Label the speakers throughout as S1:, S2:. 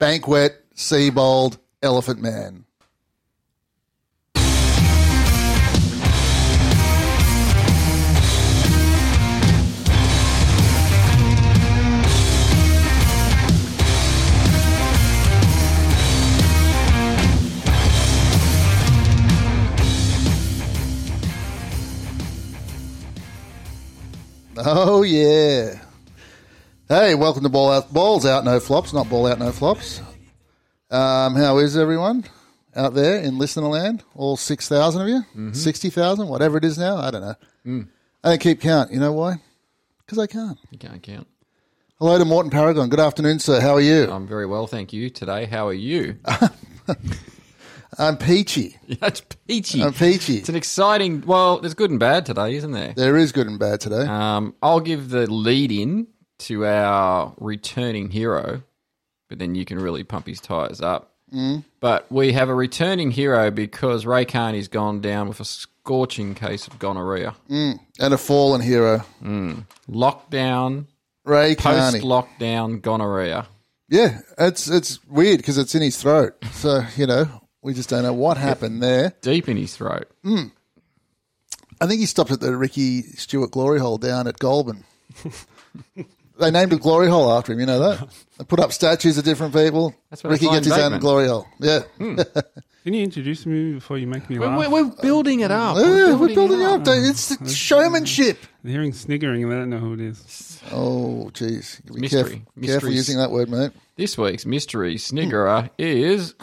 S1: Banquet, Seabold, Elephant Man. Oh yeah. Hey, welcome to Ball Out Balls Out No Flops, not Ball Out No Flops. Um, how is everyone out there in listener land? All six thousand of you, sixty thousand, whatever it is now. I don't know. I don't keep count. You know why? Because I can't.
S2: You can't count.
S1: Hello to Morton Paragon. Good afternoon, sir. How are you?
S2: I'm very well, thank you. Today, how are you?
S1: I'm peachy.
S2: That's peachy.
S1: I'm peachy.
S2: It's an exciting. Well, there's good and bad today, isn't there?
S1: There is good and bad today.
S2: Um, I'll give the lead in to our returning hero, but then you can really pump his tires up.
S1: Mm.
S2: But we have a returning hero because Ray Carney's gone down with a scorching case of gonorrhea.
S1: Mm. And a fallen hero,
S2: Lockdown,
S1: Ray
S2: post
S1: Carney.
S2: lockdown gonorrhea.
S1: Yeah, it's it's weird because it's in his throat. So you know, we just don't know what happened there.
S2: Deep in his throat.
S1: Mm. I think he stopped at the Ricky Stewart Glory Hole down at Goulburn. they named a glory hole after him. You know that they put up statues of different people.
S2: That's what
S1: Ricky
S2: it's like
S1: gets his own
S2: Bateman. Hmm.
S1: glory hole. Yeah,
S3: Can you introduce me before you make me
S2: We're,
S3: laugh?
S2: we're- we're building Hmm. it up.
S1: Yeah, Oh, we're building it up. Dave. It's the showmanship.
S3: I'm hearing sniggering and I don't know who it is.
S1: Oh, jeez, be
S2: Mystery.
S1: careful, careful
S2: Mysteries.
S1: using that word, mate.
S2: This week's mystery
S1: Hmm.
S2: sniggerer is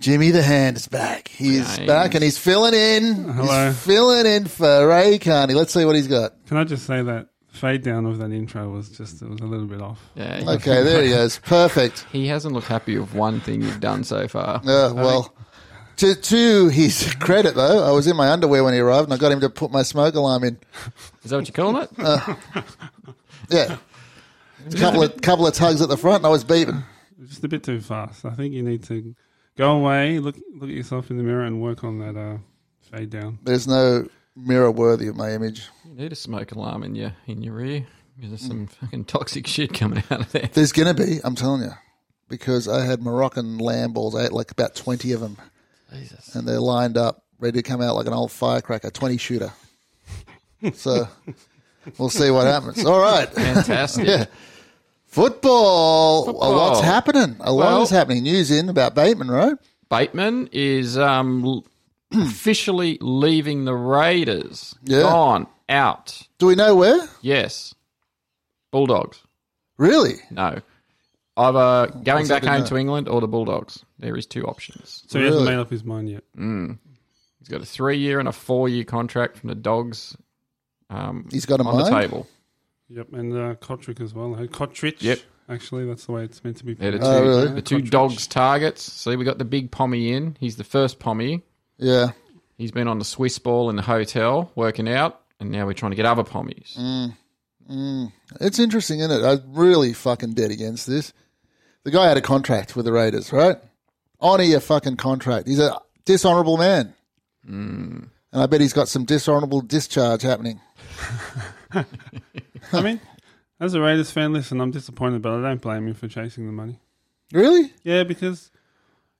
S1: Jimmy the Hand is back. He is
S2: Nice.
S1: back and he's filling in.
S3: Hello.
S1: He's filling in for Ray Carney. Let's see what he's got.
S3: Can I just say that fade down of that intro was just it was a little bit off.
S2: Yeah,
S1: Okay, there he is. Perfect.
S2: He hasn't looked happy with one thing you've done so far.
S1: Uh, well, to, to his credit, though, I was in my underwear when he arrived and I got him to put my smoke alarm in.
S2: Is that what you're calling it?
S1: Uh, Yeah. A couple of, couple of tugs at the front and I was beaten.
S3: It was just a bit too fast. I think you need to go away, look look at yourself in the mirror, and work on that uh, fade down.
S1: There's no mirror worthy of my image.
S2: you need a smoke alarm in your in your ear. There's some fucking toxic shit coming out of there.
S1: There's going to be, I'm telling you, because I had Moroccan lamb balls. I ate like about 20 of them
S2: Jesus.
S1: and they're lined up, ready to come out like an old firecracker, 20 shooter. So we'll see what happens. All right.
S2: Fantastic.
S1: Yeah. Football.
S2: Football.
S1: A lot's happening. A lot
S2: Well-
S1: is happening. News in about Bateman, right?
S2: Bateman is um, l- officially leaving the Raiders.
S1: Hmm. Yeah.
S2: Gone out.
S1: Do we know where?
S2: Yes. Bulldogs.
S1: Really?
S2: No. Either going back
S1: that in
S2: home
S1: that?
S2: to England or the Bulldogs. There is two options.
S3: So he hasn't
S1: Really?
S3: made up his mind yet.
S2: He's got a three-year and a four-year contract from the Dogs. Um,
S1: He's got a
S2: on the
S1: mind?
S2: table.
S3: Yep, and uh, Kotrick as well. Hey, Kotrich.
S2: Yep.
S3: Actually, that's the way it's meant to be.
S2: They're the two,
S3: pronounced.
S1: really?
S2: the two
S3: Kotrich.
S2: dogs targets. See, we got the big Pommy in. He's the first Pommy.
S1: Yeah.
S2: He's been on the Swiss ball in the hotel working out, and now we're trying to get other Pommies.
S3: Mm.
S1: It's interesting, isn't it? I'm really fucking dead against this. The guy had a contract with the Raiders, right? Honor your fucking contract. He's a dishonorable man.
S3: Hmm.
S1: And I bet he's got some dishonorable discharge happening.
S3: I mean, as a Raiders fan, listen, I'm disappointed, but I don't blame him for chasing the money.
S1: Really?
S3: Yeah, because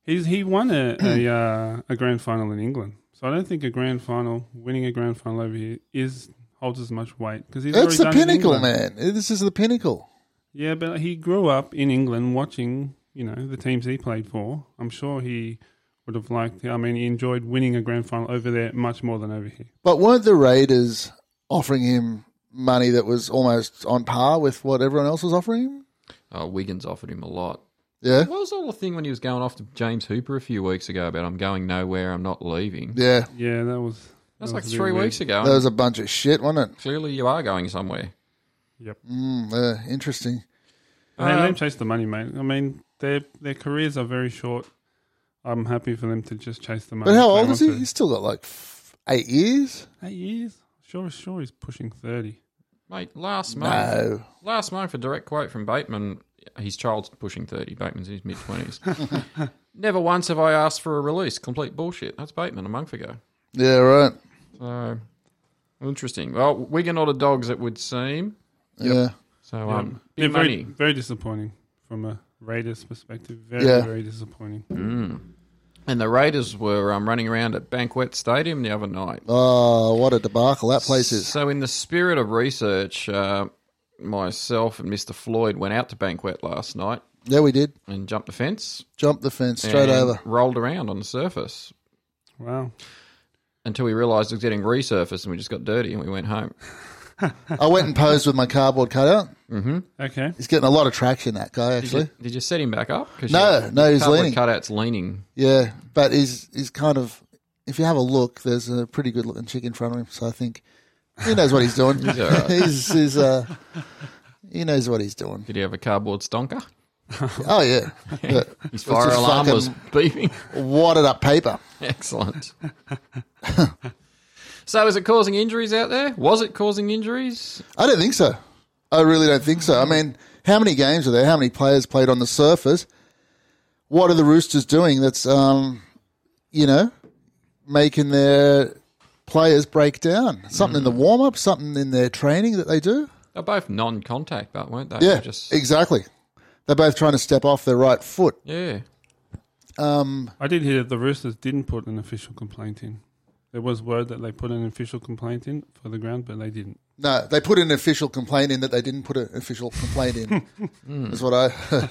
S3: he's he won a a, uh, a grand final in England, so I don't think a grand final winning a grand final over here is holds as much weight because he's
S1: It's
S3: already
S1: the
S3: done it in
S1: pinnacle,
S3: England.
S1: man. This is the pinnacle.
S3: Yeah, but he grew up in England watching you know the teams he played for. I'm sure he would have liked. I mean, he enjoyed winning a grand final over there much more than over here.
S1: But weren't the Raiders offering him money that was almost on par with what everyone else was offering him?
S2: Oh, Wiggins offered him a lot.
S1: Yeah.
S2: What was all the thing when he was going off to James Hooper a few weeks ago about I'm going nowhere, I'm not leaving?
S1: Yeah.
S3: Yeah, that was that
S2: That's like
S3: was a bit
S2: three
S3: weird.
S2: weeks ago.
S1: That was a bunch of shit, wasn't it?
S2: Clearly, you are going somewhere.
S3: Yep.
S1: Mm, yeah, interesting.
S3: Hey,
S2: Uh,
S3: let them chase the money, mate. I mean, their their careers are very short. I'm happy for them to just chase the money.
S1: But how
S3: if they
S1: old is
S3: want
S1: he?
S3: to.
S1: He's still got like f- eight years.
S3: Eight years? Sure, sure, he's pushing 30.
S2: Mate, last month,
S1: No.
S2: last month, a direct quote from Bateman. His child's pushing 30. Bateman's in his mid 20s. Never once have I asked for a release. Complete bullshit. That's Bateman a month ago.
S1: Yeah, right.
S2: So interesting. Well, Wigan or the dogs, it would seem.
S1: Yeah.
S2: So um,
S3: They're
S2: big money.
S3: Very, very disappointing from a Raiders perspective. Very,
S1: Yeah.
S3: very disappointing.
S2: And the Raiders were um, running around at Banquet Stadium the other night.
S1: Oh, what a debacle that place is.
S2: So, in the spirit of research, uh, myself and Mr. Floyd went out to Banquet last night
S1: Yeah, we did.
S2: and jumped the fence.
S1: Jumped the fence straight
S2: and
S1: over.
S2: Rolled around on the surface
S3: Wow.
S2: until we realised it was getting resurfaced and we just got dirty and we went home.
S1: I went and posed with my cardboard cutout.
S3: Okay.
S1: He's getting a lot of traction, that guy,
S2: Did
S1: actually.
S2: you, did you set him back up? 'Cause
S1: No,
S2: your-
S1: no,
S2: your
S1: he's
S2: cardboard
S1: leaning.
S2: Cutout's leaning.
S1: Yeah, but he's he's kind of. If you have a look, there's a pretty good looking chick in front of him. So I think he knows what he's doing. he's,
S2: all right.
S1: he's, uh, he knows what he's doing.
S2: Did he have a cardboard stonker?
S1: Oh yeah, Yeah. Let's
S2: His fire
S1: just
S2: alarm
S1: fucking
S2: was beeping.
S1: wadded up paper.
S2: Excellent. so, is it causing injuries out there? Was it causing injuries?
S1: I don't think so. I really don't think so. I mean, how many games are there? How many players played on the surface? What are the Roosters doing? That's um, you know, making their players break down. Something in the warm up, something in their training that they do.
S2: They're both non-contact, but weren't they?
S1: Yeah,
S2: They're just
S1: exactly. They're both trying to step off their right foot.
S2: yeah.
S3: I did hear that the Roosters didn't put an official complaint in. There was word that they put an official complaint in for the ground, but they didn't.
S1: No, they put an official complaint in that they didn't put an official complaint in. Is what I heard.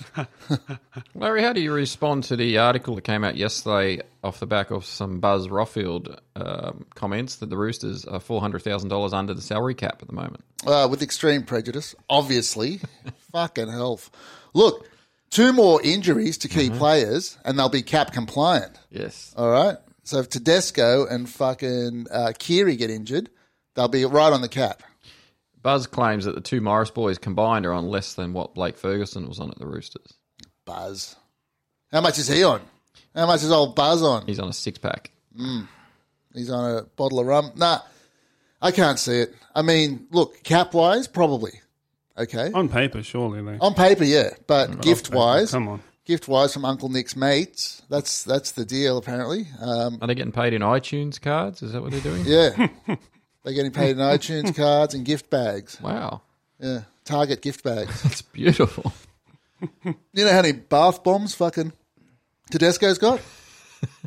S2: Larry, how do you respond to the article that came out yesterday off the back of some Buzz Rothfield um, comments that the Roosters are four hundred thousand dollars under the salary cap at the moment?
S1: Uh, with extreme prejudice, obviously. Fucking hell. Look, two more injuries to key
S3: Mm-hmm.
S1: players, and they'll be cap compliant.
S2: Yes,
S1: All right. So if Tedesco and fucking uh, Kiri get injured, they'll be right on the cap.
S2: Buzz claims that the two Morris boys combined are on less than what Blake Ferguson was on at the Roosters.
S1: Buzz. How much is he on? How much is old Buzz on?
S2: He's on a six pack.
S1: He's on a bottle of rum. Nah, I can't see it. I mean, look, cap wise, probably. Okay.
S3: On paper, surely they.
S1: On paper, yeah. But gift Oh, wise,
S3: Mm, oh, Come on.
S1: gift wise from Uncle Nick's mates, that's that's the deal, apparently. Um,
S2: Are they getting paid in iTunes cards? Is that what they're doing?
S1: yeah. They're getting paid in iTunes cards and gift bags.
S2: Wow,
S1: Yeah. Target gift bags.
S2: that's beautiful.
S1: You know how many bath bombs fucking Tedesco's got?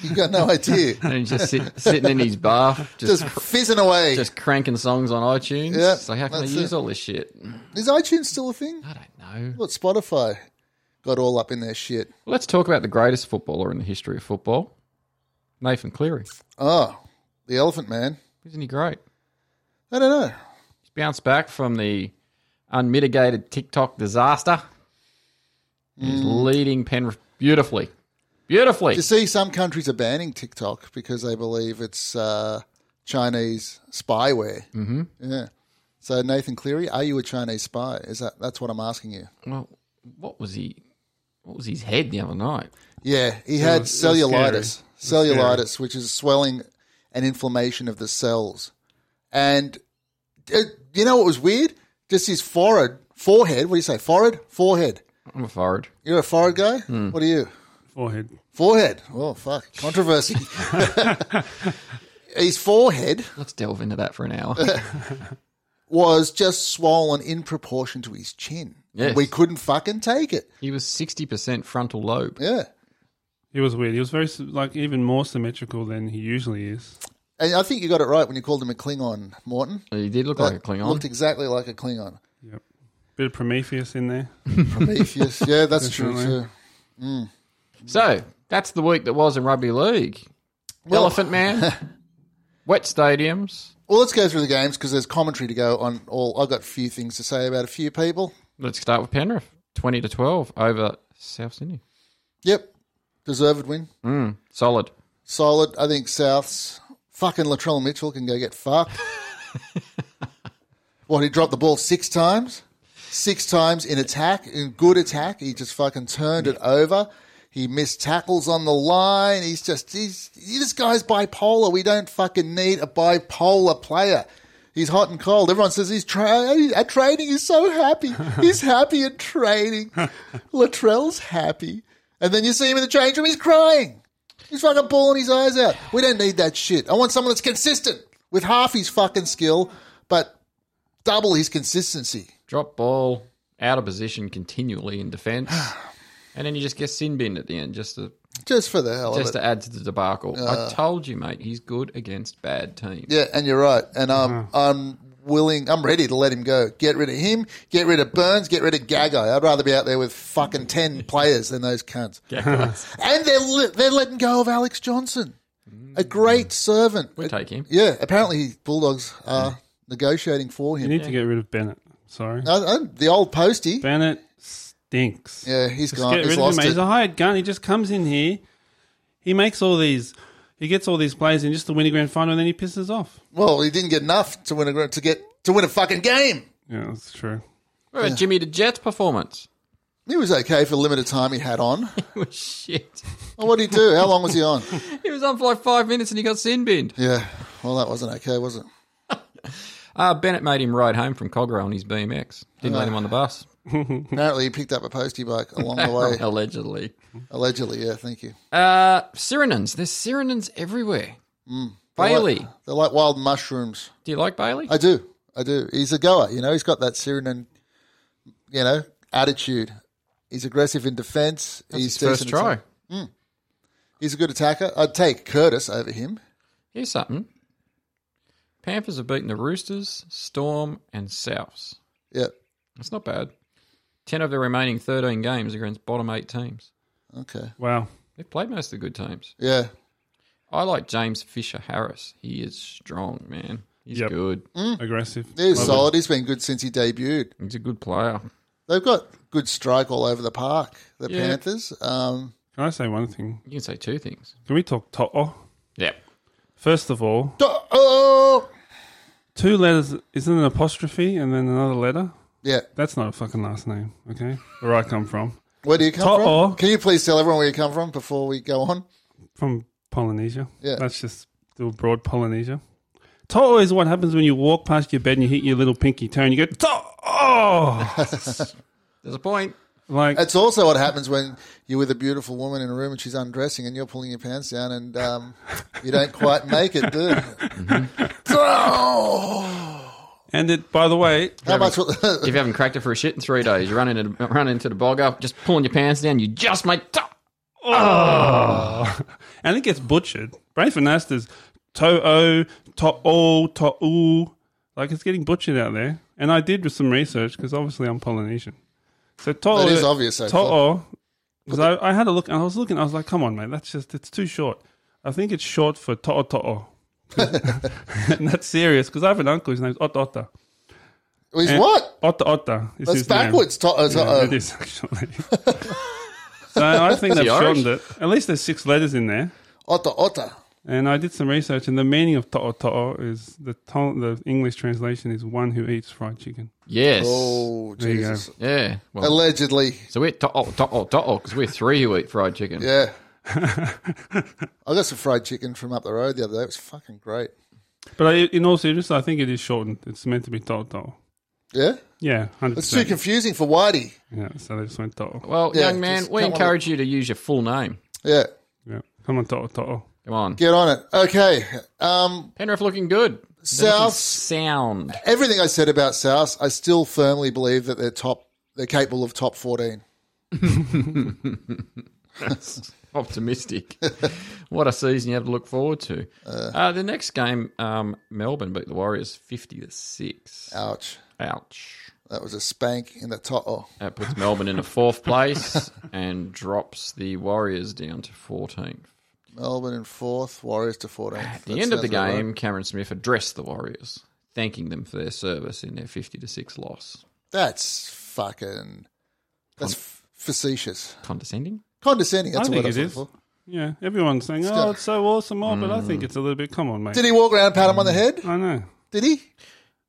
S1: you got no idea.
S2: And he's just sit, sitting in his bath,
S1: Just
S2: just just,
S1: fizzing away.
S2: cranking songs on iTunes.
S1: Yeah,
S2: so how can they
S1: that's
S2: use
S1: it.
S2: all this shit?
S1: Is iTunes still a thing?
S2: I don't know.
S1: What Spotify got all up in their shit?
S2: Let's talk about the greatest footballer in the history of football, Nathan Cleary.
S1: Oh, the Elephant Man.
S2: Isn't he great?
S1: I don't know.
S2: He's bounced back from the unmitigated TikTok disaster. He's leading Penrith beautifully. Beautifully.
S1: You see, some countries are banning TikTok because they believe it's uh, Chinese spyware. Mm-hmm. Yeah. So Nathan Cleary, are you a Chinese spy? Is that that's what I'm asking you?
S2: well, what was he? What was his head the other night?
S1: Yeah, he had
S3: was- it was
S1: cellulitis.
S3: scary. It was
S1: Cellulitis, which is swelling and inflammation of the cells. And it, you know what was weird? Just his forehead, forehead. What do you say? Forehead, forehead.
S2: I'm a forward.
S1: You're a forehead guy.
S3: Hmm.
S1: What are you?
S3: Forehead.
S1: Forehead. Oh fuck, controversy. his forehead
S2: Let's delve into that for an hour.
S1: was just swollen in proportion to his chin.
S2: Yes.
S1: We couldn't fucking take it.
S2: he was 60% frontal lobe.
S1: Yeah.
S3: He was weird. He was very, s- like, even more symmetrical than he usually is.
S1: And I think you got it right when you called him a Klingon, Morton.
S2: He did look like a Oh, Klingon.
S1: Looked exactly like a Klingon.
S3: Yep. Bit of Prometheus in there.
S1: Prometheus. Yeah, that's true
S3: Definitely.
S1: too.
S2: So that's the week that was in rugby league. Elephant man, wet stadiums.
S1: Well, let's go through the games because there's commentary to go on. All I've got a few things to say about a few people.
S2: Let's start with Penrith, twenty to twelve over South Sydney.
S1: Yep, deserved win,
S2: Solid.
S1: solid. I think Souths fucking Latrell Mitchell can go get fucked. what he dropped the ball six times, six times in attack, in good attack. He just fucking turned it over. He missed tackles on the line. He's just he's this guy's bipolar. We don't fucking need a bipolar player. He's hot and cold. Everyone says he's tra- at training. He's so happy. He's happy at training. Latrell's happy, and then you see him in the change room. He's crying. He's fucking bawling his eyes out. We don't need that shit. I want someone that's consistent with half his fucking skill, but double his consistency.
S2: Drop ball, out of position continually in defence, and then you just get sin binned at the end just to
S1: Just for the hell of it. Uh.
S2: just to add to the debacle. I told you, mate, he's good against bad teams.
S1: Yeah, and you're right. And I'm
S3: Uh-huh.
S1: I'm willing. I'm ready to let him go. Get rid of him. Get rid of Burns. Get rid of Gagai. I'd rather be out there with fucking ten players than those cunts. and they're li- they're letting go of Alex Johnson, a great servant.
S2: We'll take him.
S1: Yeah, apparently Bulldogs are negotiating for
S3: You
S1: him.
S3: need to get rid of Bennett. Sorry.
S1: No, no, the old postie.
S3: Bennett stinks.
S1: Yeah, he's
S3: Just
S1: gone.
S3: get
S1: He's
S3: rid of him.
S1: lost
S3: mate. He's
S1: it.
S3: a hired gun. He just comes in here. He makes all these. He gets all these plays in just to win a grand final, and then he pisses off.
S1: Well, he didn't get enough to win a gr- to get to win a fucking game.
S3: Yeah, that's true.
S2: What about Jimmy the Jets performance?
S1: He was okay for the limited time he had on.
S2: It was shit.
S1: well, what did he do? How long was he on?
S2: He was on for like five minutes and he got sin binned.
S1: Yeah. Well, that wasn't okay, was it?
S2: Uh, Bennett made him ride home from Cogra on his BMX. Didn't
S1: Uh.
S2: let him on the bus.
S1: Apparently, he picked up a postie bike along the way.
S2: Allegedly.
S1: Allegedly, yeah. Thank you.
S2: Uh, Syrinans. There's Syrinans everywhere. Bailey.
S1: They're like wild mushrooms.
S2: Do you like Bailey?
S1: Mm. I do. I do. He's a goer. You know, he's got that Syrian, you know, attitude. He's aggressive in defence. He's
S2: first
S1: decent
S2: try.
S1: attack- He's a good attacker. I'd take Curtis over him.
S2: Here's something. Panthers have beaten the Roosters, Storm, and Souths.
S1: Yeah.
S2: That's not bad. Ten of the remaining thirteen games are against bottom eight teams.
S1: Okay.
S3: Wow.
S2: They've played most of the good teams.
S1: Yeah.
S2: I like James Fisher Harris. He is strong, man. He's
S3: Yep.
S2: good.
S3: Aggressive.
S1: He's
S3: Love Hmm. it.
S1: solid. He's been good since he debuted.
S2: He's a good player.
S1: They've got good strike all over the park. The
S2: Yeah.
S1: Panthers. Um,
S3: Can I say one thing?
S2: You can say two things.
S3: Can we talk To'o?
S2: Yep.
S3: First of all,
S1: oh,
S3: two letters isn't an apostrophe and then another letter.
S1: yeah.
S3: That's not a fucking last name, okay? Where I come from,
S1: Where do you come
S3: To'o.
S1: from? Can you please tell everyone where you come from before we go on?
S3: from Polynesia.
S1: Yeah.
S3: That's just the broad Polynesia. To'o is what happens when you walk past your bed and you hit your little pinky toe and you go To'o.
S2: There's a point.
S3: like
S1: It's also what happens when you're with a beautiful woman in a room and she's undressing and you're pulling your pants down and um, you don't quite make it, do you? Oh!
S3: and it by the way,
S1: How much? will-
S2: If you haven't cracked it for a shit in three days, you run into run into the bogger, just pulling your pants down. You just make. T-
S3: Oh. and it gets butchered. Brain for Nasta's toe-o, to-o, to-oo. Like, it's getting butchered out there. And I did some research, because obviously I'm Polynesian. So to-o...
S1: That is obvious, so far.
S3: To-o, because I, I had a look, and I was looking, I was like, come on, mate, that's just, it's too short. I think it's short for to-o, to-o. and that's serious, because I have an uncle, his name's Otta Otta.
S1: He's
S3: Eh?
S1: what?
S3: Otta Otta is
S1: That's
S3: his name.
S1: backwards. To- uh, to-
S3: Yeah,
S1: uh,
S3: it is actually. so I think they've
S2: Irish?
S3: shortened it. At least there's six letters in there.
S1: otta, otta.
S3: And I did some research, and the meaning of to'o to'o is the to- the English translation is one who eats fried chicken.
S2: yes.
S1: Oh,
S3: There you go.
S1: Jesus.
S2: Yeah. Well,
S1: Allegedly.
S2: so we're to oh to oh to oh because we're three who eat fried chicken.
S1: Yeah. I got some fried chicken from up the road the other day. It was fucking great.
S3: But I, in all seriousness, I think it is shortened. It's meant to be to'o to'o.
S1: Yeah?
S3: Yeah, hundred
S1: It's too
S3: percent.
S1: confusing for Whitey.
S3: Yeah, so they just went to'o.
S2: Well,
S1: Yeah,
S2: young man,
S1: just
S2: we
S1: come on.
S2: encourage you to use your full name.
S1: Yeah.
S3: Yeah, come on to'o to'o.
S2: Come on.
S1: Get on it. Okay. Um,
S2: Penrith looking good.
S1: South.
S2: Sound.
S1: everything I said about South, I still firmly believe that they're top. They're capable of top fourteen.
S2: Optimistic. what a season you have to look forward to. Uh, the next game, um, Melbourne beat the Warriors fifty to six.
S1: Ouch!
S2: Ouch.
S1: That was a spank in the top. Oh,
S2: That puts Melbourne into fourth place and drops the Warriors down to 14th.
S1: Melbourne in fourth, Warriors to fourteenth.
S2: At the end of the game, Cameron Smith addressed the Warriors, thanking them for their service in their 50 to 6 loss.
S1: That's fucking. That's f- facetious,
S2: Condescending?
S1: condescending. That's
S3: I
S1: what
S3: think
S1: I
S3: it
S1: was
S3: is.
S1: for.
S3: Yeah, everyone's saying, "Oh, it's so awesome," all, but I think it's a little bit. Come on, mate.
S1: Did he walk around and pat him on the head?
S3: I know.
S1: Did he?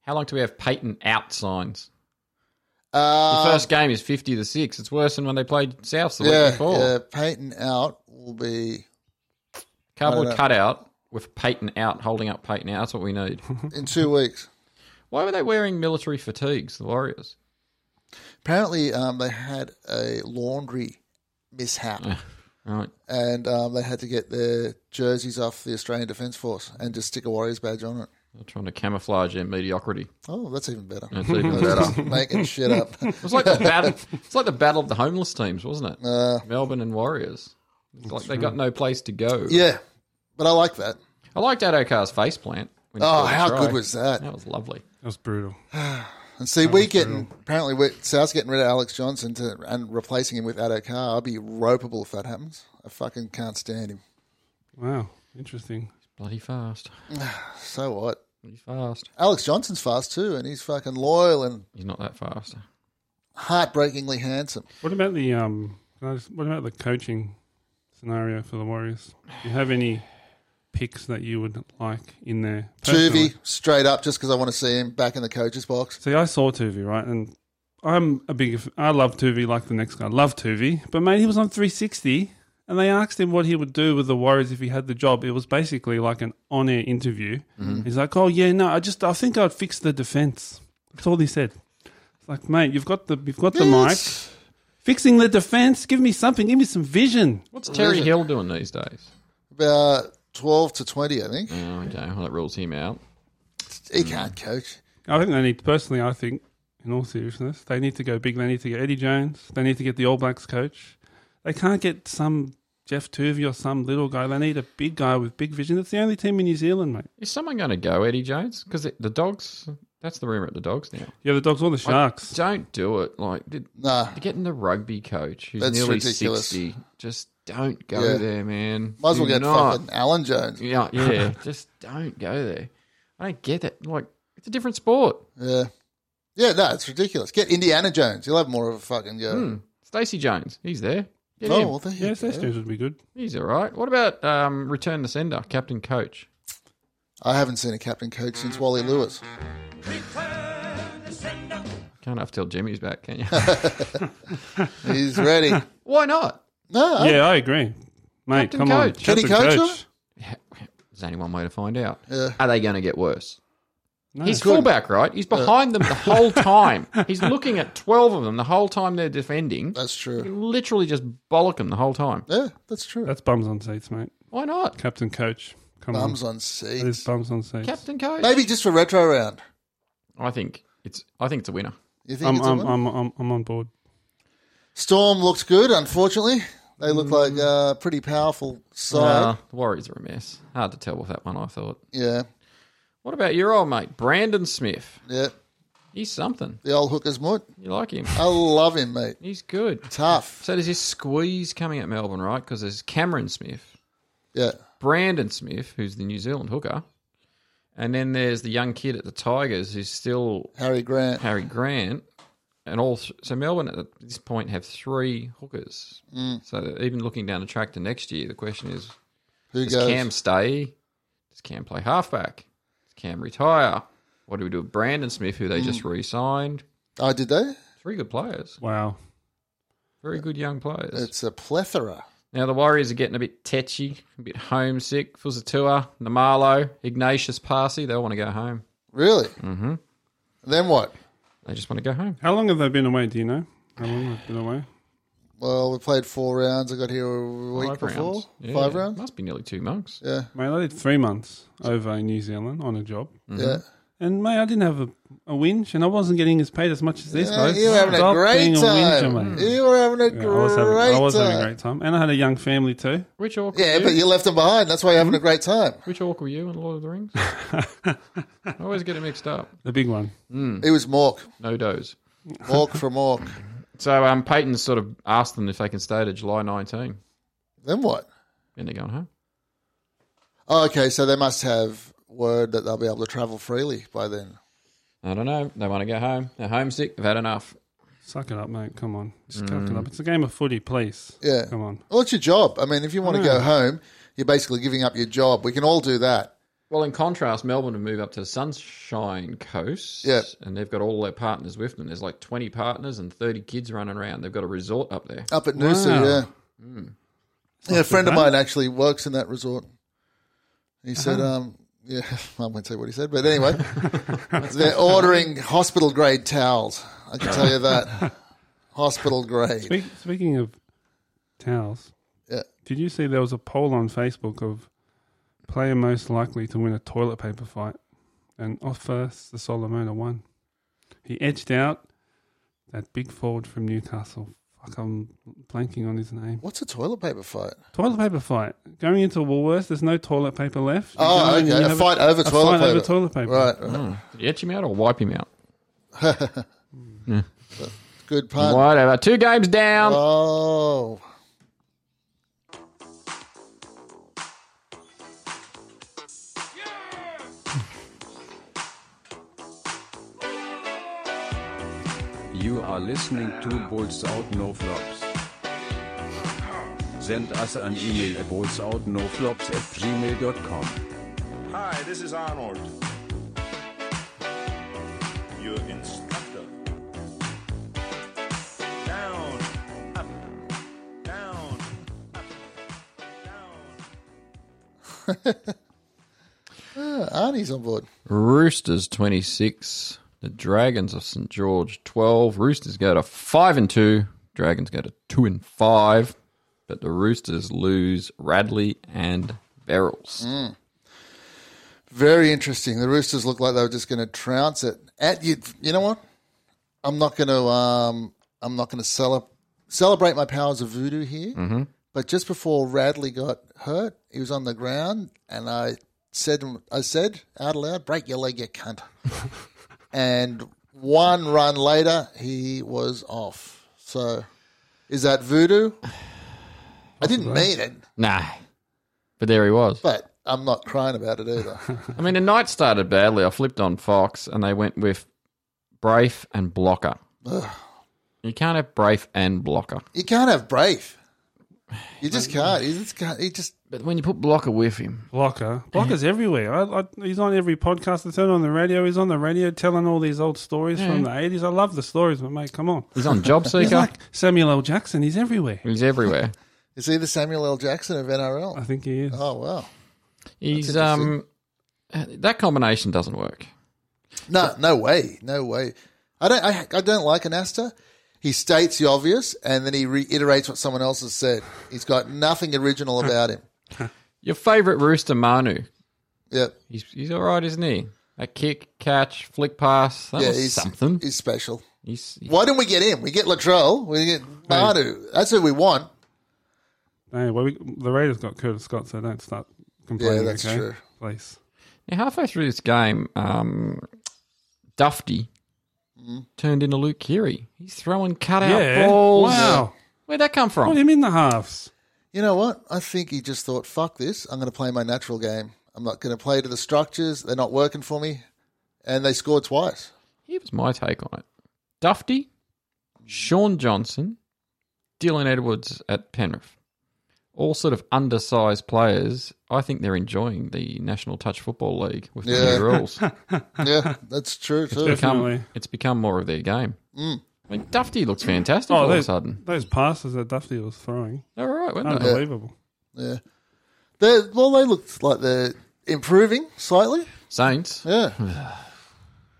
S2: How long do we have Peyton out signs? The
S1: Uh,
S2: first game is 50 to 6. It's worse than when they played Souths the week
S1: yeah,
S2: before.
S1: yeah. Peyton out will be
S2: Cardboard
S1: know.
S2: cutout with Peyton out holding up Peyton out. That's what we need.
S1: in two weeks.
S2: Why were they wearing military fatigues, the Warriors?
S1: Apparently, um, they had a laundry mishap.
S2: Right.
S1: and um, they had to get their jerseys off the Australian Defence Force and just stick a Warriors badge on it.
S2: They're trying to camouflage their mediocrity.
S1: Oh, that's even better.
S2: That's even
S1: That's making shit up.
S2: It's like the battle. It's like the battle of the homeless teams, wasn't it?
S1: Uh,
S2: Melbourne and Warriors. It's like they got no place to go.
S1: Yeah, but I like that.
S2: I liked Adokar's face plant. when he
S1: Oh,
S2: scored a
S1: how
S2: try.
S1: good was that?
S2: That was lovely.
S3: That was brutal.
S1: And see, we getting apparently we South's getting rid of Alex Johnson to and replacing him with Addo Carr. I'll be ropeable if that happens. I fucking can't stand him.
S3: Wow, interesting.
S2: Bloody fast.
S1: So what?
S2: Bloody fast.
S1: Alex Johnson's fast too, and he's fucking loyal and
S2: He's not that fast.
S1: heartbreakingly handsome.
S3: What about the um? Can I just, what about the coaching scenario for the Warriors? Do you have any picks that you would like in there? personally?
S1: Juvie, straight up, just because I want to see him back in the coach's box.
S3: See, I saw Tuvi, right? And I'm a big, I love Tuvi like the next guy. Love Tuvi. But, mate, he was on 360 and they asked him what he would do with the Warriors if he had the job. It was basically like an on air interview. He's like, oh, yeah, no, I just, I think I'd fix the defense. That's all he said. It's like, mate, you've got the, you've got the mic. Fixing the defense. Give me something. Give me some vision.
S2: What's Terry Hill doing these days?
S1: About twelve to twenty, I think.
S2: Oh, okay, well that rules him out.
S1: He can't coach.
S3: I think they need, personally, I think, in all seriousness, they need to go big. They need to get Eddie Jones. They need to get the All Blacks coach. They can't get some Jeff Tuvey or some little guy. They need a big guy with big vision. It's the only team in New Zealand, mate.
S2: Is someone going to go Eddie Jones? Because the dogs. That's the rumor at the dogs now.
S3: Yeah, the dogs or the Sharks.
S2: Don't do it. Like did,
S1: Nah,
S2: getting the rugby coach who's
S1: That's
S2: nearly
S1: ridiculous.
S2: sixty. Just don't go
S1: Yeah.
S2: there, man.
S1: might as
S2: Do
S1: well get
S2: not.
S1: fucking Alan Jones.
S2: Yeah, yeah. just don't go there. I don't get it. Like it's a different sport.
S1: Yeah, yeah, no, it's ridiculous. Get Indiana Jones. You'll have more of a fucking go.
S2: Hmm. Stacey Jones, he's there. Get
S1: Oh,
S2: him.
S1: well, there you
S3: Hmm. yeah,
S1: go.
S3: Sessions would be good.
S2: He's all right. What about um, return the sender, captain coach?
S1: I haven't seen a captain coach since Wally Lewis.
S2: Can't have to tell Jimmy's back, can you?
S1: He's ready.
S2: Why not?
S1: No,
S3: yeah, I agree. Mate,
S2: Captain
S3: come on.
S2: coach.
S1: Can he
S3: Captain
S1: coach him?
S2: There's only one way to find out.
S1: Yeah.
S2: Are they going to get worse? He's
S1: Couldn't.
S2: fullback, right? He's behind them the whole time. He's looking at twelve of them the whole time they're defending.
S1: that's
S2: He
S1: true.
S2: literally just bollock them the whole time.
S1: Yeah, that's true.
S3: That's bums on seats, mate.
S2: Why not,
S3: Captain coach. Come
S1: Bums
S3: on.
S1: on
S3: It is
S1: seats.
S3: bums on seats.
S2: captain coach?
S1: Maybe just for retro round.
S2: I think it's. I think it's a winner.
S1: You think
S3: I'm,
S1: it's a
S3: I'm,
S1: win?
S3: I'm, I'm, I'm on board.
S1: Storm looked good, unfortunately. They look like
S3: Mm.
S1: a pretty powerful side.
S2: Uh, the Warriors are a mess. Hard to tell with that one. I thought.
S1: yeah,
S2: What about your old mate Brandon Smith?
S1: yeah.
S2: He's something.
S1: The old hooker's mutt.
S2: You like him?
S1: I love him, mate.
S2: He's good.
S1: Tough.
S2: So there's this squeeze coming at Melbourne, right? Because there's Cameron Smith,
S1: Yeah.
S2: Brandon Smith, who's the New Zealand hooker, and then there's the young kid at the Tigers who's still
S1: Harry Grant.
S2: Harry Grant, and all. Th- so Melbourne at this point have three hookers.
S1: Mm.
S2: So that even looking down the track to next year, the question is:
S1: Who
S2: Does
S1: goes?
S2: Cam stay? Does Cam play halfback? Does Cam retire? What do we do with Brandon Smith, who they
S1: Mm.
S2: just re-signed?
S1: Oh, did they?
S2: Three good players,
S3: Wow.
S2: very good young players.
S1: It's a plethora.
S2: Now the Warriors are getting a bit tetchy, a bit homesick. Fuzatua, Namalo, Ignatius Parsi, they all want to go home.
S1: Really?
S3: Mm.
S1: Mm-hmm. Then what?
S2: They just want to go home.
S3: How long have they been away? Do you know? How long have they been away?
S1: Well, we played four rounds. I got here a week
S2: Five
S1: before.
S2: rounds. Yeah,
S1: Five rounds?
S2: Must be nearly two months.
S1: Yeah.
S3: Mate, I did three months over in New Zealand on a job.
S1: Yeah.
S3: And mate, Mm-hmm. I didn't have a, a whinge, and I wasn't getting as paid as much as these
S1: Yeah,
S3: guys.
S1: you were having
S3: Stop
S1: a great
S3: being
S1: time. Mm.
S3: whinger, mate.
S1: you were having a
S3: Yeah,
S1: great
S3: I was, having, I was having a
S1: time.
S3: great time, and I had a young family too.
S2: Which orc? were
S1: Yeah,
S2: you?
S1: but you left them behind. That's why you're having
S3: Mm-hmm.
S1: a great time.
S2: Which orc were you in Lord of the Rings? I always get it mixed up.
S3: The big one.
S1: It was Mork.
S2: No does.
S1: Mork from Mork.
S2: So um, Peyton sort of asked them if they can stay to July 19,
S1: Then what?
S2: and they're going home.
S1: Oh, okay. So they must have word that they'll be able to travel freely by then.
S2: I don't know. They want to go home. They're homesick. They've had enough.
S3: Suck it up, mate. Come on, just suck it up. It's a game of footy, please.
S1: Mm. Yeah.
S3: Come on.
S1: Well, it's your job. I mean, if you want to go home, you're basically giving up your job. We can all do that.
S2: Well, in contrast, Melbourne have moved up to the Sunshine Coast.
S1: Yeah.
S2: And they've got all their partners with them. There's like 20 partners and 30 kids running around. They've got a resort up there.
S1: Up at Noosa, yeah.
S3: Hmm.
S1: Yeah, a friend of mine actually works in that resort. He
S3: Uh-huh.
S1: said, um, yeah, I won't say what he said, but anyway, they're ordering hospital grade towels. I can tell you that. Hospital grade.
S3: Speak, speaking of towels,
S1: Yeah.
S3: did you see there was a poll on Facebook of player most likely to win a toilet paper fight? and offer the Solomona one. He edged out that big forward from Newcastle. Fuck, I'm blanking on his name.
S1: What's a toilet paper fight?
S3: Toilet paper fight. Going into Woolworths, there's no toilet paper left. You
S1: Oh,
S3: go in and
S1: okay.
S3: you
S1: A
S3: have
S1: fight over
S3: a
S1: toilet
S3: fight over
S1: paper.
S3: toilet paper.
S1: Right, right.
S2: Did he etch him out or wipe him out?
S1: good pun.
S2: Whatever. Two games down.
S1: Oh,
S4: You are listening to Balls Out No Flops. Send us an email at ballsoutnoflops at gmail.com.
S5: Hi, this is Arnold. Your instructor. Down, up, down, up, down.
S1: Arnie's on board.
S2: Roosters 26. The Dragons of St. George 12. Roosters go to 5 and 2. Dragons go to 2 and 5. But the Roosters lose Radley and Verrills.
S3: Mm.
S1: Very interesting. The Roosters looked like they were just going to trounce it. At you, you know what? I'm not going to. Um, I'm not going to cele- celebrate my powers of voodoo here. Mm-hmm. But just before Radley got hurt, he was on the ground, and I said, I said out aloud, "Break your leg, you cunt." and one run later, he was off. So, is that voodoo? I didn't mean it,
S2: Nah. But there he was.
S1: but I'm not crying about it either.
S2: I mean, the night started badly. I flipped on Fox and they went with Brafe and Blocker. You can't have Brafe and Blocker.
S1: You can't have Brave. You just can't. You just can't. You just
S2: But when you put Blocker with him,
S3: Blocker. Blocker's everywhere. I, I, he's on every podcast. I turn on the radio. He's on the radio telling all these old stories from the 80s. I love the stories, but mate, come on.
S2: he's on Job
S3: He's
S2: Seeker.
S3: like Samuel L. Jackson. He's everywhere.
S2: he's everywhere.
S1: is he the Samuel L. Jackson of
S3: I
S1: NRL?
S3: think he is.
S1: Oh wow.
S2: He's um
S1: interesting.
S2: that combination doesn't work.
S1: No, no way, no way. I don't. I, I don't like Anasta. He states the obvious, and then he reiterates what someone else has said. He's got nothing original about him.
S2: Your favorite rooster, Manu.
S1: Yep.
S2: He's he's all right, isn't he? A kick, catch, flick pass. That
S1: Yeah,
S2: was
S1: he's
S2: something.
S1: He's special.
S2: He's, he-
S1: Why don't we get him? We get Latrell. We get Manu. That's who we want.
S3: Hey, well, we, the Raiders got Curtis Scott, so don't start complaining.
S1: Yeah, that's
S3: okay?
S1: true.
S3: Please.
S2: now, halfway through this game, um, Dufty
S1: Mm-hmm.
S2: turned into Luke Keary. He's throwing cutout
S3: Yeah.
S2: balls.
S3: Wow.
S2: Where'd that come
S3: Put
S2: from?
S3: him in the halves.
S1: You know what? I think he just thought, fuck this. I'm going to play my natural game. I'm not going to play to the structures. They're not working for me. And they scored twice.
S2: Here was my take on it. Dufty, Sean Johnson, Dylan Edwards at Penrith. All sort of undersized players. I think they're enjoying the National Touch Football League with
S1: Yeah.
S2: the new rules.
S1: Yeah, that's true too.
S3: Definitely.
S2: become, it's become more of their game.
S1: Mm.
S2: I mean, Dufty looks fantastic all of a
S3: those,
S2: sudden.
S3: those passes that Duffy was throwing.
S2: They're all right,
S1: Oh,
S2: weren't they?
S3: Unbelievable.
S1: Yeah. They're, well, they looked like they're improving slightly.
S2: Saints.
S1: Yeah.
S3: Hmm.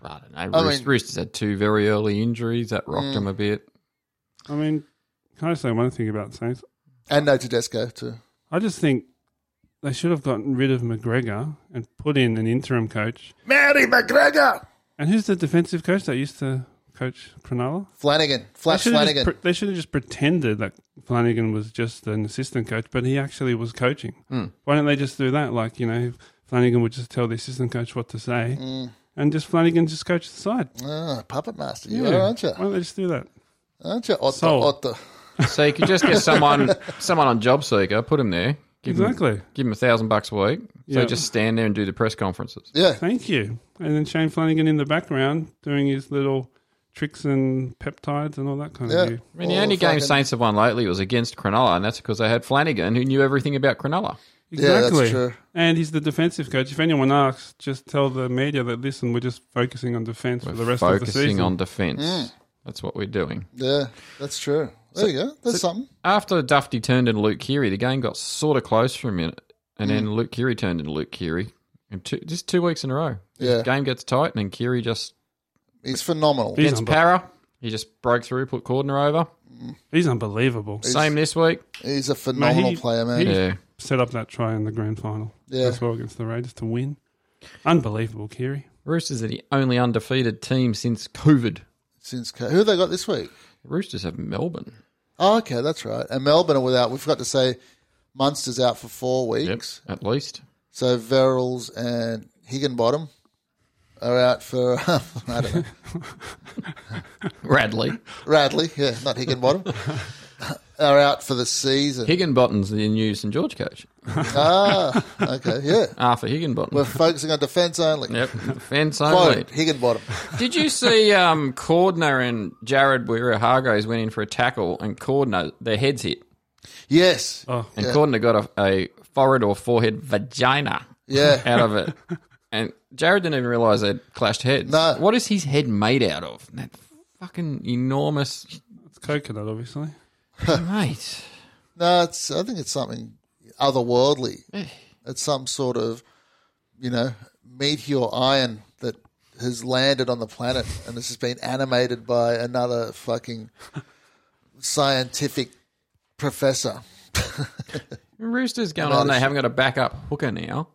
S2: I don't know.
S1: I
S2: Roos-
S1: mean- Mm.
S2: Roosters had two very early injuries that rocked them a bit.
S3: I mean, can I say one thing about Saints?
S1: And no Tedesco too.
S3: I just think they should have gotten rid of McGregor and put in an interim coach.
S1: Mary McGregor!
S3: And who's the defensive coach that used to coach Cronulla?
S1: Flanagan.
S3: They
S1: Flash
S3: should, have
S1: Flanagan.
S3: just, pre- they should have just pretended that Flanagan was just an assistant coach, but he actually was coaching.
S1: Hmm.
S3: Why don't they just do that? Like, you know, Flanagan would just tell the assistant coach what to say,
S1: Hmm.
S3: and just Flanagan just coached the side.
S1: Ah, puppet master. You
S3: Yeah.
S1: are, aren't you?
S3: Why don't they just do that?
S1: Aren't you? Otto.
S3: Sold.
S1: Otto.
S2: So you could just get someone someone on job seeker, put him there, give him
S3: Exactly.
S2: give him a thousand bucks a week. So
S3: Yeah.
S2: just stand there and do the press conferences.
S1: Yeah.
S3: Thank you. And then Shane Flanagan in the background doing his little tricks and peptides and all that kind
S1: Yeah.
S3: of view.
S2: I mean, the
S1: All
S2: only game
S1: Oh, fucking-
S2: Saints have won lately was against Cronulla, and that's because they had Flanagan, who knew everything about Cronulla.
S1: Yeah, that's
S3: Exactly.
S1: true.
S3: And he's the defensive coach. If anyone asks, just tell the media that listen, we're just focusing on defense for the rest of the
S2: Focusing
S3: season.
S2: on defence.
S1: Mm.
S2: That's what we're doing.
S1: Yeah. That's true. There you go. That's something.
S2: After Dufty turned into Luke Keary, the game got sort of close for a minute, and
S3: Mm.
S2: then Luke Keary turned into Luke Keary. And two, just two weeks in a row.
S1: Yeah.
S2: game gets tight, and then Keary just
S1: He's phenomenal.
S3: He's,
S2: gets
S3: unbe-
S2: para. He just broke through, put Cordner over.
S3: he's unbelievable.
S2: Same this week.
S1: He's a phenomenal
S3: he-
S1: player, man.
S2: Yeah.
S3: Set up that try in the grand final
S1: Yeah.
S3: as well against the Raiders to win. Unbelievable, Kiri.
S2: Roosters are the only undefeated team since COVID.
S1: Since co- who have they got this week?
S2: Roosters have Melbourne.
S1: Oh, okay, that's right. And Melbourne are without. We forgot to say Munster's out for four weeks.
S2: At least.
S1: So Verrills and Higginbottom are out for I don't know
S2: Radley.
S1: Radley, yeah, not Higginbottom, are out for the season.
S2: Higginbottom's the new St George coach.
S1: ah, okay, yeah.
S2: Arthur Higginbottom.
S1: We're focusing on defence only.
S2: yep. Fence only.
S1: Quote Higginbottom.
S2: Did you see um, Cordner and Jared Weir Hargreaves went in for a tackle and Cordner, their heads hit?
S1: Yes,
S2: And Cordner got a, a forehead or forehead vagina
S1: Yeah.
S2: out of it. And Jared didn't even realise they'd clashed heads.
S1: No.
S2: What is his head made out of? That fucking enormous.
S3: It's coconut, obviously.
S2: Mate.
S1: no, it's. I think it's something otherworldly.
S2: Eh,
S1: It's some sort of, you know, meteor iron that has landed on the planet and this has been animated by another fucking scientific professor.
S2: Roosters going
S1: About
S2: on.
S1: a
S2: They
S1: sh-
S2: haven't got a backup hooker now.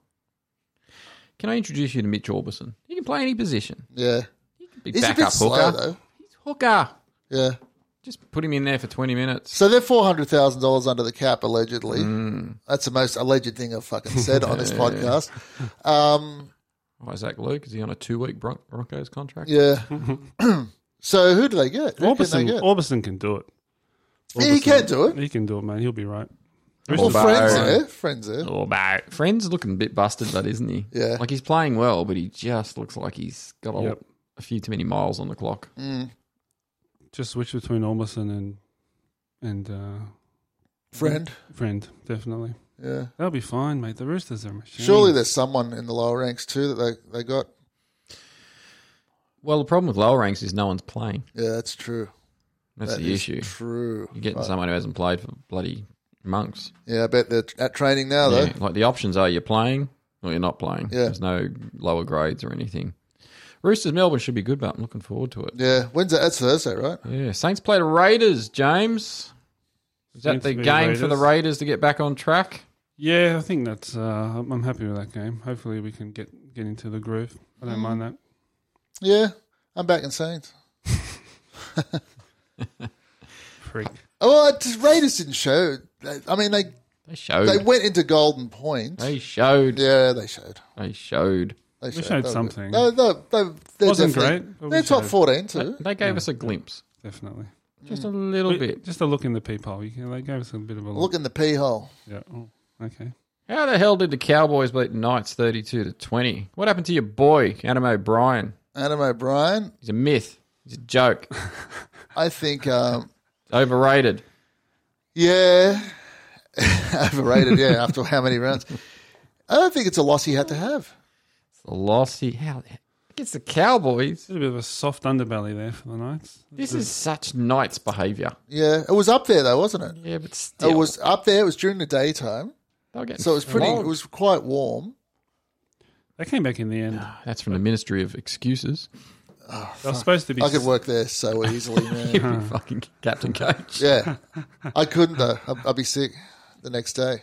S2: Can I introduce you to Mitch Orbison? He can play any position.
S1: Yeah,
S2: Be
S1: he's a
S2: backup
S1: bit slow
S2: hooker.
S1: though.
S2: He's hooker.
S1: Yeah.
S2: Just put him in there for twenty minutes.
S1: So they're four hundred thousand dollars under the cap allegedly.
S2: Hmm.
S1: That's the most alleged thing I've fucking said on this podcast. Um,
S2: Isaac Luke is he on a two-week Bron- Broncos contract?
S1: yeah. so who do they get? Who can they
S3: Orbison,
S1: get?
S3: Orbison can do it.
S1: Yeah, he can do it.
S3: He can do it, man. He'll be right.
S1: Well,
S2: Orbo.
S1: friends there, friends there.
S2: Oh, mate. Friend's looking a bit busted, but isn't he?
S1: Yeah.
S2: Like he's playing well, but he just looks like he's got a,
S3: Yep.
S2: a few too many miles on the clock.
S1: Mm.
S3: Just switch between Orbison and and uh,
S1: Friend,
S3: friend, definitely.
S1: yeah.
S3: That'll be fine, mate. The Roosters are a machine.
S1: Surely there's someone in the lower ranks too that they, they got.
S2: Well, the problem with lower ranks is no one's playing.
S1: Yeah, that's true.
S2: That's
S1: That
S2: the
S1: is
S2: issue.
S1: True.
S2: You're getting someone who hasn't played for bloody months.
S1: Yeah, I bet they're at training now though.
S2: Yeah, like the options are you're playing or you're not playing.
S1: Yeah.
S2: There's no lower grades or anything. Roosters Melbourne should be good, but I'm looking forward to it.
S1: Yeah, when's that? That's Thursday, right?
S2: Yeah, Saints play the Raiders, James. Is that
S3: Saints
S2: the
S3: v
S2: game for the
S3: Raiders.
S2: Raiders to get back on track?
S3: Yeah, I think that's. Uh, I'm I'm happy with that game. Hopefully, we can get get into the groove. I don't
S1: Mm.
S3: mind that.
S1: Yeah, I'm back in Saints.
S3: Freak.
S1: Oh, it just- Raiders didn't show. I mean, they
S2: They showed.
S1: they
S2: They,
S1: went into Golden Point.
S2: showed.
S1: Yeah, they showed.
S2: They showed.
S1: They
S3: We
S1: showed,
S3: showed
S1: They were
S3: something.
S1: good. No, no, they, they're
S3: Wasn't
S1: definitely-
S3: great, but we
S1: They're top
S3: showed.
S1: fourteen
S2: They,
S1: too.
S2: they gave us a glimpse,
S3: Definitely.
S2: just a little
S3: We-
S2: bit.
S3: Just a look in the peephole. You can, they gave us a bit of a look.
S1: Look in the pee hole.
S3: Yeah. Oh, okay.
S2: How the hell did the Cowboys beat the Knights thirty-two to twenty? What happened to your boy Adam O'Brien?
S1: Adam O'Brien.
S2: He's a myth. He's a joke.
S1: I think. Um,
S2: Overrated.
S1: yeah, overrated. Yeah, after how many rounds? I don't think it's a loss he had to have.
S2: The loss he how against the Cowboys.
S3: A little bit of a soft underbelly there for the Knights.
S2: This is such Knights behaviour.
S1: Yeah, it was up there though, wasn't it?
S2: Yeah, but still,
S1: It was up there. It was during the daytime,
S2: they were getting
S1: so it was pretty.
S2: flogged.
S1: It was quite warm.
S3: They came back in the end.
S2: That's from the Ministry of Excuses.
S3: They were supposed to be.
S1: I could work there so easily, man.
S2: You fucking captain coach.
S1: Yeah, I couldn't though. I'd, I'd be sick the next day.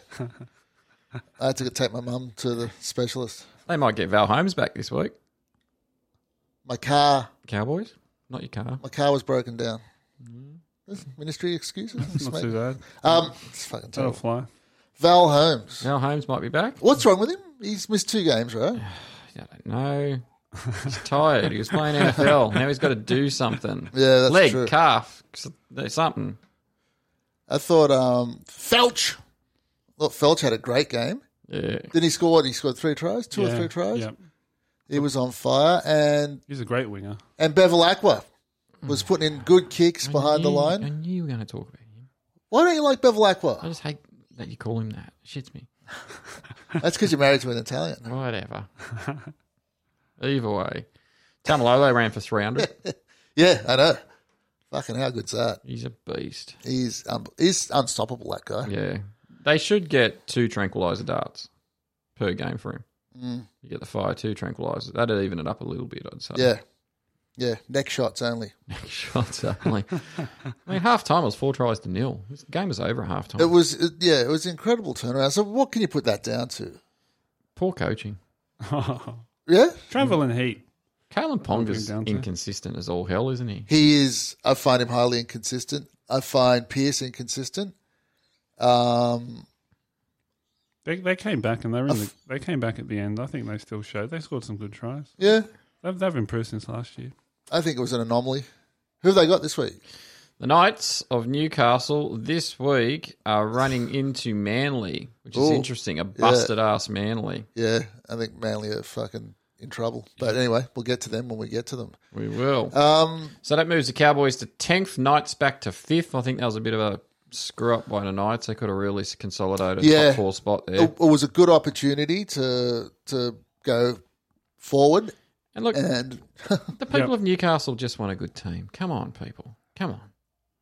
S1: I had to take my mum to the specialist.
S2: They might get Val Holmes back this week.
S1: My car,
S2: Cowboys, not your car.
S1: my car was broken down. This Ministry excuses.
S3: Mm. not too
S1: mate.
S3: bad. Oh.
S1: um, it's fucking terrible.
S3: That'll fly.
S1: Val Holmes.
S2: Val Holmes might be back.
S1: What's wrong with him? He's missed two games, right?
S2: I don't know. He's tired. He was playing NFL. Now he's got to do something.
S1: Yeah, that's
S2: Leg,
S1: true.
S2: calf, s- something.
S1: I thought um, Felch. Look, Felch had a great game.
S2: Yeah.
S1: Then he scored. He scored three tries, two or
S3: Yeah,
S1: three tries.
S3: yeah.
S1: He was on fire, and
S3: He's a great winger.
S1: and Bevel Aqua
S3: Mm.
S1: was putting in good kicks behind the
S2: I knew-
S1: line.
S2: I knew you were going to talk about him.
S1: Why don't you like Bevel
S2: I
S1: Aqua?
S2: just hate that you call him that. Shits me.
S1: That's because you're married to an Italian.
S2: Whatever. Either way, Tamalolo ran for 300.
S1: Yeah, I know. Fucking how good's that?
S2: He's a beast.
S1: He's um, he's unstoppable. That guy.
S2: Yeah. They should get two tranquilizer darts per game for him. You get the fire, two tranquilizers. That'd even it up a little bit, I'd say.
S1: Mm. Yeah, yeah. Neck shots only.
S2: Shots only. I mean, half time was four tries to nil. This game was over at half
S1: It
S2: time.
S1: was it- yeah, it was incredible turnaround. So what can you put that down to?
S2: Poor coaching.
S1: Yeah,
S3: Travel and heat.
S2: Kalen Ponga's
S3: down to.
S2: inconsistent as all hell, isn't he?
S1: He is. I find him highly inconsistent. I find Pierce inconsistent. Um,
S3: They, they came back and they were in the, they came back at the end. I think they still showed. They scored some good tries.
S1: yeah,
S3: They've, they've improved since last year.
S1: I think it was an anomaly. Who have they got this week?
S2: The Knights of Newcastle this week are running into Manly, which is
S1: Ooh.
S2: interesting. A busted ass Manly.
S1: Yeah, I think Manly are fucking in trouble. But anyway, we'll get to them when we get to them.
S2: We will.
S1: Um,
S2: so that moves the Cowboys to 10th, Knights back to 5th. I think that was a bit of a screw up by the Knights. They could have really consolidated
S1: Yeah.
S2: top four spot there.
S1: it, it was a good opportunity to to go forward,
S2: And look,
S1: and
S2: the people of Newcastle just want a good team. Come on, people. Come on.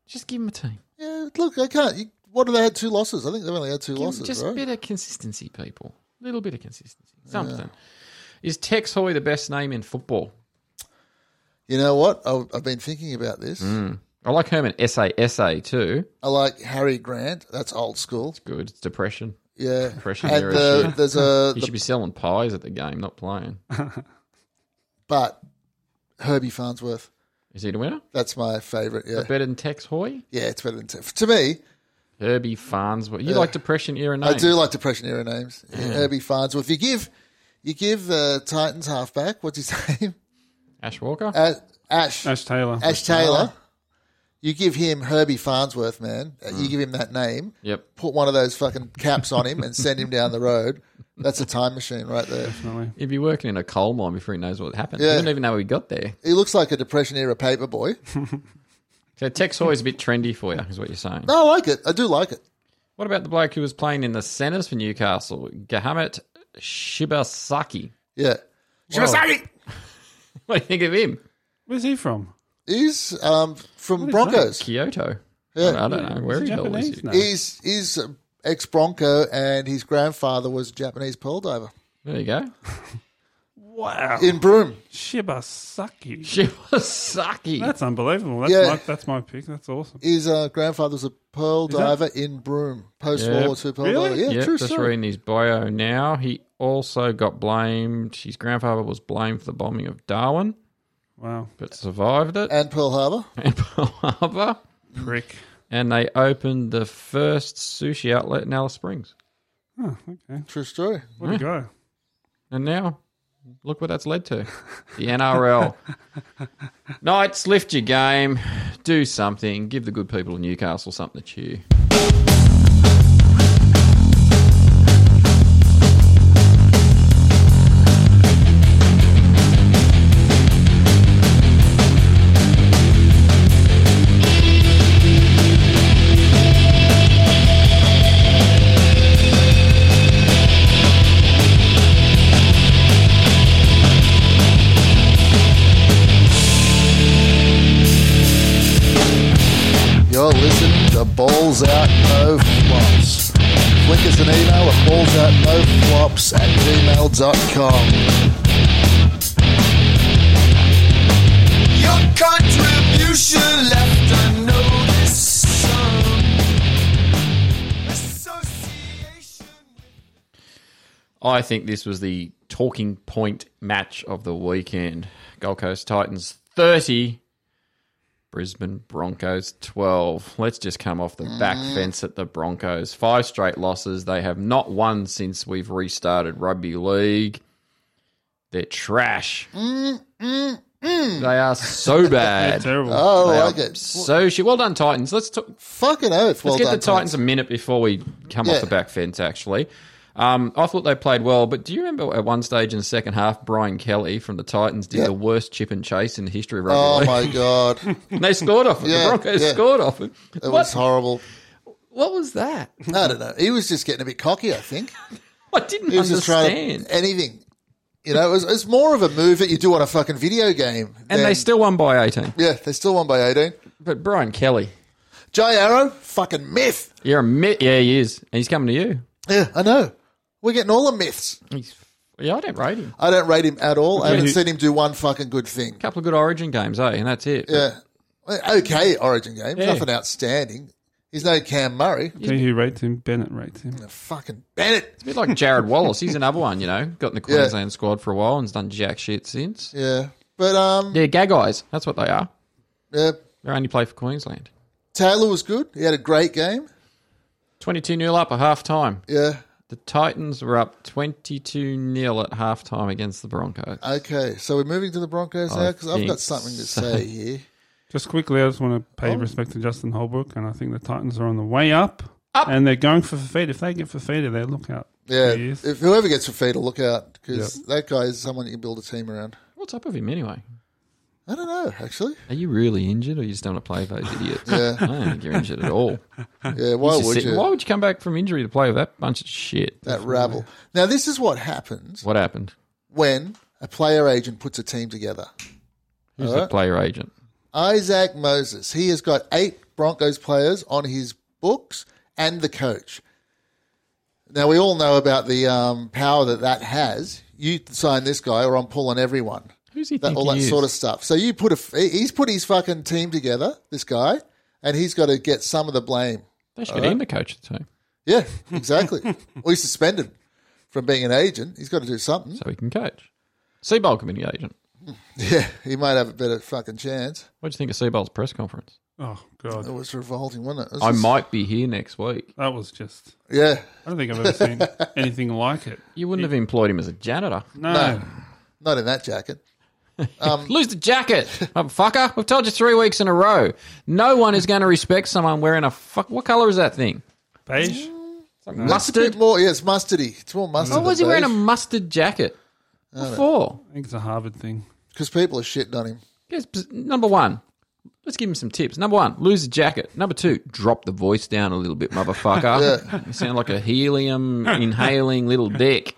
S2: Just give them a team.
S1: yeah, look, I can't. You, what have they had? Two losses. I think they've only had two
S2: Give 'em
S1: losses,
S2: just
S1: right?
S2: a bit of consistency, people. A little bit of consistency. Something. Is Tex Hoy the best name in football?
S1: You know what? I've, I've been thinking about this.
S2: I like Herman SASA too.
S1: I like Harry Grant. That's old school.
S2: Good. It's depression.
S1: Yeah,
S2: Depression
S1: and
S2: era
S1: the,
S2: shit.
S1: there's a
S2: He
S1: the
S2: should be selling pies at the game, not playing.
S1: but Herbie Farnsworth.
S2: Is he the winner?
S1: That's my favourite. Yeah,
S2: Better than Tex Hoy?
S1: yeah, it's better than Tiff. To me,
S2: Herbie Farnsworth. You like depression era names?
S1: I do like depression era names. Herbie Farnsworth. You give you give the Titans halfback. What's his name?
S2: Ash Walker.
S1: Uh, Ash
S3: Ash Taylor.
S1: Ash Taylor. You give him Herbie Farnsworth, man. Uh,
S2: Mm.
S1: You give him that name.
S2: yep.
S1: Put one of those fucking caps on him and send him down the road. That's a time machine right there.
S3: Definitely.
S2: He'd be working in a coal mine before he knows what happened. He
S1: Yeah.
S2: didn't even know he got there.
S1: He looks like a depression era paper boy.
S2: So Tex Hoy is a bit trendy for you, is what you're saying.
S1: No, I like it. I do like it.
S2: What about the bloke who was playing in the centres for Newcastle? Gahamet Shibasaki.
S1: Yeah.
S2: Shibasaki! what do you think of him?
S3: Where's he from?
S1: He's um, from Broncos.
S2: Kyoto.
S1: Yeah.
S2: I don't know. Where
S3: Is
S2: the
S3: he
S2: hell is
S3: Japanese?
S2: he?
S3: No.
S1: He's, he's ex Bronco, and his grandfather was a Japanese pearl diver
S2: There you go.
S3: Wow.
S1: in Broome.
S3: Shibasaki.
S2: Shibasaki.
S3: That's unbelievable. That's
S1: Yeah.
S3: my that's my pick. That's awesome.
S1: His uh, grandfather was a pearl
S3: that-
S1: diver in Broome, post World
S2: Yeah.
S1: War II pearl
S3: Really?
S1: diver. Yeah,
S2: yep,
S1: true
S2: just
S1: story.
S2: reading his bio now. He also got blamed. His grandfather was blamed for the bombing of Darwin,
S3: Wow.
S2: but survived it
S1: And Pearl Harbor.
S2: and Pearl Harbor.
S3: Prick.
S2: And they opened the first sushi outlet in Alice Springs.
S3: Oh, okay.
S1: True story.
S3: What a go.
S2: And now, look what that's led to the NRL. Knights, lift your game. Do something. Give the good people of Newcastle something to cheer.
S1: You're listening to Balls Out No Flops. Flick us an email at ballsoutnoflops at gmail.com.
S6: Your contribution left unnoticed. Some association.
S2: I think this was the talking point match of the weekend. Gold Coast Titans 30, Brisbane Broncos 12. Let's just come off the back
S1: Mm.
S2: fence at the Broncos. Five straight losses. They have not won since we've restarted rugby league. They're trash.
S1: Mm,
S2: They are so bad.
S3: Terrible.
S1: Oh,
S2: They
S1: mm. I
S2: are
S1: like it.
S2: So shit. Well done, Titans. Let's talk.
S1: Fucking oath. Well
S2: Let's
S1: done,
S2: get the Titans a minute before we come
S1: Yeah.
S2: off the back fence, actually. Um, I thought they played well, but do you remember at one stage in the second half, Brian Kelly from the Titans did
S1: Yeah.
S2: the worst chip and chase in the history of rugby
S1: Oh,
S2: league?
S1: my God. It
S2: And they scored off it.
S1: Oh. Yeah,
S2: the Broncos
S1: yeah.
S2: scored off it. What,
S1: was horrible.
S2: what was that?
S1: I don't know. He was just getting a bit cocky, I think.
S2: I didn't
S1: He was just trying
S2: understand.
S1: to, anything. You know, it was, it's more of a move that you do on a fucking video game.
S2: and
S1: than-
S2: they still won by 18.
S1: Yeah, they still won by 18.
S2: But Brian Kelly,
S1: Jay Arrow, fucking myth.
S2: you're a myth. Yeah, he is. And he's coming to you.
S1: Yeah, I know. We're getting all the myths.
S2: He's, yeah, I don't rate him.
S1: I don't rate him at all. I haven't
S3: he-
S1: seen him do one fucking good thing.
S2: A couple of good origin games, eh? And that's it.
S1: Yeah. Well, Okay, Origin game.
S2: Yeah.
S1: Nothing outstanding. He's no Cam Murray.
S3: Tell you who rates him. Bennett rates him.
S1: Fucking Bennett.
S2: It's a bit like Jared Wallace. He's another one, you know. Got in the Queensland squad for a while and's done jack shit since.
S1: Yeah. But um,
S2: They're gag eyes. That's what they are.
S1: yeah,
S2: They only play for Queensland.
S1: Taylor was good. He had a great game.
S2: 22 0 up at half time.
S1: Yeah.
S2: The Titans were up 22 0 at half time against the Broncos.
S1: Okay. So we're moving to the Broncos now
S2: I
S1: because I've
S2: think
S1: got something to
S2: so.
S1: say here.
S3: Just quickly, I just want to pay respect to Justin Holbrook, and I think the Titans are on the way up, and they're going for Fafita. If they get Fafita, they look out.
S1: Yeah.
S3: Yes.
S1: If whoever gets a feeder, look out because that guy is someone you can build a team around.
S2: What's up with him anyway?
S1: I don't know actually.
S2: Are you really injured or you just don't want to play with those idiots?
S1: Yeah.
S2: I don't think you're injured at all.
S1: Yeah. Why
S2: Just
S1: would
S2: sit-
S1: you?
S2: Why would you come back from injury to play with that bunch of shit?
S1: that rabble. Now this is what happens
S2: What happened?
S1: when a player agent puts a team together.
S2: Who's
S1: All
S2: the
S1: right.
S2: player agent?
S1: Isaac Moses. He has got eight Broncos players on his books and the coach. Now we all know about the um, power that that has. You sign this guy, or I'm pulling everyone.
S2: Who's he
S1: That,
S2: think
S1: all that
S2: he is?
S1: sort of stuff. So you put a f- he's put his fucking team together. This guy, and he's got to get some of the blame.
S2: They should get him to coach the team
S1: Yeah, exactly. or he's suspended from being an agent. He's got to do something.
S2: so he can coach. Seabold can be the agent.
S1: Yeah, he might have a better fucking chance.
S2: What do you think of Seabold's press conference?
S3: Oh
S1: It
S3: god,
S1: was revolting, wasn't it? It was
S2: I
S1: just-
S2: might be here next week.
S3: that was just.
S1: Yeah,
S3: I don't think I've ever seen anything like it.
S2: You wouldn't have employed him as a janitor.
S3: No,
S1: No. not in that jacket.
S2: Lose the jacket, motherfucker. We've told you three weeks in a row. No one is going to respect someone wearing a fuck. What color is that thing?
S3: beige.
S1: It's a bit
S2: Mustard.
S1: more. Yeah, it's mustardy. It's more mustard.
S2: Why was he wearing a mustard jacket before?
S3: I think it's a Harvard thing.
S1: Because people are shitting on him.
S2: Yes, pos- number one, let's give him some tips. Number one, lose the jacket. Number two, drop the voice down a little bit, motherfucker. You sound like a helium inhaling little dick.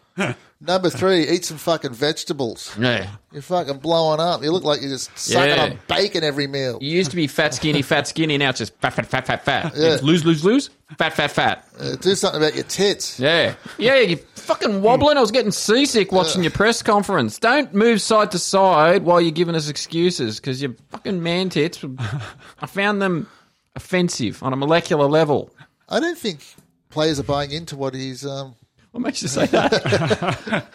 S1: Number three, eat some fucking vegetables.
S2: Yeah.
S1: You're fucking blowing up. You look like you're just sucking
S2: Yeah.
S1: on bacon every meal.
S2: You used to be fat, skinny, fat, skinny. Now it's just fat, fat, fat, fat, fat. It's lose, lose, lose. Fat, fat, fat.
S1: Uh, do something about your tits.
S2: Yeah. Yeah, you fucking wobbling. I was getting seasick watching your press conference. Don't move side to side while you're giving us excuses because your fucking man tits, I found them offensive on a molecular level.
S1: I don't think players are buying into what he's um,
S2: What makes you say that?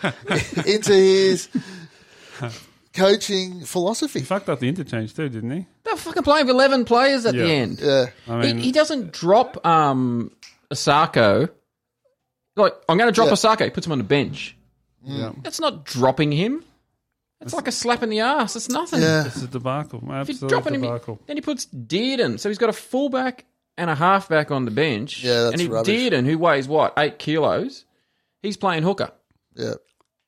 S1: into his coaching philosophy.
S3: He fucked up the interchange too, didn't he?
S2: They're fucking playing with 11 players at the
S3: Yeah.
S2: end.
S1: Yeah,
S3: I
S2: He,
S3: mean,
S2: he doesn't drop um, Asako. Like, I'm going to drop
S1: Yeah.
S2: Asako. He puts him on the bench.
S3: yeah.
S2: That's not dropping him. It's like a slap in the ass. It's nothing.
S1: yeah.
S3: it's a debacle.
S2: If
S3: Absolute
S2: you're dropping him,
S3: debacle.
S2: then he puts Dearden. So he's got a fullback and a halfback on the bench.
S1: Yeah, that's
S2: And he,
S1: rubbish.
S2: Dearden, who weighs what, eight kilos, he's playing hooker.
S1: Yeah,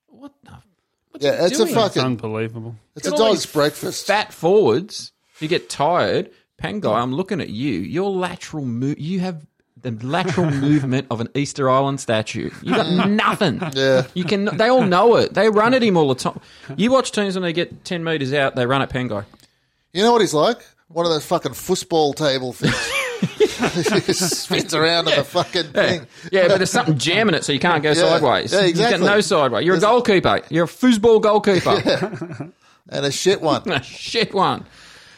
S2: What the? What's
S1: yeah.
S2: he
S1: It's a
S2: doing?
S3: It's
S1: fucking.
S3: unbelievable.
S1: It's a
S2: Got all
S1: dog's
S2: these
S1: breakfast.
S2: Fat forwards, you get tired. Pangai, I'm looking at you. Your lateral move, you have the lateral movement of an Easter Island statue. You got nothing.
S1: Yeah.
S2: You can. They all know it. They run at him all the time. You watch teams when they get ten meters out, they run at Pangai.
S1: You know what he's like? One of those fucking football table things. he just spins around on the fucking
S2: Yeah.
S1: thing.
S2: yeah, but there's something jamming it, so you can't go sideways.
S1: Yeah,
S2: You've
S1: exactly.
S2: got no sideways. You're a goalkeeper. You're a foosball goalkeeper.
S1: And a shit one.
S2: a shit one.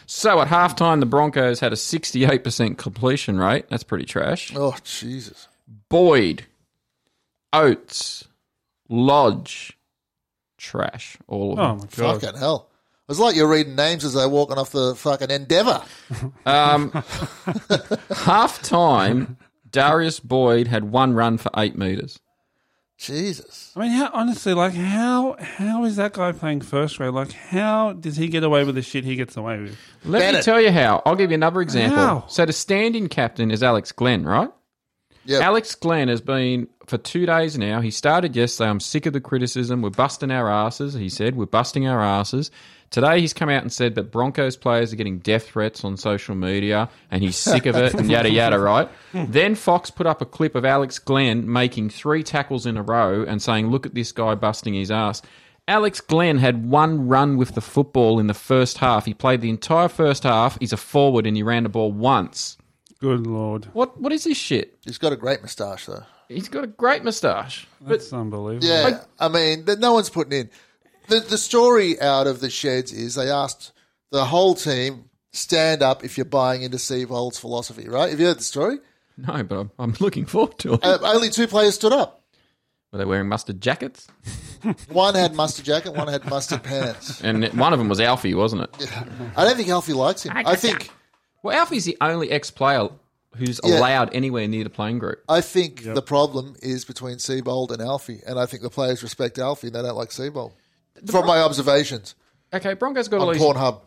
S2: So at halftime, the Broncos had a 68% completion rate. That's pretty trash.
S1: Oh, Jesus.
S2: Boyd, Oates, Lodge, trash. All of
S3: Oh
S2: them.
S3: my god.
S1: Fucking hell. It's like you're reading names as they're walking off the fucking Endeavour.
S2: Um, Halftime, Darius Boyd had one run for eight meters.
S1: Jesus.
S3: I mean, how honestly, like how how is that guy playing first grade? Like, how does he get away with the shit he gets away with?
S2: Let me
S1: Bennett.
S2: tell you how. I'll give you another example.
S3: How?
S2: So the stand-in captain is Alex Glenn, right?
S1: Yep.
S2: Alex Glenn has been for two days now. He started yesterday. I'm sick of the criticism. We're busting our asses. He said we're busting our asses. Today he's come out and said that Broncos players are getting death threats on social media, and he's sick of it. and yada yada. Right. then Fox put up a clip of Alex Glenn making three tackles in a row and saying, "Look at this guy busting his ass." Alex Glenn had one run with the football in the first half. He played the entire first half. He's a forward and he ran the ball once.
S3: Good lord,
S2: What what is this shit?
S1: He's got a great moustache, though.
S2: He's got a great moustache. But
S3: that's unbelievable.
S1: Yeah. I, mean, th- no one's putting in. The, the story out of the sheds is they asked the whole team, stand up if you're buying into Steve Holt's philosophy, right? Have you heard the story?
S2: No, but I'm, I'm looking forward to it.
S1: Uh, only two players stood up.
S2: Were they wearing mustard jackets?
S1: One had mustard jacket, one had mustard pants.
S2: And one of them was Alfie, wasn't it?
S1: I don't think Alfie likes him. I think
S2: Well, Alfie's the only ex-player who's
S1: Yeah.
S2: allowed anywhere near the playing group.
S1: I think the problem is between Seabold and Alfie, and I think the players respect Alfie. They don't like Seabold. From my observations
S2: Okay, Broncos
S1: on
S2: got all these.
S1: Pornhub,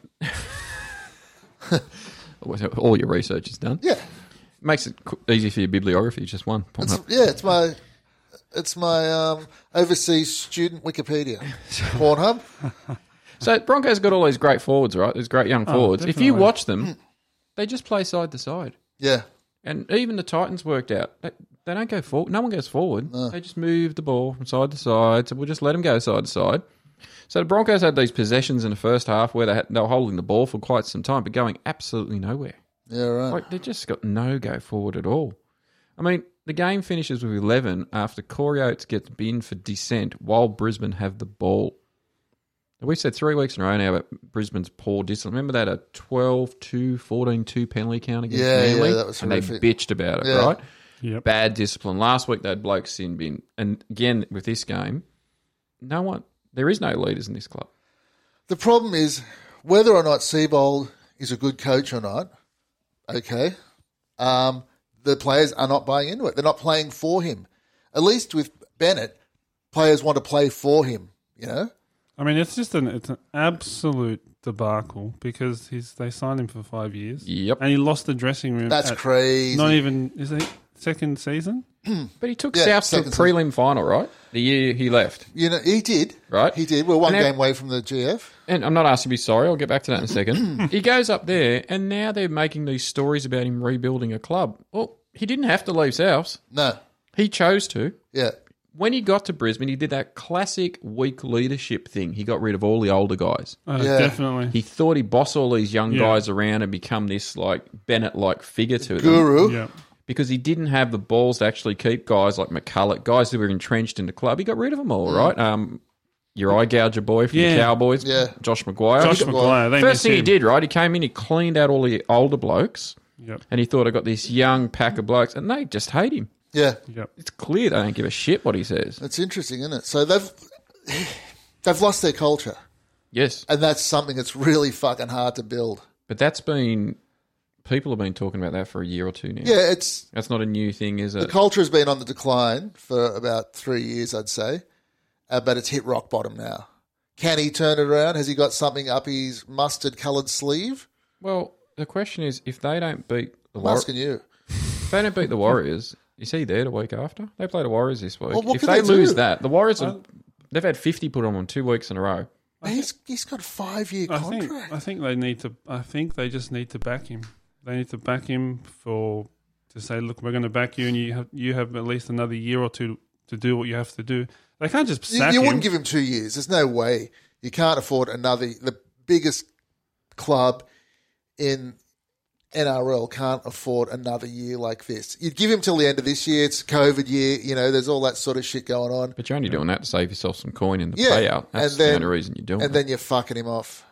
S2: All your research is done.
S1: yeah,
S2: makes it qu- easy for your bibliography. Just one.
S1: it's,
S2: Pornhub.
S1: yeah, it's my, it's my um, overseas student Wikipedia, Pornhub.
S2: So Broncos got all these great forwards, right? These great young forwards. if you
S3: definitely.
S2: watch
S1: Hmm.
S2: them, they just play side to side.
S1: Yeah,
S2: And even the Titans worked out. They, they don't go forward. No one goes forward. They just move the ball from side to side. So we'll just let them go side to side. So the Broncos had these possessions in the first half where they, had, they were holding the ball for quite some time, but going absolutely nowhere.
S1: yeah, right.
S2: Like they just got no go forward at all. I mean, the game finishes with eleven after Corey Oates gets binned for dissent while Brisbane have the ball. We said three weeks in a row now about Brisbane's poor discipline. Remember they had a 12 2, 14 2 penalty count against
S1: Yeah, yeah,
S2: Manly?
S1: that was
S2: and they
S1: horrific.
S2: bitched about it,
S1: Yeah.
S2: right?
S3: Yep.
S2: Bad discipline. Last week they had bloke sin bin. And again, with this game, no one, there is no leaders in this club.
S1: The problem is whether or not Seabold is a good coach or not. Okay, um, the players are not buying into it. They're not playing for him. At least with Bennett, players want to play for him. You know.
S3: I mean, it's just an it's an absolute debacle because he's they signed him for five years.
S2: Yep.
S3: and he lost the dressing room.
S1: That's
S3: at-
S1: crazy.
S3: Not even is it second season?
S2: But he took
S1: Yeah,
S2: South to
S1: second
S2: the prelim final, right? The year he left.
S1: You know, he did.
S2: Right.
S1: He did. We're one
S2: And ev-
S1: game away from the GF.
S2: and I'm not asking you to be sorry. I'll get back to that in a second. he goes up there, and now they're making these stories about him rebuilding a club. Well, he didn't have to leave Souths.
S1: No.
S2: He chose to.
S1: Yeah.
S2: When he got to Brisbane, he did that classic weak leadership thing. He got rid of all the older guys.
S3: Uh,
S1: Yeah.
S3: Definitely.
S2: He thought he'd boss all these young
S3: Yeah.
S2: guys around and become this like Bennett like figure to them
S1: Guru.
S3: yeah.
S2: because he didn't have the balls to actually keep guys like McCulloch, guys who were entrenched in the club. He got rid of them all, right? Um, your eye gouger boy from
S3: Yeah.
S2: the Cowboys,
S1: Yeah.
S2: Josh McGuire.
S3: Josh McGuire. They
S2: First
S3: missed
S2: thing he
S3: him.
S2: did, right, he came in, he cleaned out all the older blokes,
S3: Yep.
S2: and he thought, I got this young pack of blokes, and they just hate him.
S1: Yeah.
S3: Yep.
S2: It's clear they don't give a shit what he says.
S1: It's interesting, isn't it? So they've they've lost their culture,
S2: Yes,
S1: and that's something that's really fucking hard to build.
S2: but that's been people have been talking about that for a year or two now.
S1: Yeah, it's
S2: That's not a new thing, is
S1: the
S2: it?
S1: culture has been on the decline for about three years, I'd say, uh, but it's hit rock bottom now. Can he turn it around? Has he got something up his mustard-coloured sleeve?
S2: well, the question is, if they don't beat the
S1: I'm
S2: War-
S1: asking you.
S2: If they don't beat the Warriors, is he there the week after? They play the Warriors this week.
S1: Well, what
S2: if
S1: could
S2: they,
S1: they do?
S2: lose that, the Warriors have, they've had fifty put on them two weeks in a row.
S1: He's he's got a five-year
S3: I think
S1: contract.
S3: I think they need to. I think they just need to back him. They need to back him for to say, look, we're going to back you, and you have you have at least another year or two to do what you have to do. They can't just
S1: You,
S3: sack
S1: you
S3: him.
S1: wouldn't give him two years. There's no way. You can't afford another. The biggest club in NRL can't afford another year like this. You'd give him till the end of this year. It's COVID year. You know, there's all that sort of shit going on.
S2: But you're only doing that to save yourself some coin in the
S1: Yeah,
S2: payout. That's
S1: and then-
S2: the only reason you're doing
S1: And
S2: it.
S1: then you're fucking him off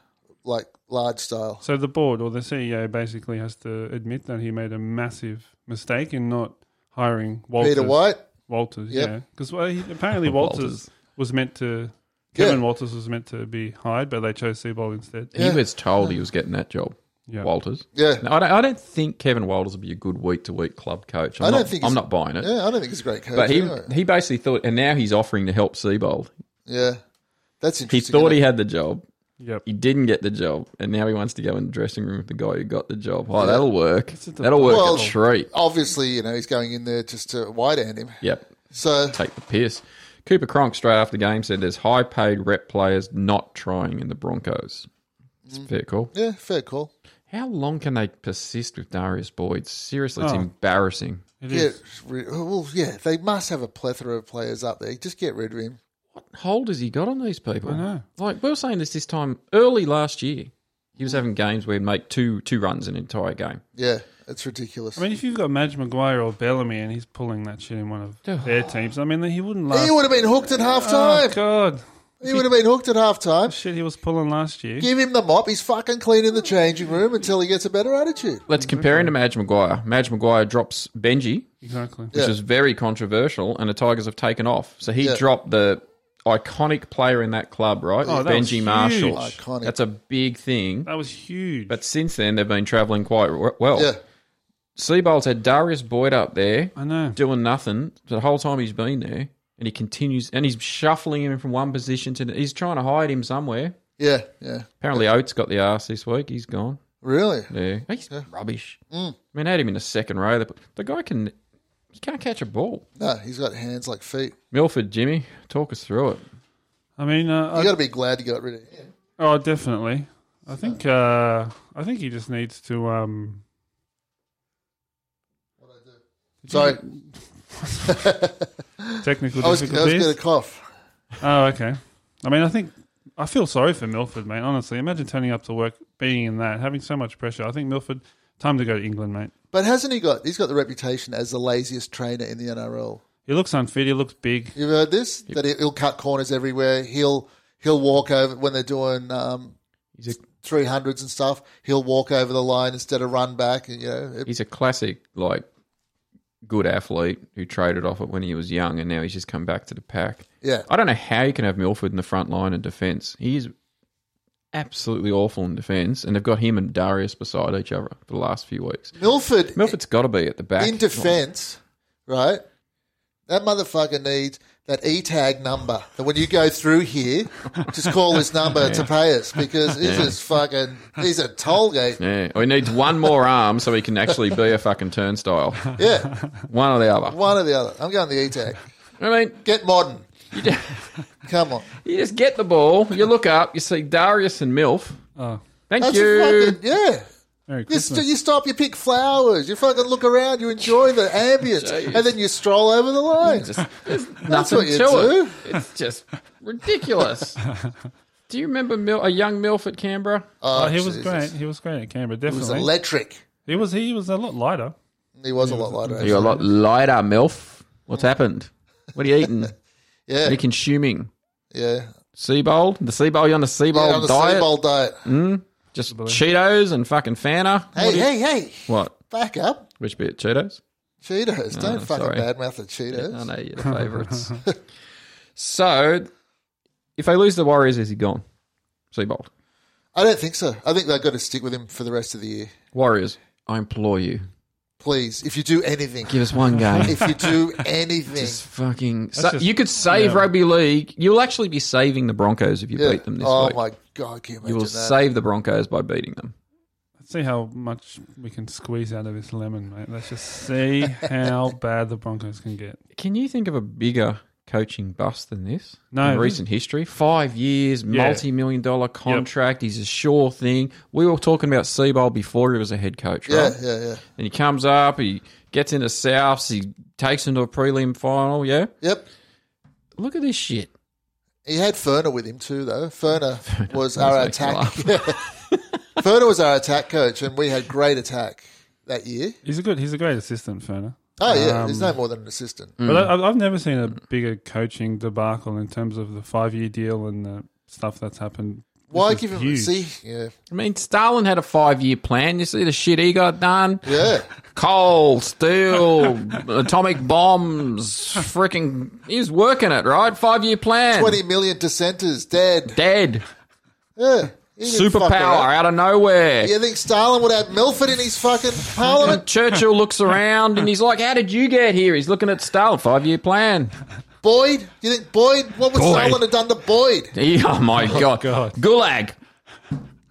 S1: like large style.
S3: so the board or the CEO basically has to admit that he made a massive mistake in not hiring Walters.
S1: Peter White.
S3: Walters,
S1: Yep.
S3: yeah, because well, he, apparently Walters,
S2: Walters.
S3: was meant to.
S1: Yeah.
S3: Kevin Walters was meant to be hired, but they chose Seabold instead.
S1: yeah.
S2: He was told he was getting that job.
S3: Yeah.
S2: Walters.
S1: Yeah.
S2: No, I, don't, I don't think Kevin Walters would be a good week to week club coach. I'm
S1: I
S2: not,
S1: don't think
S2: I'm
S1: he's-
S2: not buying it.
S1: Yeah, I don't think he's a great coach.
S2: But he
S1: anyway.
S2: he basically thought, and now he's offering to help Seabold.
S1: yeah, that's
S2: He
S1: interesting.
S2: thought
S1: isn't
S2: he
S1: it?
S2: had the job.
S3: Yep.
S2: He didn't get the job, and now he wants to go in the dressing room with the guy who got the job. Oh, that'll work. That'll work
S1: Well-
S2: a treat.
S1: obviously, you know, he's going in there just to white hand him.
S2: Yep.
S1: So
S2: take the piss. Cooper Cronk, straight after the game, said there's high paid rep players not trying in the Broncos. It's
S1: Mm.
S2: a fair call.
S1: yeah, fair call.
S2: How long can they persist with Darius Boyd? Seriously, it's
S3: Oh.
S2: embarrassing.
S3: It
S1: Get
S3: is.
S1: rid, well, yeah, they must have a plethora of players up there. Just get rid of him.
S2: What hold has he got on these people?
S3: I know.
S2: Like, we were saying this this time early last year. He was having games where he'd make two two runs an entire game.
S1: Yeah, it's ridiculous.
S3: I mean, if you've got Madge McGuire or Bellamy and he's pulling that shit in one of their teams, I mean, he wouldn't last.
S1: he would have been hooked at half
S3: oh,
S1: time.
S3: uh, God.
S1: He would have been hooked at half time.
S3: Shit, he was pulling last year.
S1: Give him the mop. He's fucking cleaning the changing room until he gets a better attitude.
S3: Oh,
S2: Let's compare him to Madge Maguire. Madge Maguire drops Benji,
S3: Exactly.
S2: which is very controversial, and the Tigers have taken off. So he
S1: Yeah.
S2: dropped the iconic player in that club, right?
S3: Oh, that was
S2: Benji
S3: huge.
S2: Marshall.
S1: Iconic.
S2: That's a big thing.
S3: That was huge.
S2: But since then, they've been travelling quite w- well.
S1: Yeah.
S2: Seabolds had Darius Boyd up there
S3: I know.
S2: doing nothing the whole time he's been there, and he continues and he's shuffling him from one position to the, he's trying to hide him somewhere.
S1: Yeah, yeah.
S2: Apparently, Oates got the arse this week. He's gone.
S1: Really?
S2: Yeah, he's rubbish. I mean, had him in the second row. The, the guy can he can't catch a ball.
S1: No, he's got hands like feet.
S2: Milford, Jimmy, talk us through it.
S3: I mean, uh,
S1: You
S3: I-
S1: got to be glad you got rid of him.
S3: Oh, definitely. I think uh, I think he just needs to. Um,
S1: Sorry,
S3: technical
S1: I was, I was
S3: difficulties.
S1: going to cough.
S3: Oh, okay. I mean, I think I feel sorry for Milford, mate. Honestly, imagine turning up to work, being in that, having so much pressure. I think Milford, time to go to England, mate.
S1: But hasn't he got? He's got the reputation as the laziest trainer in the NRL.
S3: He looks unfit. He looks big.
S1: You've heard this? That he- he'll cut corners everywhere. He'll he'll walk over when they're doing um,
S2: He's a
S1: three hundreds and stuff. He'll walk over the line instead of run back. And, you know, it-
S2: he's a classic like good athlete who traded off it when he was young, and now he's just come back to the pack.
S1: yeah,
S2: I don't know how you can have Milford in the front line in defence. He is absolutely awful in defence, and they've got him and Darius beside each other for the last few weeks.
S1: Milford.
S2: Milford's got to be at the back.
S1: in defence, right? That motherfucker needs that E tag number. That when you go through here, just call this number to pay us because this is fucking. He's a toll gate.
S2: Yeah, he needs one more arm so he can actually be a fucking turnstile.
S1: Yeah,
S2: One or the other.
S1: one or the other. I'm going the E tag.
S2: I mean,
S1: Get modern. Come on.
S2: you just get the ball, you look up, you see Darius and Milf.
S3: Oh,
S2: Thank
S1: That's
S2: you.
S1: fucking yeah.
S3: very
S1: You,
S3: Christmas.
S1: st- you stop, you pick flowers, you fucking look around, you enjoy the ambience,
S2: Jeez.
S1: and then you stroll over the line.
S2: Just, there's nothing
S1: what you
S2: to
S1: do.
S2: it. It's just ridiculous. do you remember Mil- a young Milf at Canberra?
S3: Oh, he was
S1: Jesus.
S3: great. He was great at Canberra.
S1: It was
S3: Definitely.
S1: electric.
S3: he was. He was a lot lighter.
S1: He was a lot lighter.
S2: You're a
S1: actually.
S2: lot lighter, Milf.
S1: Oh.
S2: What's happened? What are you eating? What
S1: Yeah,
S2: are you consuming?
S1: yeah.
S2: Seabold? The Seabowl? You on the Seabold
S1: yeah on the
S2: diet?
S1: same old diet.
S2: Just Cheetos and fucking Fanta?
S1: Hey, hey, hey!
S2: What?
S1: Back up.
S2: Which bit? Cheetos?
S1: Cheetos. Don't fucking
S2: sorry.
S1: badmouth the Cheetos.
S2: I know you're the favourites. so, if they lose the Warriors, is he gone? Seabold.
S1: I don't think so. I think they've got to stick with him for the rest of the year.
S2: Warriors, I implore you,
S1: Please, if you do anything,
S2: give us one game.
S1: if you do anything,
S2: Just fucking, sa-
S3: just-
S2: you could save
S3: yeah.
S2: rugby league. You'll actually be saving the Broncos if you
S1: Yeah.
S2: beat them this
S1: oh
S2: week.
S1: my god, can you imagine
S2: you will
S1: that?
S2: save the Broncos by beating them.
S3: Let's see how much we can squeeze out of this lemon, mate. Let's just see how bad the Broncos can get.
S2: Can you think of a bigger coaching bust than this?
S3: No.
S2: in recent history, five years,
S3: Yeah.
S2: multi-million dollar contract. He's a sure thing. We were talking about Seabold before he was a head coach, right?
S1: yeah, yeah, yeah.
S2: And he comes up, he gets into Souths, he takes him to a prelim final, yeah?
S1: Yep.
S2: Look at this shit.
S1: He had Ferner with him too, though. Ferner was
S2: does
S1: our
S2: make you
S1: attack.
S2: laugh.
S1: Ferner was our attack coach, and we had great attack that year.
S3: He's a good. He's a great assistant, Ferner.
S1: Oh yeah, he's
S2: Um,
S1: no more than an assistant.
S2: Mm.
S3: But I, I've- I've never seen a bigger coaching debacle in terms of the five-year deal and the stuff that's happened. This
S1: Why
S3: is
S1: give him?
S3: huge.
S1: See, yeah,
S2: I mean, Stalin had a five year plan. You see the shit he got done?
S1: yeah.
S2: Coal, steel, atomic bombs, freaking. He was working it, right? Five year plan.
S1: Twenty million dissenters dead.
S2: Dead.
S1: Yeah, He didn't fuck
S2: Superpower
S1: around.
S2: out of nowhere.
S1: You think Stalin would have Milford in his fucking parliament?
S2: Churchill looks around and he's like, How did you get here? He's looking at Stalin, five year plan.
S1: Boyd? You think Boyd? What would
S2: Boyd.
S1: Stalin have done to Boyd?
S2: He- oh my God.
S3: God.
S2: Gulag.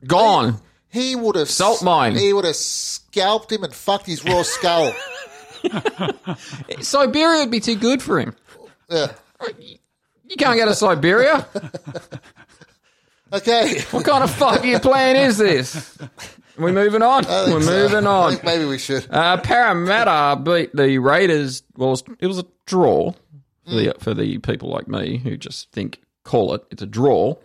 S2: Gone.
S1: He would have
S2: Salt mine.
S1: He would have scalped him and fucked his raw skull.
S2: Siberia would be too good for him.
S1: Yeah.
S2: You can't go to Siberia.
S1: Okay.
S2: What kind of five year plan is this? We're moving on. We're moving
S1: I
S2: on.
S1: think maybe we should.
S2: Uh, Parramatta beat the Raiders. Well, it was a draw for
S1: Mm.
S2: the, for the people like me who just think, call it, it's a draw.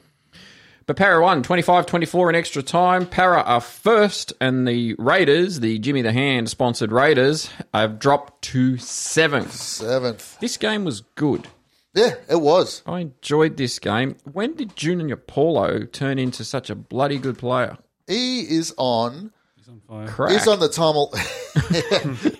S2: But Para won 25 24 in extra time. Para are first, and the Raiders, the Jimmy the Hand sponsored Raiders, have dropped to seventh.
S1: Seventh.
S2: This game was good.
S1: Yeah, it was.
S2: I enjoyed this game. When did Junior Paulo turn into such a bloody good player?
S1: He is on.
S2: Crack.
S1: He's on the Tamal.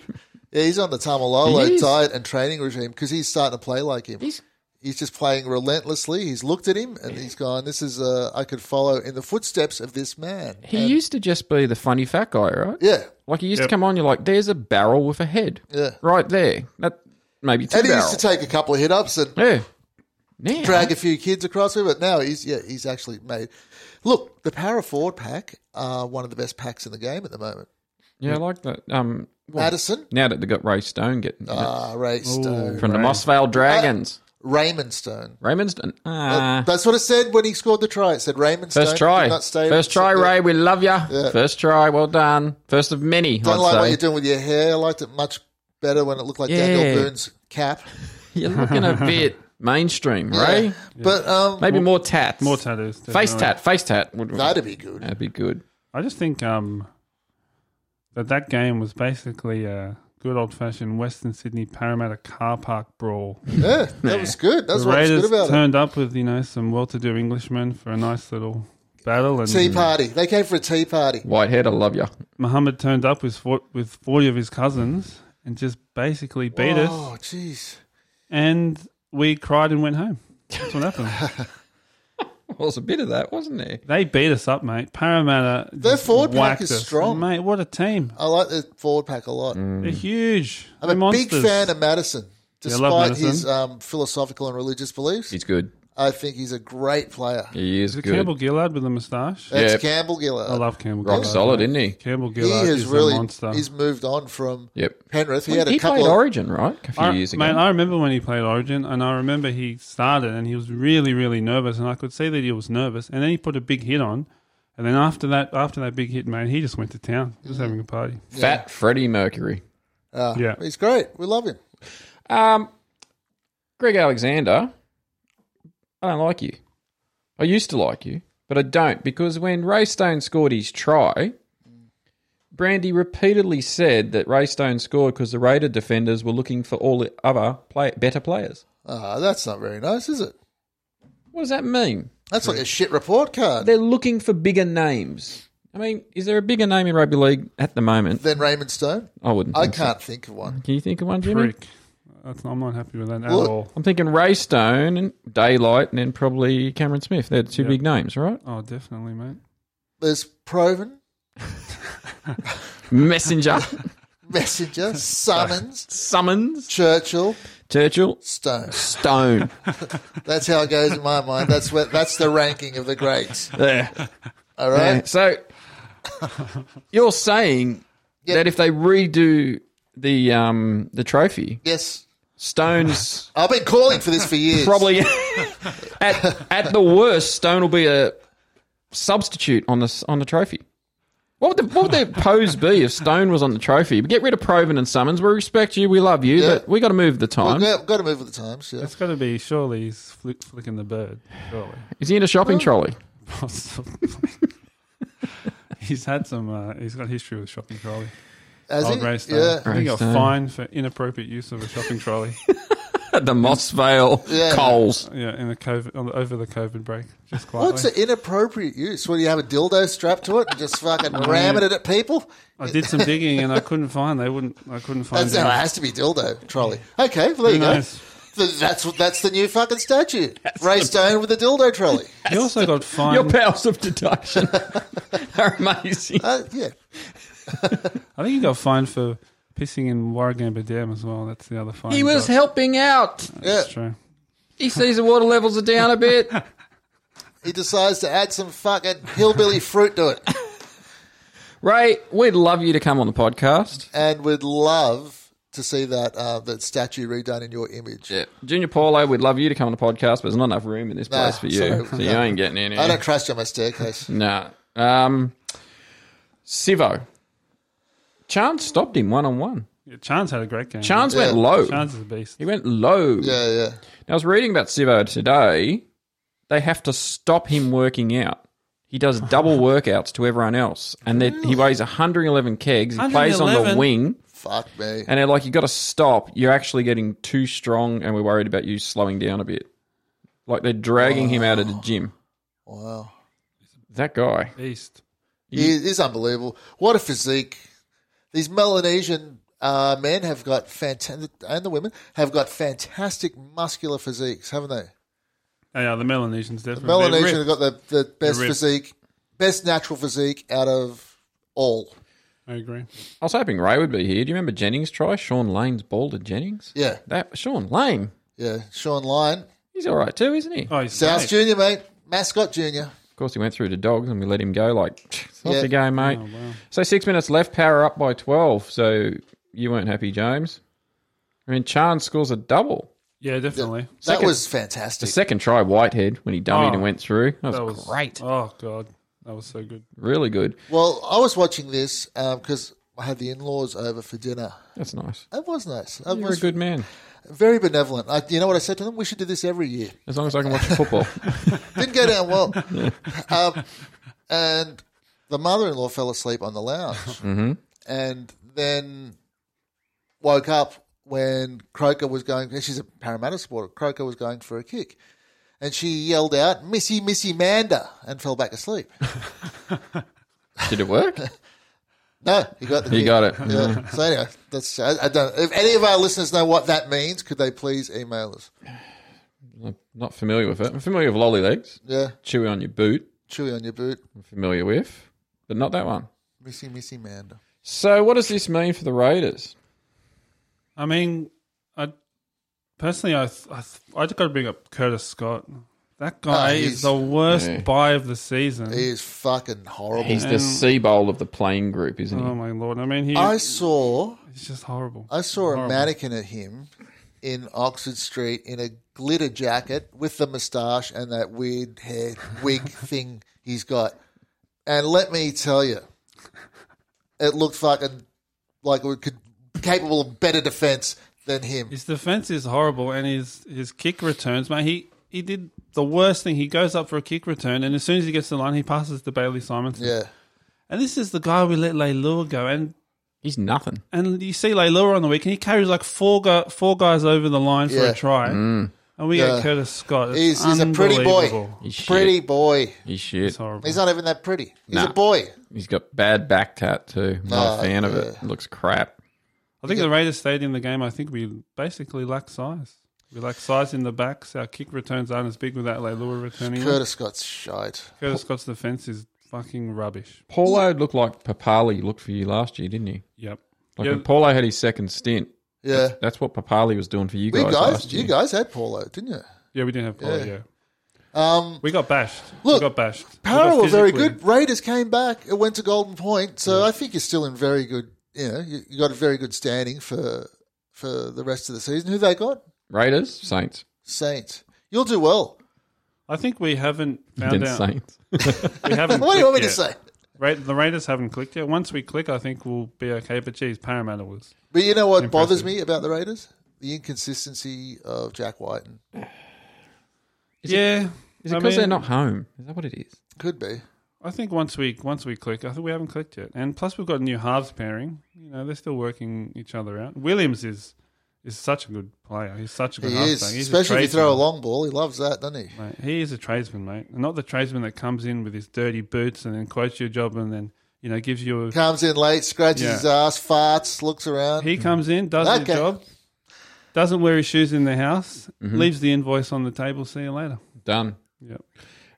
S1: yeah, he's on the Tamalolo
S2: He is.
S1: diet and training regime because he's starting to play like him.
S2: He's-
S1: He's just playing relentlessly. He's looked at him and he's gone. This is uh, I could follow in the footsteps of this man.
S2: he used to just be the funny fat guy, right?
S1: Yeah,
S2: Like he used
S3: Yep.
S2: to come on, you're like, there's a barrel with a head.
S1: Yeah.
S2: Right there. That maybe two
S1: and he
S2: barrels.
S1: used to take a couple of hit ups and
S2: yeah. Now,
S1: drag a few kids across with it. Now he's yeah he's actually made. Look, the power forward pack are one of the best packs in the game at the moment.
S2: yeah, I like that. Um, well,
S1: Madison,
S2: now that they got Ray Stone getting in it.
S1: ah, Ray
S2: Oh.
S1: Stone,
S2: from the Mossvale Dragons,
S1: Raymond Stone.
S2: Raymond Stone. Ah,
S1: That's what it said when he scored the try. It said Raymond
S2: first
S1: Stone
S2: try,
S1: did not stay
S2: first try,
S1: Yeah.
S2: Ray. We love you. First try, well done. First of many.
S1: Don't
S2: I'd
S1: like what
S2: say.
S1: you're doing with your hair. I liked it much better when it looked like
S2: Yeah.
S1: Daniel Boone's cap.
S2: You're looking a bit mainstream, Ray.
S1: Yeah. But um,
S2: Maybe more tats.
S3: More tattoos.
S2: Face
S3: definitely.
S2: tat. Face tat. Would,
S1: that'd be good.
S2: that'd be good.
S3: I just think um, that that game was basically a good old fashioned Western Sydney Parramatta car park brawl.
S1: Yeah, that was good. That's
S3: the
S1: what was
S3: Raiders
S1: good about it.
S3: turned up with you know some well-to-do Englishmen for a nice little battle, and
S2: Mm.
S1: Tea party. They came for a tea party.
S2: Whitehead, I love you.
S3: Muhammad turned up with four, with forty of his cousins and just basically beat us.
S1: Oh, jeez.
S3: And we cried and went home. That's what happened.
S2: Well, was a bit of that, wasn't there?
S3: they beat us up, mate. Parramatta.
S1: Their
S3: just
S1: forward pack
S3: whacked
S1: is
S3: us.
S1: strong.
S3: mate. What a team!
S1: I like the forward pack a lot.
S2: Mm.
S3: They're huge.
S1: I'm
S3: They're
S1: a
S3: monsters.
S1: big fan of Madison.
S3: I
S1: Despite
S3: love
S1: his
S3: Madison.
S1: um, philosophical and religious beliefs,
S2: He's good.
S1: I think he's a great player.
S2: He is
S3: Is it
S2: good.
S3: Campbell Gillard with a moustache?
S1: That's
S2: Yeah.
S1: Campbell Gillard.
S3: I love Campbell
S2: Rock
S3: Gillard.
S2: solid, isn't he?
S3: Campbell
S1: he
S3: Gillard
S1: has
S3: is
S1: really
S3: a monster.
S1: he's moved on from
S2: Yep.
S1: Penrith. He
S2: He,
S1: had a couple
S2: played
S1: of
S2: Origin, right? A few
S3: I,
S2: years ago.
S3: Man, I remember when he played Origin, and I remember he started, and he was really, really nervous, and I could see that he was nervous. And then he put a big hit on, and then after that, after that big hit, man, he just went to town. He was having a party.
S2: Fat Freddie Mercury.
S3: yeah,
S1: He's great. We love him.
S2: Um, Greg Alexander, I don't like you. I used to like you, but I don't because when Ray Stone scored his try, Brandy repeatedly said that Ray Stone scored because the Raider defenders were looking for all the other play- better players.
S1: Ah, that's not very nice, is it?
S2: What does that mean?
S1: That's like a shit report card.
S2: They're looking for bigger names. I mean, is there a bigger name in rugby league at the moment?
S1: Then Raymond Stone.
S2: I wouldn't.
S1: I
S2: think so.
S1: can't think of one.
S2: Can you think of one, Jimmy?
S3: prick. That's, I'm not happy with that at
S1: Look.
S3: all.
S2: I'm thinking Ray Stone and Daylight, and then probably Cameron Smith. They're the two big names, right?
S3: Oh, definitely, mate.
S1: There's Proven,
S2: Messenger,
S1: Messenger, Summons,
S2: Summons,
S1: Churchill,
S2: Churchill,
S1: Stone.
S2: Stone.
S1: That's how it goes in my mind. That's what. That's the ranking of the greats.
S2: There.
S1: All right.
S2: So you're saying that if they redo the um, the trophy,
S1: Yes,
S2: Stone's
S1: I've been calling for this for years.
S2: probably at at the worst, Stone will be a substitute on the on the trophy. What would, the, what would their pose be if Stone was on the trophy? Get rid of Proven and Summons. We respect you. We love you,
S1: Yeah.
S2: but we got to move the
S1: Well,
S2: time.
S1: yeah, we've got to move with the times. Yeah.
S3: It's got to be surely he's flick, flicking the bird. Surely,
S2: Is he in a shopping trolley?
S3: possibly. he's had some. Uh, he's got history with shopping trolley.
S1: Has
S3: Old
S1: he?
S3: Ray Stone.
S1: Yeah.
S3: I think he got
S2: Stone.
S3: fined for inappropriate use of a shopping trolley.
S2: the Moss Vale
S1: Yeah.
S2: Coles.
S3: yeah, in the COVID on the, over the COVID break, just quietly.
S1: What's the inappropriate use? What do you have a dildo strapped to it and just fucking ramming it at people?
S3: I did some digging and I couldn't find. They wouldn't. I couldn't find.
S1: That's how it
S3: it.
S1: has to be dildo trolley. Okay, well, there you
S3: Who
S1: go.
S3: knows?
S1: Th- That's that's the new fucking statue. Ray Stone with a dildo trolley.
S3: He also got
S2: Your
S3: fined.
S2: powers of deduction are amazing.
S1: Uh, yeah.
S3: I think he got fined for pissing in Warragamba Dam as well. That's the other fine.
S2: He was
S3: got.
S2: helping out.
S1: Yeah.
S3: That's true.
S2: He sees the water levels are down a bit.
S1: He decides to add some fucking hillbilly fruit to it.
S2: Ray, we'd love you to come on the podcast.
S1: And would love to see that uh, that statue redone in your image.
S2: Junior Paulo, we'd love you to come on the podcast, but there's not enough room in this
S1: Nah,
S2: place for you.
S1: sorry.
S2: So you ain't getting in here.
S1: I don't trust you on my staircase.
S2: No. Um, Sivo. Chance stopped him one on one.
S3: Yeah, Chance had a great game.
S2: Chance
S1: Yeah.
S2: went low.
S3: Chance is a beast.
S2: He went low.
S1: Yeah, yeah.
S2: I was reading about Sivo today. They have to stop him working out. He does double workouts to everyone else, and then he weighs 111 kegs. He plays on the
S3: 111?
S2: wing.
S1: Fuck me.
S2: And they're like, you got to stop. You're actually getting too strong, and we're worried about you slowing down a bit. Like they're dragging him out
S1: Oh.
S2: of the gym.
S1: Wow.
S2: That guy.
S3: Beast.
S1: He is unbelievable. What a physique. These Melanesian uh, men have got fantastic, and the women have got fantastic muscular physiques, haven't they?
S3: They are Oh, the Melanesians definitely.
S2: Mm.
S1: Melanesian
S3: They're
S1: have
S3: ripped.
S1: got the, the best
S3: ripped.
S1: physique, best natural physique out of all.
S3: I agree.
S2: I was hoping Ray would be here. Do you remember Jennings' try? Sean Lane's ball to Jennings?
S1: Yeah,
S2: That Sean Lane.
S1: yeah. Sean Lyon,
S2: He's all right too, isn't he?
S3: Oh, he's
S1: South
S3: safe.
S1: Junior, mate, mascot junior.
S2: Of course, he went through the dogs and we let him go. Like, it's off
S1: Yeah.
S2: you go,
S3: Oh,
S2: mate. So six minutes left, power up by 12. So you weren't happy, James. I mean, Chan scores a double.
S3: Yeah, definitely.
S1: That
S2: Second-
S1: was
S2: The
S1: fantastic.
S2: second try, Whitehead, when he dummied
S3: Oh,
S2: and went through. That was,
S3: That was
S2: great.
S3: Oh god, that was so good.
S2: Really good.
S1: Well, I was watching this because I had the in laws over for dinner.
S2: That's nice.
S1: That was nice. That
S2: You're a
S1: was
S2: good man.
S1: very benevolent. I, you know what I said to them? We should do this every year.
S2: As long as I can watch football.
S1: Didn't go down well. um, and the mother in law fell asleep on the lounge
S2: Mm-hmm.
S1: and then woke up when Croker was going, and she's a Parramatta supporter, Croker was going for a kick. And she yelled out, Missy, Missy Manda, and fell back asleep.
S2: Did it work?
S1: No, he got the
S2: He
S1: kick.
S2: got it.
S1: Yeah. So anyway, that's I, I don't. If any of our listeners know what that means, could they please email us?
S2: I'm not familiar with it. I'm familiar with lolly legs.
S1: Yeah,
S2: Chewy on your boot.
S1: chewy on your boot,
S2: I'm familiar with, but not that one.
S1: Missy, Missy Manda.
S2: So what does this mean for the Raiders?
S3: I mean, I personally, I th- I, th- I just got to bring up Curtis Scott. That guy
S1: Ah, he's-
S3: is the worst
S2: Yeah.
S3: buy of the season.
S1: He is fucking horrible.
S3: Um,
S2: He's the sea bowl of the playing group, isn't he?
S3: oh my lord! I mean, he,
S1: I saw
S3: he's just horrible.
S1: I saw a
S3: Horrible.
S1: mannequin at him in Oxford Street in a glitter jacket with the moustache and that weird hair wig thing he's got. And let me tell you, it looked fucking like we could capable of better defense than him.
S3: His defense is horrible, and his his kick returns, mate. He he did the worst thing. He goes up for a kick return, and as soon as he gets to the line, he passes to Bailey Simonson.
S1: Yeah.
S3: And this is the guy we let Leilua go, and
S2: He's nothing.
S3: and you see Leilua on the weekend. He carries like four go- four guys over the line for
S1: Yeah. Mm.
S3: a try, and we
S1: Yeah.
S3: get Curtis Scott. It's
S1: He's, he's a pretty boy.
S3: unbelievable.
S2: He's shit.
S1: Pretty boy.
S2: He's shit.
S3: It's horrible.
S1: He's not even that pretty. He's a
S2: Nah.
S1: boy.
S2: He's got bad back tat too. I'm Not
S1: Nah,
S2: a fan of
S1: yeah.
S2: it. Looks crap.
S3: I think the Raiders stayed in the game. I think we basically lack size. We lack size in the backs. Our kick returns aren't as big without Leilua returning. Curtis,
S1: Curtis Scott's shite.
S3: Curtis Scott's defense is fucking rubbish.
S2: Paulo looked like Papali looked for you last year, didn't he?
S3: Yep.
S2: Like
S3: Yeah.
S2: when Paulo had his second stint,
S1: Yeah.
S2: that's what Papali was doing for you
S1: You
S2: guys,
S1: guys,
S2: last year.
S1: you guys had Paulo, didn't you?
S3: Yeah, we didn't have Paulo.
S1: Yeah.
S3: Yeah.
S1: Um,
S3: we got bashed.
S1: Look,
S3: we got bashed. We
S1: Para
S3: got
S1: were very
S3: physically-
S1: good. Raiders came back. It went to Golden Point. So I think you're still in very good. You know, you, you got a very good standing for for the rest of the season. Who they got?
S2: Raiders, Saints,
S1: Saints. You'll do well.
S3: I think we haven't
S2: then
S3: found out.
S2: Saints.
S3: We haven't.
S1: What do you want me to
S3: clicked yet.
S1: say?
S3: Ra- the Raiders haven't clicked yet. Once we click, I think we'll be okay. But geez, Parramatta was.
S1: But you know what bothers
S3: Impressive.
S1: me about the Raiders? The inconsistency of Jack White.
S3: yeah,
S2: Is it
S3: I
S2: because they're
S3: mean,
S2: not home? Is that what it is?
S1: Could be.
S3: I think once we once we click, I think we haven't clicked yet. And plus, we've got a new halves pairing. You know, they're still working each other out. Williams is is such a good player. He's such a good.
S1: He
S3: half
S1: is,
S3: back. He's a
S1: especially if you throw a
S3: tradesman,
S1: long ball. He loves that, doesn't he?
S3: Mate. He is a tradesman, mate. Not the tradesman that comes in with his dirty boots and then quotes your job and then you know gives you. a...
S1: Comes in late, scratches
S3: Yeah.
S1: his ass, farts, looks around.
S3: He comes in, does his
S1: Okay.
S3: job, doesn't wear his shoes in the house,
S2: Mm-hmm.
S3: leaves the invoice on the table. See you later.
S2: Done.
S3: Yep.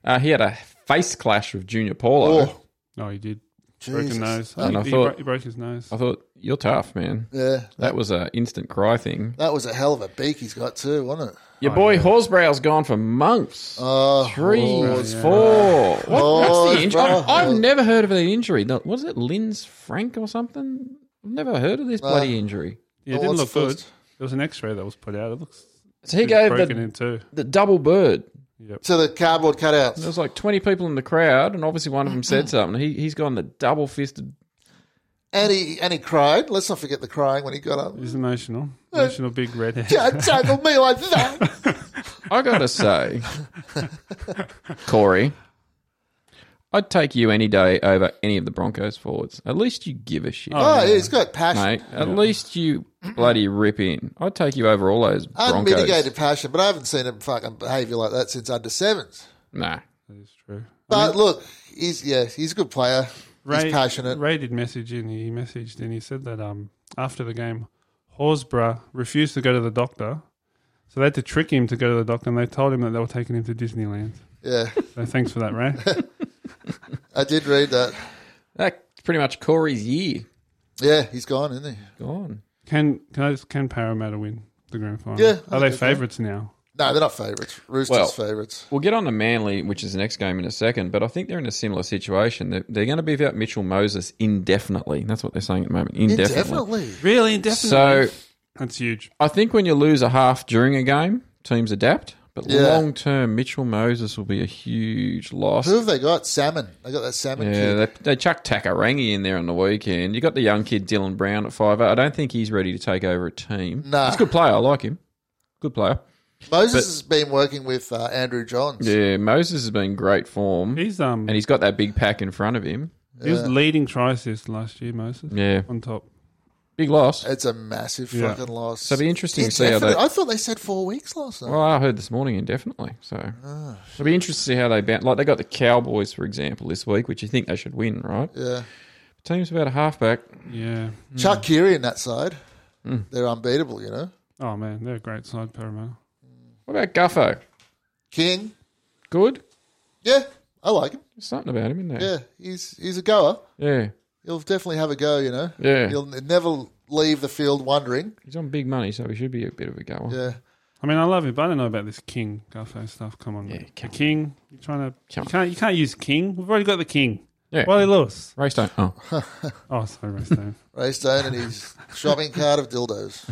S2: Uh, he had a face clash with Junior Paulo.
S1: Oh,
S3: Oh, he did. Broke
S1: Jesus.
S3: his nose.
S2: And I
S3: he,
S2: thought-
S3: bro- he broke his nose.
S2: I thought you're tough, man.
S1: Yeah,
S2: That was a instant cry thing.
S1: that was a hell of a beak he's got too, wasn't it?
S2: Your boy Horsbrow's gone for months.
S1: Oh,
S2: Three,
S1: oh,
S2: four. What, what's the injury?
S1: Horsbrough.
S2: I've, I've never heard of an injury. No, Was it Lynn's Frank or something? I've never heard of
S1: Uh,
S2: this bloody injury.
S3: Yeah, it
S1: Oh,
S3: didn't
S1: what's
S3: look good.
S1: first?
S3: There was an X-ray that was put out. It looks
S2: So he
S3: it's
S2: gave
S3: broken
S2: the,
S3: in two.
S2: the double bird.
S1: to the cardboard cutouts.
S2: There was like 20 people in the crowd, and obviously one of them said something. He, he's gone the double fisted.
S1: And he and he cried. Let's not forget the crying when he got up.
S3: He's emotional. Emotional big redhead.
S1: Don't tackle me like
S2: Oh,
S1: that.
S2: I got to say, Corey, I'd take you any day over any of the Broncos forwards. At least you give a shit,
S1: Oh, yeah, he's got passion.
S2: mate. At least you bloody rip in. I'd take you over all those Broncos.
S1: Unmitigated passion, but I haven't seen him fucking behaviour like that since under sevens.
S2: Nah.
S3: That's true.
S1: But look, he's yeah, he's a good player.
S3: Ray-
S1: he's passionate.
S3: Ray did message in. He messaged and he said that um after the game, Horsburgh refused to go to the doctor, so they had to trick him to go to the doctor, and they told him that they were taking him to Disneyland.
S1: Yeah,
S3: So thanks for that, Ray.
S1: I did read that.
S2: That's pretty much Corey's year.
S1: Yeah, he's gone, isn't he?
S2: Gone.
S3: can can I just, can Parramatta win the grand final?
S1: Yeah, I
S3: are they
S1: think
S3: favourites now?
S1: No, they're not favourites. Roosters
S2: Well-
S1: favourites.
S2: We'll get on to Manly, which is the next game in a second, but I think they're in a similar situation. They're, they're going to be without Mitchell Moses indefinitely. That's what they're saying at the moment. Indefinitely.
S1: Indefinitely.
S3: Really, definitely.
S2: So
S3: that's huge.
S2: I think when you lose a half during a game, teams adapt. But
S1: Yeah.
S2: long term, Mitchell Moses will be a huge loss.
S1: Who have they got? Salmon. They got that salmon
S2: Yeah,
S1: kid.
S2: they, they chucked Takarangi in there on the weekend. You got the young kid Dylan Brown at five. I don't think he's ready to take over a team.
S1: Nah.
S2: he's a good player. I like him. Good player.
S1: Moses has been working with uh, Andrew Johns.
S2: Yeah, Moses has been great form,
S3: He's um
S2: and he's got that big pack in front of him.
S3: he was leading try assist last year, Moses.
S2: Yeah,
S3: on top.
S2: big loss.
S1: It's a massive
S3: Yeah.
S1: fucking loss.
S2: So it'll be interesting to see how
S1: Indefinite.
S2: they.
S1: I thought they said four weeks last night.
S2: Well, I heard this morning indefinitely. So
S1: Ah,
S2: it'll be interesting to see how they bounce. Like they got the Cowboys, for example, this week, which you think they should win, right?
S1: yeah.
S2: Team's about a halfback.
S3: Yeah.
S1: Mm. Chuck Keary in that side. They're unbeatable, you know.
S3: Oh man, they're a great side, Parramatta.
S2: What about Guffo?
S1: King.
S2: Good.
S1: Yeah, I like him.
S2: There's something about him, isn't there?
S1: Yeah, he's he's a goer.
S2: Yeah.
S1: He'll definitely have a go, you know.
S2: Yeah.
S1: He'll n- never leave the field wondering.
S2: He's on big money, so he should be a bit of a goer.
S1: Yeah.
S3: I mean, I love him, but I don't know about this King Guffo stuff. Come on,
S2: Yeah,
S3: the
S2: come
S3: King. You're trying to
S2: Come
S3: you
S2: on.
S3: can't you can't use King. We've already got the King.
S2: Yeah.
S3: Wally Lewis.
S2: Race don't. Oh.
S3: Oh, sorry, Ray Stone.
S1: Ray Stone and his shopping cart of dildos.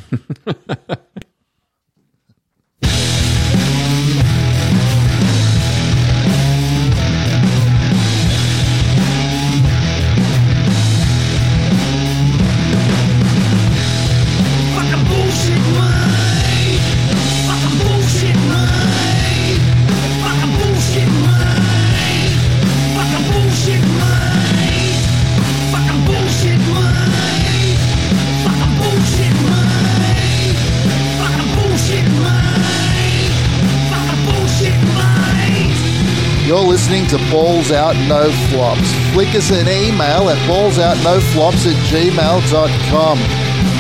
S1: You're listening to Balls Out No Flops. Flick us an email at ballsoutnoflops at gmail.com.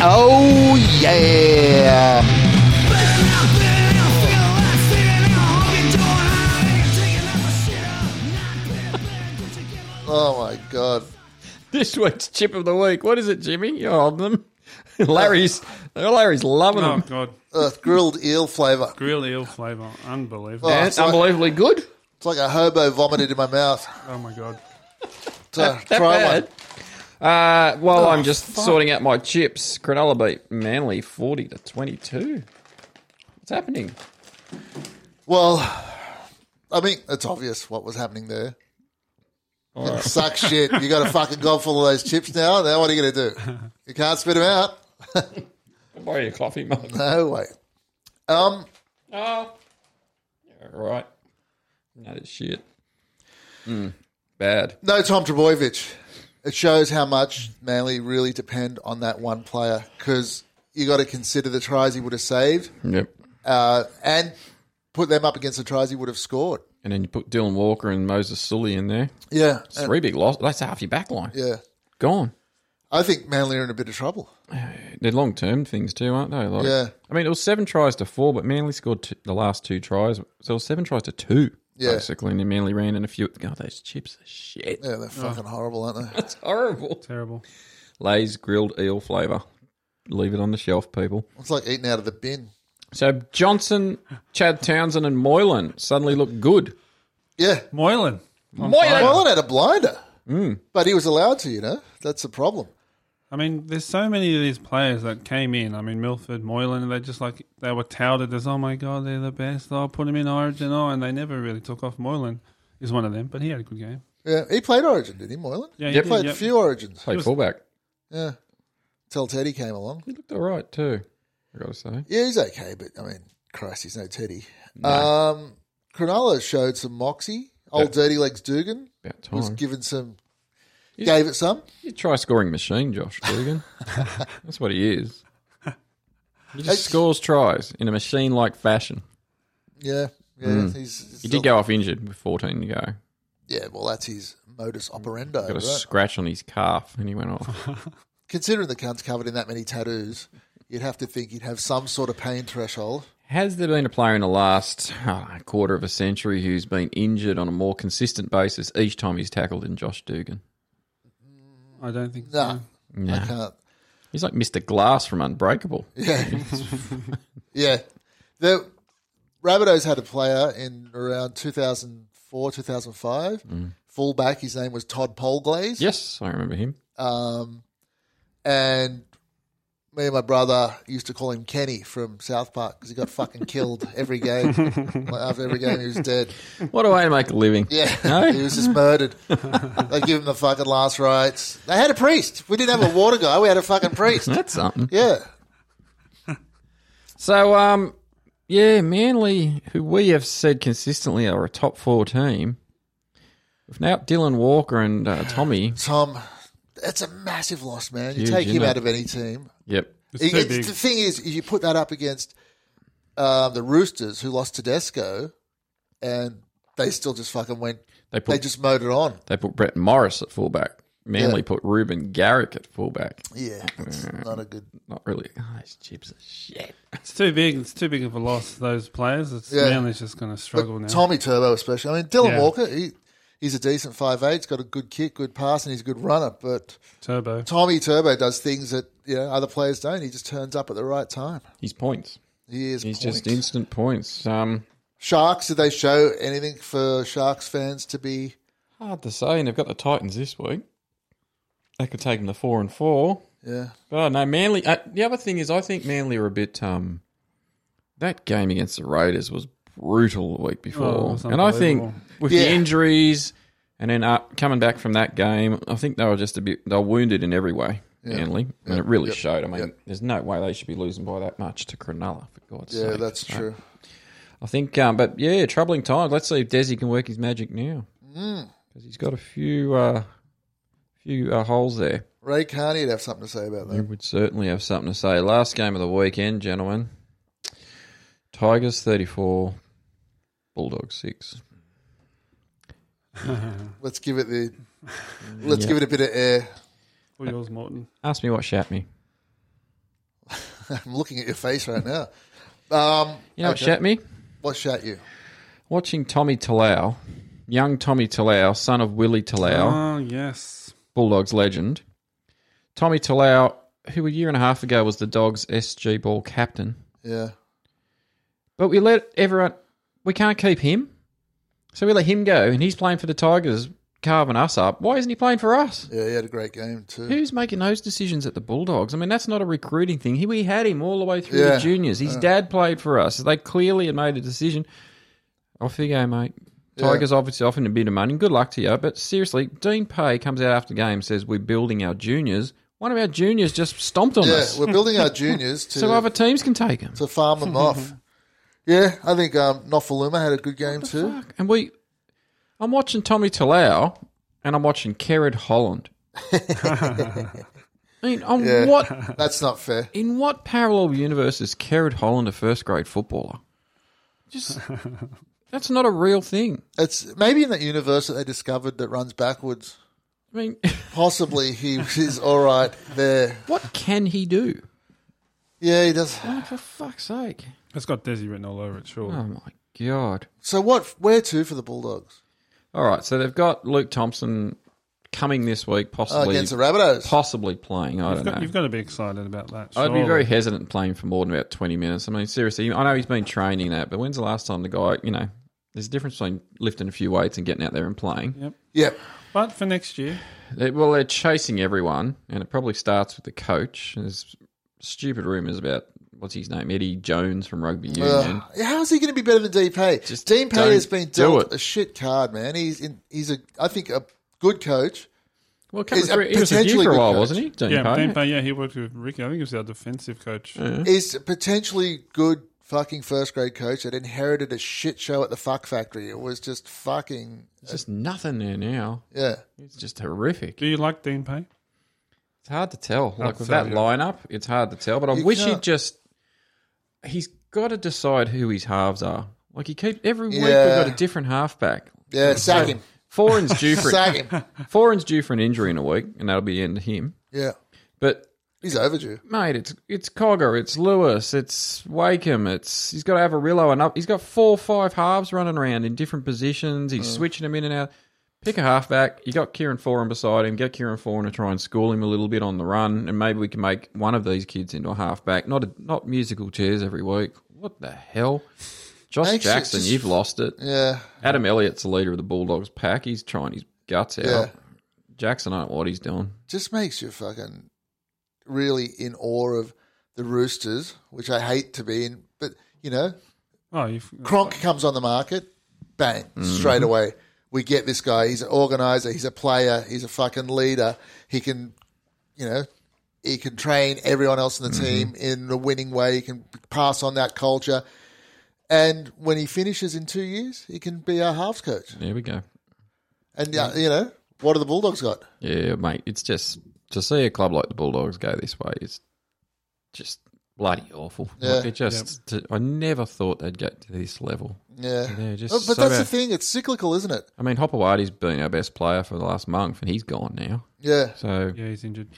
S1: Oh, yeah. Oh, my God.
S2: This week's chip of the week. What is it, Jimmy? You're on them. Larry's Larry's loving
S3: oh
S2: them.
S3: God,
S1: Uh, grilled eel flavour.
S3: grilled eel flavour, unbelievable.
S1: Oh.
S2: And
S1: it's like-
S2: unbelievably good.
S1: It's like a hobo vomited in my mouth.
S3: Oh my God,
S1: So, try one.
S2: Uh, well, I'm just sorting out my chips. Cronulla beat Manly 40 to 22. What's happening?
S1: Well, I mean, it's obvious what was happening there. It sucks shit. You got a fucking gob full of those chips now. Now what are you going to do? You can't spit them out.
S2: I'll borrow your coffee mug.
S1: No way. Um,
S2: Oh. Yeah, right. That is shit. Mm, Bad.
S1: no, Tom Trebojevic. It shows how much Manly really depend on that one player because you got to consider the tries he would have saved
S2: Yep.
S1: uh, and put them up against the tries he would have scored.
S2: And then you put Dylan Walker and Moses Sully in there.
S1: Yeah.
S2: It's Three big losses. That's half your back line.
S1: yeah.
S2: Gone.
S1: I think Manly are in a bit of trouble.
S2: They're long term things too, aren't they? Like,
S1: Yeah.
S2: I mean, it was seven tries to four, but Manly scored two, the last two tries. So it was seven tries to two,
S1: Yeah.
S2: basically. And then Manly ran in a few. God, those chips are shit.
S1: Yeah, they're fucking horrible, aren't they?
S2: That's horrible.
S3: terrible.
S2: Lay's grilled eel flavour. Leave it on the shelf, people.
S1: It's like eating out of the bin.
S2: So Johnson, Chad Townsend, and Moylan suddenly look good.
S1: Yeah.
S3: Moylan.
S2: Moylan!
S1: Moylan had a blinder,
S2: Hmm.
S1: but he was allowed to. You know, that's the problem.
S3: I mean, there's so many of these players that came in. I mean, Milford, Moylan, and they're just like, they were touted as, oh my God, they're the best. Oh, put them in Origin. Oh, and they never really took off. Moylan is one of them, but he had a good game.
S1: Yeah, he played Origin, did he, Moylan?
S3: Yeah, he
S1: he
S3: did,
S1: played
S3: yep.
S1: a few Origins.
S2: Played fullback.
S1: Yeah, till Teddy came along.
S2: He looked all right, too, i got to say.
S1: Yeah, he's okay, but I mean, Christ, he's no Teddy. Um, Cronulla showed some moxie. Old Dirty Legs Dugan
S2: About
S1: was
S2: time.
S1: given some, gave it some.
S2: You try scoring machine, Josh Dugan. That's what he is. He just scores tries in a machine like fashion.
S1: Yeah, yeah. He's,
S2: Hmm. He did go off injured with 14 to go.
S1: Yeah, well, that's his modus operandi.
S2: Got a
S1: Right?
S2: scratch on his calf and he went off.
S1: Considering the cunt's covered in that many tattoos, you'd have to think he'd have some sort of pain threshold.
S2: Has there been a player in the last uh, quarter of a century who's been injured on a more consistent basis each time he's tackled than Josh Dugan?
S3: I don't think so.
S2: Hmm.
S1: Nah, I
S2: No.
S1: can't.
S2: He's like Mr. Glass from Unbreakable.
S1: Yeah. yeah. The Rabbitohs had a player in around 2004, 2005.
S2: Mm.
S1: Fullback, his name was Todd Polglaze.
S2: Yes, I remember him.
S1: Um, and me and my brother used to call him Kenny from South Park because he got fucking killed every game. Like, after every game, he was dead.
S2: What a way to make a living.
S1: Yeah,
S2: No?
S1: he was just murdered. they give him the fucking last rites. They had a priest. We didn't have a water guy. We had a fucking priest.
S2: That's something.
S1: Yeah,
S2: So, um, yeah, Manly, who we have said consistently are a top four team, with now Dylan Walker and uh, Tommy.
S1: Tom, that's a massive loss, man. You
S2: Huge,
S1: take him
S2: isn't it?
S1: out of any team.
S2: Yep.
S3: It's too
S1: It's-
S3: big.
S1: the thing is, if you put that up against um, the Roosters, who lost Tedesco, and they still just fucking went.
S2: They put
S1: They
S2: they,
S1: just mowed it on.
S2: put Brett Morris at fullback. Manly
S1: Yeah.
S2: put Ruben Garrick at fullback.
S1: Yeah, that's not a good.
S2: Not really. Oh, those chips are shit.
S3: It's too big. It's too big of a loss. Those players. It's
S1: Yeah.
S3: Manly's just going to struggle now.
S1: Tommy Turbo, especially. I mean, Dylan
S3: Yeah.
S1: Walker, he, he's a decent 5'8, he's got a good kick, good pass, and he's a good runner. But
S3: Turbo.
S1: Tommy Turbo does things that you know other players don't. He just turns up at the right time.
S2: He's points.
S1: He is
S2: He's
S1: points.
S2: just instant points. Um,
S1: Sharks, did they show anything for Sharks fans to be?
S2: hard to say. And they've got the Titans this week. They could take them to four and four.
S1: Yeah.
S2: Oh no, Manly. Uh, the other thing is, I think Manly are a bit. Um, that game against the Raiders was brutal the week
S3: Oh, it
S2: before,
S3: was
S2: and I think
S3: unbelievable.
S2: with
S1: Yeah.
S2: the injuries and then uh, coming back from that game, I think they were just a bit. They were wounded in every way, Manly, and it really showed. I mean, there's no way they should be losing by that much to Cronulla for God's
S1: Yeah,
S2: sake.
S1: that's true.
S2: I think, um, but yeah, troubling times. Let's see if Desi can work his magic now
S1: Mm.
S2: because he's got a few, uh, few uh, holes there.
S1: Ray Carney would have something to say about
S2: You
S1: that.
S2: would certainly have something to say. Last game of the weekend, gentlemen. Tigers 34, Bulldogs 6.
S1: Let's give it the let's give it a bit of air.
S3: Or yours, Morton.
S2: Ask me what shat me.
S1: I'm looking at your face right now. Um,
S2: You know
S1: okay.
S2: what shat me?
S1: What shat you?
S2: Watching Tommy Talau, young Tommy Talau, son of Willie Talau.
S3: Oh yes.
S2: Bulldogs legend. Tommy Talau, who a year and a half ago was the Dogs SG ball captain.
S1: Yeah.
S2: But we let everyone, we can't keep him. So we let him go, and he's playing for the Tigers, carving us up. Why isn't he playing for us?
S1: Yeah, he had a great game too.
S2: Who's making those decisions at the Bulldogs? I mean, that's not a recruiting thing. He- We had him all the way through
S1: Yeah.
S2: the juniors. His dad played for us. They clearly had made a decision. Off you go, mate. Tigers obviously offering a bit of money. Good luck to you. But seriously, Dean Pay comes out after the game and says, We're building our juniors. One of our juniors just stomped on
S1: Yeah,
S2: us.
S1: we're building our juniors to
S2: So other teams can take him.
S1: to farm them off. Yeah, I think um, Nofaluma had a good game too.
S2: Fuck. And we, I'm watching Tommy Talau and I'm watching Kerrod Holland. I mean, on
S1: Yeah.
S2: what
S1: That's not fair.
S2: In what parallel universe is Kerrod Holland a first grade footballer? Just that's not a real thing.
S1: It's maybe in that universe that they discovered that runs backwards.
S2: I mean,
S1: Possibly he is all right there.
S2: what can he do?
S1: Yeah, he does.
S2: Oh, for fuck's sake!
S3: It's got Desi written all over it. Sure.
S2: Oh my god!
S1: So what? Where to for the Bulldogs
S2: All right, so they've got Luke Thompson coming this week,
S1: oh,
S2: possibly,
S1: against the Rabbitohs?
S2: possibly playing. I
S3: You've
S2: don't
S3: got,
S2: know.
S3: you've got to be excited about that.
S2: I'd be
S3: surely.
S2: very hesitant playing for more than about twenty minutes. I mean, seriously, I know he's been training that, but when's the last time the guy? You know, there's a difference between lifting a few weights and getting out there and playing.
S1: yep.
S3: But for next year,
S2: They, well, they're chasing everyone, and it probably starts with the coach. There's stupid rumours about what's his name, Eddie Jones from Rugby Union.
S1: Ugh. How's he going to be better than Dean Pay?
S2: Just
S1: Dean Pay
S2: don't
S1: has been
S2: do
S1: dealt
S2: it.
S1: a shit card, man. He's in, he's a I think a good coach.
S2: Well, come
S1: He's a
S2: through, he was with you
S1: potentially
S2: for a
S1: good
S2: while,
S1: coach.
S2: wasn't he? Don't
S3: yeah,
S2: you pay?
S3: Dean Payne, yeah, he worked with Ricky. I think he was our defensive coach.
S1: Is potentially good fucking first grade coach that inherited a shit show at the fuck factory. It was just fucking
S2: There's just nothing there now.
S1: yeah.
S2: It's just horrific.
S3: Do you like Dean Pay?
S2: It's hard to tell. Like with
S3: so,
S2: that
S3: yeah.
S2: lineup, it's hard to tell. But I
S1: You
S2: wish
S1: can't-
S2: he'd just. He's got to decide who his halves are. Like you keep every week we've
S1: Yeah.
S2: got a different halfback.
S1: Yeah, sack him.
S2: Foran's due for
S1: Sack him.
S2: Foran's due for an injury in a week, and that'll be the end of him.
S1: Yeah.
S2: But
S1: He's overdue.
S2: mate, it's it's Cogger, it's Lewis, it's Wakeham, it's he's got Avarillo and up. He's got four, five halves running around in different positions.
S1: Mm.
S2: He's switching them in and out. Pick a halfback. You got Kieran Foran beside him. Get Kieran Foran to try and school him a little bit on the run, and maybe we can make one of these kids into a halfback. Not a, not musical chairs every week. What the hell? Josh
S1: Makes it
S2: Jackson,
S1: just-
S2: you've lost it.
S1: Yeah.
S2: Adam Elliott's the leader of the Bulldogs pack. He's trying his guts out.
S1: Yeah.
S2: Jackson, I don't know what he's doing.
S1: Just makes you fucking really in awe of the Roosters, which I hate to be in, but you know,
S3: Oh, you've,
S1: Kronk comes on the market, bang,
S2: Mm-hmm.
S1: straight away. We get this guy. He's an organizer. He's a player. He's a fucking leader. He can, you know, he can train everyone else in the
S2: Mm-hmm.
S1: team in a winning way. He can pass on that culture. And when he finishes in two years, he can be our halves coach.
S2: There we go.
S1: And, uh, you know, what have the Bulldogs got?
S2: Yeah, mate. It's just to see a club like the Bulldogs go this way is just bloody awful.
S1: Yeah.
S2: Like, it just to- I never thought they'd get to this level.
S1: Yeah.
S2: They're just
S1: Oh, but
S2: so
S1: that's the
S2: bad.
S1: thing. It's cyclical, isn't it?
S2: I mean, Hopewadi's been our best player for the last month, and he's gone now.
S1: Yeah.
S2: So
S3: yeah, he's injured.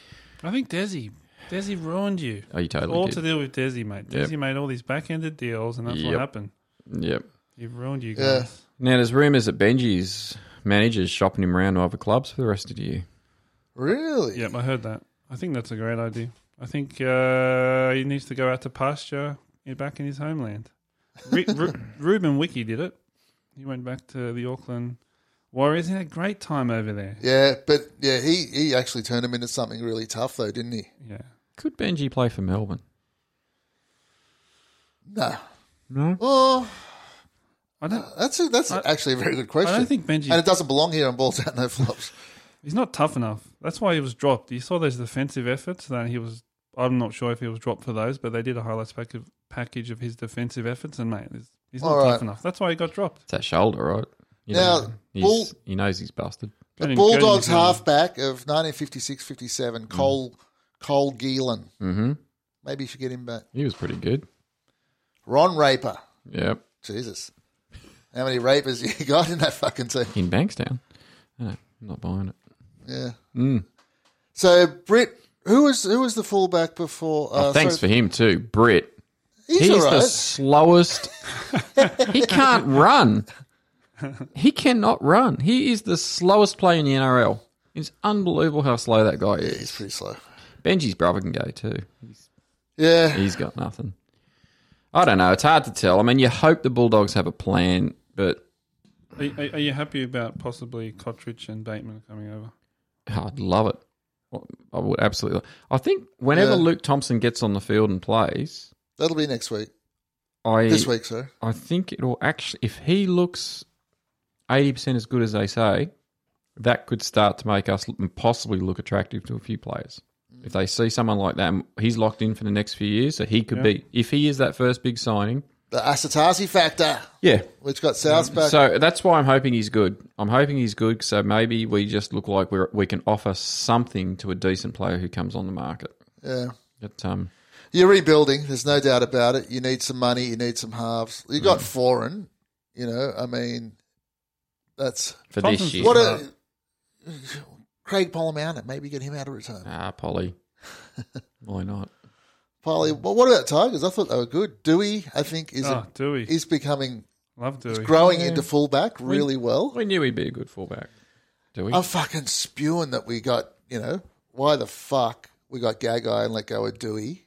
S3: I think Desi, Desi ruined you.
S2: oh, you totally
S3: all
S2: did.
S3: to deal with Desi, mate.
S2: Yep.
S3: Desi made all these back-ended deals, and that's
S2: Yep.
S3: what happened.
S2: yep.
S3: He ruined you
S1: Yeah.
S3: guys.
S2: Now there's rumours that Benji's manager's shopping him around to other clubs for the rest of the year.
S1: Really?
S3: Yep, I heard that. I think that's a great idea. I think uh, he needs to go out to pasture in- back in his homeland. Re- Ru Ruben Wiki did it. He went back to the Auckland Warriors. He had a great time over there.
S1: Yeah. But, yeah, he, he actually turned him into something really tough, though, didn't he?
S3: Yeah.
S2: Could Benji play for Melbourne?
S1: No.
S2: No.
S1: Oh,
S3: I don't.
S1: That's a, that's actually a very good question.
S3: I don't think Benji-
S1: and it doesn't belong here on balls out no flops.
S3: He's not tough enough. That's why he was dropped. You saw those defensive efforts. Then he was. I'm not sure if he was dropped for those, but they did a highlights pack of, package of his defensive efforts, and mate, he's, he's not
S1: All right.
S3: tough enough. That's why he got dropped.
S2: It's that shoulder, right? You
S1: Now,
S2: know, he's,
S1: Bull-
S2: he knows he's busted.
S3: Go to- go Mm. to
S1: Bulldogs
S3: New Zealand.
S1: halfback of 1956-57, Cole Cole Geelan.
S2: Mm-hmm.
S1: Maybe you should get him back.
S2: He was pretty good.
S1: Ron Raper.
S2: Yep.
S1: Jesus, how many rapers you got in that fucking team?
S2: in Bankstown. No, I'm not buying it.
S1: Yeah.
S2: Mm.
S1: So Britt, who was who was the fullback before? Uh,
S2: Oh, Thanks for him too, Britt.
S1: for he's,
S2: He's,
S1: all
S2: the
S1: right.
S2: slowest. he can't run. He cannot run. He is the slowest player in the NRL. It's unbelievable how slow that guy is.
S1: He's pretty slow.
S2: Benji's brother can go too.
S1: Yeah.
S2: He's got nothing. I don't know. It's hard to tell. I mean, you hope the Bulldogs have a plan, but
S3: Are, are, are you happy about possibly Cottridge and Bateman coming over?
S2: oh, I'd love it. Well, I would absolutely. love- I think whenever
S1: Yeah.
S2: Luke Thompson gets on the field and plays,
S1: That'll be next week.
S2: I
S1: This week, sir.
S2: I think it'll actually, if he looks 80% as good as they say, that could start to make us possibly look attractive to a few players.
S1: Mm.
S2: If they see someone like that, and he's locked in for the next few years, so he could be, if he is that first big signing.
S1: The Asatasi factor,
S2: Yeah.
S1: which got South back.
S2: Mm. So that's why I'm hoping he's good. I'm hoping he's good, so maybe we just look like we're, we can offer something to a decent player who comes on the market.
S1: yeah.
S2: But, um,
S1: You're rebuilding. There's no doubt about it. You need some money. You need some halves. You
S3: Mm.
S1: got foreign. You know, I mean, that's
S2: for this
S3: Thompson's-
S2: year.
S1: what a Craig Polamauna. Maybe get him out of retirement.
S2: ah, Polly. why not?
S1: Polly. Well, what about Tigers? I thought they were good. Dewey, I think, is
S3: Oh, Dewey.
S1: is becoming
S3: Love Dewey.
S1: growing into fullback really well.
S2: We knew he'd be a good fullback. Do we?
S1: I'm fucking spewing that we got. You know, why the fuck we got Gagai and let go of Dewey?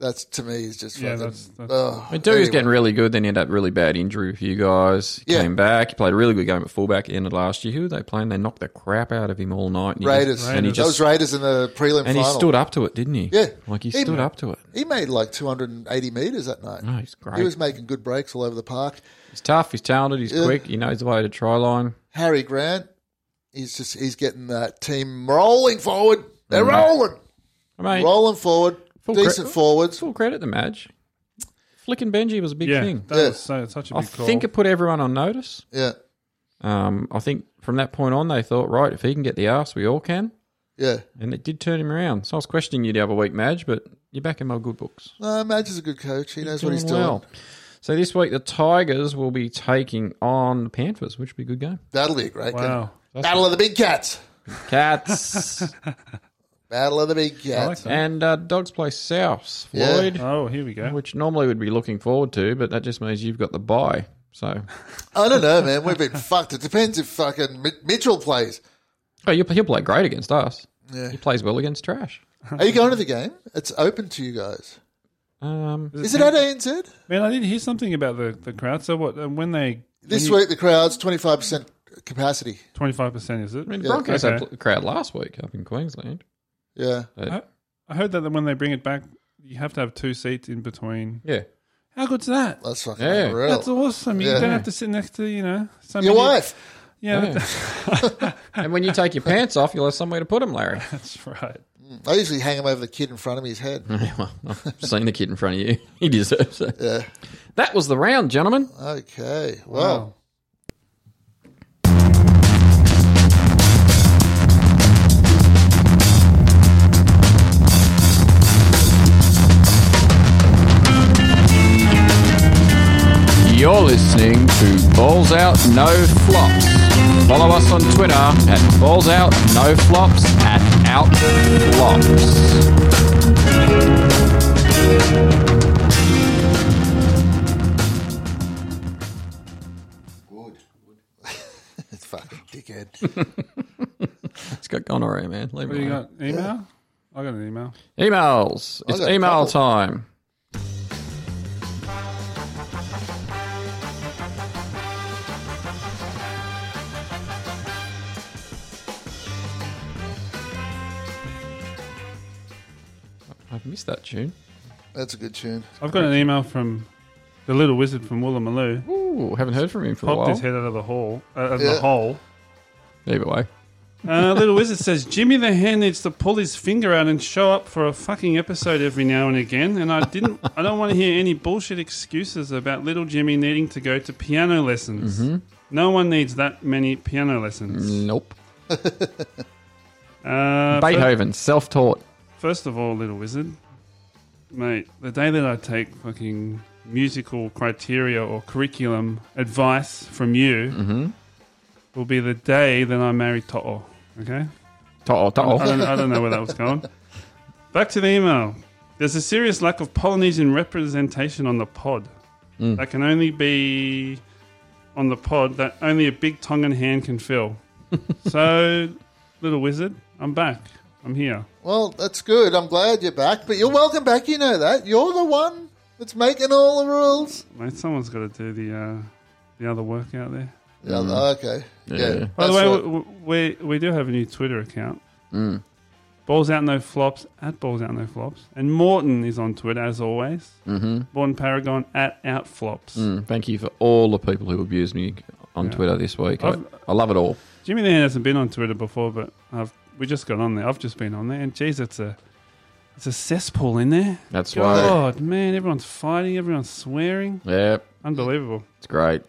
S1: That's to me is just fucking.
S3: Mm. Yeah, that's- that's-
S1: ugh.
S2: I mean, Dewey was
S1: Anyway.
S2: getting really good, then he had that really bad injury with you guys. He
S1: Yeah.
S2: Came back, he played a really good game at fullback at the end of last year. Who were they playing? They knocked the crap out of him all night. And he just-
S1: Raiders.
S2: and he
S1: that was
S2: just
S1: Raiders in the prelim
S2: and he
S1: final.
S2: stood up to it, didn't he?
S1: Yeah.
S2: like he
S1: He-
S2: stood up to it.
S1: He made like 280 meters that night.
S2: No, he's great.
S1: He was making good breaks all over the park.
S2: he's tough. He's talented. He's
S1: Yeah.
S2: quick. He knows the way to try line.
S1: Harry Grant, he's just he's getting that team rolling forward. They're rolling,
S2: I mean,
S1: rolling forward.
S2: Mm. Full
S1: Decent
S2: cre-
S1: forwards.
S2: full credit to Madge. Flicking Benji was a big
S3: Yeah,
S2: thing.
S3: that
S1: Yeah.
S3: was so, such a
S2: I
S3: big call.
S2: think it put everyone on notice.
S1: Yeah,
S2: Um, I think from that point on, they thought, right, if he can get the arse, we all can.
S1: yeah.
S2: And it did turn him around. So I was questioning you the other week, Madge, but you're back in my good books.
S1: No, Madge is a good coach. He knows what he's doing.
S2: well. So this week, the Tigers will be taking on the Panthers, which will be a good game.
S1: That'll be a great
S3: wow.
S1: game. Battle of the Big Cats.
S2: Cats
S1: Battle of the Big
S3: I like
S1: Cats.
S3: that.
S2: and uh, Dogs play Souths,
S1: Yeah.
S2: Floyd,
S3: Oh, here we go.
S2: which normally we'd be looking forward to, but that just means you've got the bye. So,
S1: I don't know, man. We've been fucked. It depends if fucking Mi- Mitchell plays.
S2: oh, you'll- he'll play great against us.
S1: Yeah.
S2: He plays well against trash.
S1: Are you going to the game? It's open to you guys.
S2: Um,
S1: Is it at ANZ?
S3: Man, I did hear something about the, the crowd. So what? And when they
S1: This week the crowd's twenty five percent capacity.
S3: twenty five percent is it?
S2: I mean,
S1: Yeah,
S2: Broncos
S3: okay.
S2: had pl- crowd last week up in Queensland.
S1: Yeah.
S3: I, I heard that when they bring it back, you have to have two seats in between.
S2: Yeah.
S3: How good's that?
S1: That's fucking
S2: Yeah.
S1: unreal.
S3: That's awesome. You
S1: Yeah.
S3: don't have to sit next to you know somebody.
S1: Your wife.
S3: Yeah,
S2: Yeah. and when you take your pants off, you'll have somewhere to put them, Larry.
S3: that's right.
S1: I usually hang him over the kid in front of his head.
S2: well, I've seen the kid in front of you. He deserves it.
S1: Yeah.
S2: That was the round, gentlemen.
S1: Okay. Well,
S2: You're listening to Balls Out No Flops. Follow us on Twitter at Balls Out No Flops at Out Flops.
S1: it's fucking dickhead.
S2: It's got gonorrhea, man. Leave
S3: What
S2: it
S3: do you
S2: alone.
S3: got? Email? I got an email.
S2: Emails.
S1: I
S2: It's
S1: got a
S2: email
S1: couple.
S2: time. I've missed that tune.
S1: That's a good tune.
S3: I've got an email from the little wizard from Woolloomooloo.
S2: Ooh, haven't heard from him for a
S3: Popped his
S2: while.
S3: head out of the hall. Uh, out of
S1: Yeah.
S3: the hole.
S2: Either way.
S3: Uh, little wizard says Jimmy the Hen needs to pull his finger out and show up for a fucking episode every now and again. And I didn't. I don't want to hear any bullshit excuses about little Jimmy needing to go to piano lessons. No one needs that many piano lessons.
S2: Nope.
S3: Uh,
S2: Beethoven, self taught.
S3: First of all, little wizard, mate, the day that I take fucking musical criteria or curriculum advice from you will be the day that I marry To'o. Okay?
S2: Taught,
S3: I
S2: taught.
S3: don't, I don't know where that was going. Back to the email. There's a serious lack of Polynesian representation on the pod. That can only be on the pod that only a big tongue and hand can fill. so, little wizard, I'm back. I'm here.
S1: Well, that's good. I'm glad you're back. But you're welcome back. You know that. You're the one that's making all the rules.
S3: Mate, someone's got to do the uh, the other work out there.
S1: Yeah, Okay. Yeah.
S3: Mm-hmm. By the
S1: that's
S3: way,
S1: right.
S3: w we, we do have a new Twitter account. Balls out no flops at balls out no flops, and Morton is on Twitter as always. Mm-hmm. Morton Paragon at out flops.
S2: Mm, Thank you for all the people who abused me on Twitter this week. I,
S3: I've-
S2: I love it all.
S3: Jimmy the Hand hasn't been on Twitter before, but I've we just got on there. I've just been on there, and geez, it's a it's a cesspool in there.
S2: That's why.
S3: God, man, everyone's fighting, everyone's swearing,
S2: Yep,
S3: unbelievable.
S2: it's great.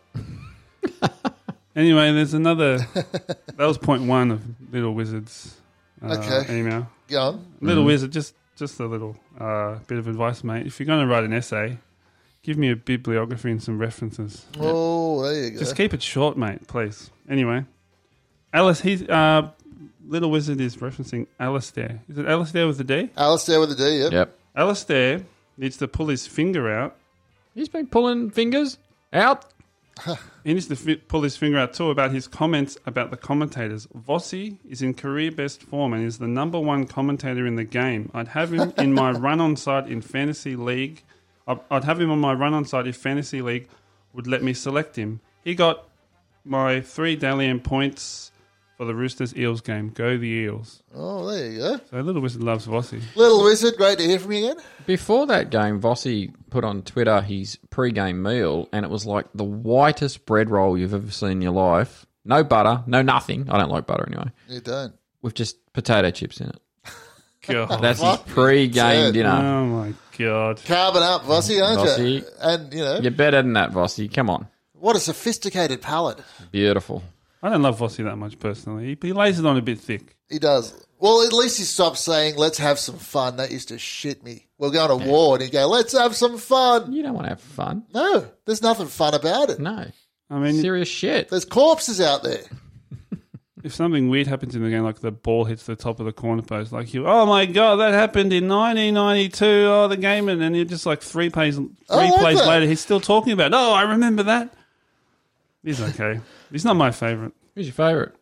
S3: Anyway, there's another. that was point one of Little Wizard's uh,
S1: Okay.
S3: email.
S1: Go on.
S3: Little Wizard, just just a little uh, bit of advice, mate. If you're going to write an essay, give me a bibliography and some references.
S1: Oh, there you go.
S3: Just keep it short, mate, please. Anyway, Alice, he's uh, Little Wizard is referencing Alistair. Is it Alistair with the D?
S1: Alistair with a D. Yep.
S2: Yep.
S3: Alistair needs to pull his finger out.
S2: He's been pulling fingers out.
S3: He needs to fi- pull his finger out too about his comments about the commentators. Vossi is in career best form and is the number one commentator in the game. I'd have him in my run on side in fantasy league. I'd I'd have him on my run on side if fantasy league would let me select him. He got my three Dalian points for the Roosters Eels game. Go the Eels!
S1: Oh, there you go.
S3: So Little Wizard loves Vossi.
S1: Little Wizard, great to hear from you again.
S2: Before that game, Vossi put on Twitter his pre-game meal, and it was like the whitest bread roll you've ever seen in your life. No butter, no nothing. I don't like butter anyway.
S1: You don't.
S2: With just potato chips in it.
S3: god.
S2: That's his
S1: Fuck.
S2: pre-game
S1: That's it.
S2: dinner.
S3: oh my god.
S1: Carving up, Vossi, aren't you?
S2: Vossi.
S1: And, you know,
S2: You're better than that, Vossi. Come on.
S1: what a sophisticated palate.
S2: Beautiful.
S3: I don't love Vossi that much personally. He, he lays it on a bit thick.
S1: He does. Well, at least he stopped saying, let's have some fun. That used to shit me. We'll go to war and he'd go, let's have some fun.
S2: You don't want to have fun.
S1: No, there's nothing fun about it.
S2: No.
S3: I mean,
S2: Serious shit.
S1: There's corpses out there.
S3: if something weird happens in the game, like the ball hits the top of the corner post, like you, oh my god, that happened in 1992. Oh, the game, and then you're just like three plays,
S1: Oh,
S3: three
S1: like
S3: plays
S1: that.
S3: later, he's still talking about. it. Oh, I remember that. He's okay. he's not my favorite.
S2: Who's your favourite?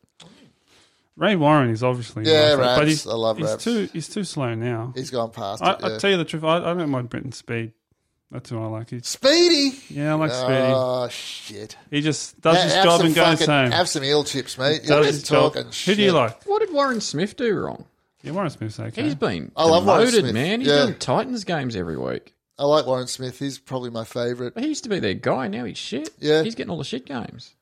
S3: Ray Warren is obviously my
S1: Yeah,
S3: favorite,
S1: Raps.
S3: but he's,
S1: I love
S3: he's
S1: Raps.
S3: too he's too slow now.
S1: He's gone past
S3: I,
S1: it. yeah.
S3: I tell you the truth, I, I don't mind Brenton Speed. That's who I like. He's,
S1: Speedy.
S3: yeah, I like Speedy.
S1: Oh, shit.
S3: He just does his
S1: have
S3: job
S1: some
S3: and goes
S1: fucking-
S3: home.
S1: Have some eel chips, mate. You're
S3: Does
S1: just
S3: his job.
S1: talking
S3: Who
S1: shit.
S3: do you like?
S2: What did Warren Smith do wrong?
S3: Yeah, Warren Smith's okay.
S2: He's been
S1: I love Warren
S2: loaded,
S1: Smith.
S2: man. He's
S1: Yeah.
S2: doing Titans games every week.
S1: I like Warren Smith. He's probably my favourite.
S2: But he used to be their guy. Now he's shit.
S1: Yeah.
S2: He's getting all the shit games.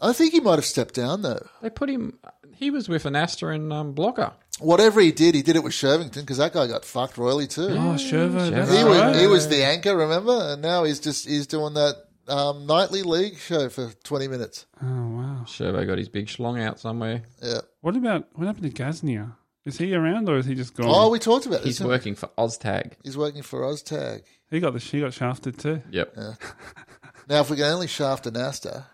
S1: I think he might have stepped down, though.
S2: They put him. He was with Anasta and um, Blocker.
S1: Whatever he did, he did it with Shervington because that guy got fucked royally, too.
S3: oh, Shervo. that's
S1: He
S3: right.
S1: was, he was the anchor, remember? And now he's just he's doing that um, nightly league show for 20 minutes.
S3: Oh wow.
S2: Sherbo got his big schlong out somewhere.
S1: Yeah.
S3: What about what happened to Gaznia? Is he around or is he just gone?
S1: Oh, we talked about this.
S2: He's
S1: didn't we?
S2: working for OzTag.
S1: He's working for Oztag.
S3: he got the she got shafted too.
S2: Yep.
S1: Now, if we can only shaft a Nasta,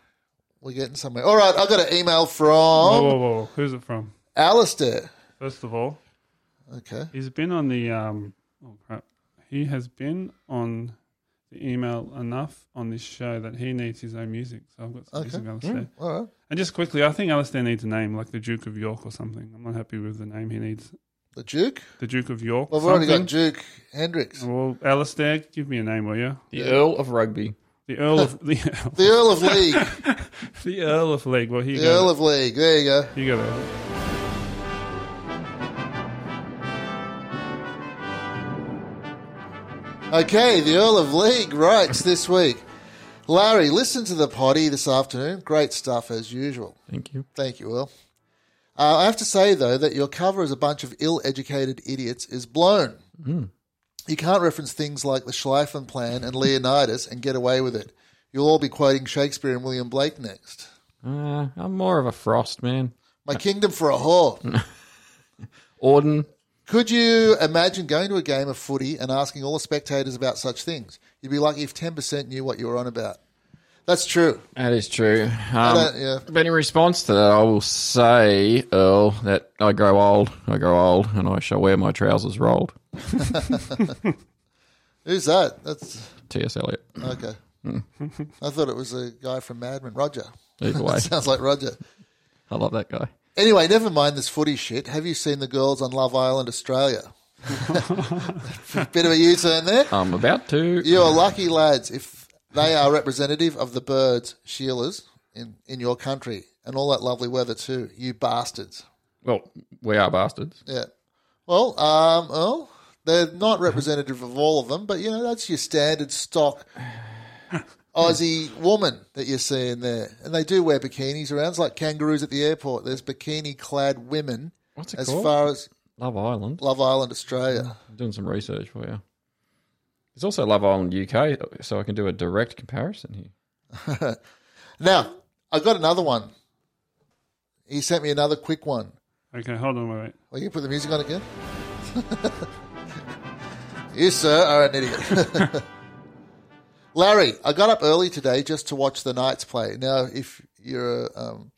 S1: we're getting somewhere. All right, I got an email from
S3: Whoa, whoa, whoa! Who's it from?
S1: Alistair.
S3: First of all,
S1: Okay.
S3: he's been on the um. Oh crap! He has been on the email enough on this show that he needs his own music. So I've got some music Alistair.
S1: All right.
S3: And just quickly, I think Alistair needs a name like the Duke of York or something. I'm not happy with the name he needs.
S1: The Duke.
S3: The Duke of York.
S1: Well, we've
S3: something. Oh,
S1: already got Duke Hendricks.
S3: Well, Alistair, give me a name, will you?
S2: The Earl of Rugby.
S3: The Earl of the,
S1: The Earl of League.
S3: the Earl of League. Well, here you
S1: The
S3: go.
S1: Earl of League. There you go.
S3: You go there.
S1: Okay, the Earl of League writes this week. Larry, listen to the potty this afternoon. Great stuff as usual.
S2: Thank you.
S1: Thank you, Will. Uh, I have to say, though, that your cover as a bunch of ill educated idiots is blown. You can't reference things like the Schleifen Plan and Leonidas and get away with it. You'll all be quoting Shakespeare and William Blake next.
S2: Uh, I'm more of a Frost man.
S1: My kingdom for a whore.
S2: Auden.
S1: Could you imagine going to a game of footy and asking all the spectators about such things? You'd be lucky if 10% knew what you were on about. That's true.
S2: That is true. Um,
S1: don't- yeah.
S2: But in response to that, I will say, Earl, that I grow old. I grow old, and I shall wear my trousers rolled.
S1: Who's that? That's
S2: T.S. Eliot.
S1: okay. I thought it was a guy from Mad Men, Roger.
S2: Either way,
S1: Sounds like Roger.
S2: I love that guy.
S1: Anyway, never mind this footy shit. Have you seen the girls on Love Island Australia? Bit of a U turn there.
S2: I'm about to.
S1: You are lucky lads if they are representative of the birds, Sheilas, in, in your country and all that lovely weather too. You bastards.
S2: Well, we are bastards.
S1: Yeah. Well, um, Earl, they're not representative of all of them, but you know that's your standard stock Aussie woman that you're seeing there, and they do wear bikinis around. It's like kangaroos at the airport. There's bikini-clad women.
S2: What's it
S1: As
S2: called?
S1: far as
S2: Love Island.
S1: Love Island Australia,
S2: I'm doing some research for you. There's also Love Island UK, so I can do a direct comparison here.
S1: now I got another one. He sent me another quick one.
S3: Okay, hold on, wait, wait.
S1: Well, you can put the music on again. you, sir, are an idiot. Larry, I got up early today just to watch the Knights play. Now, if you're a, um,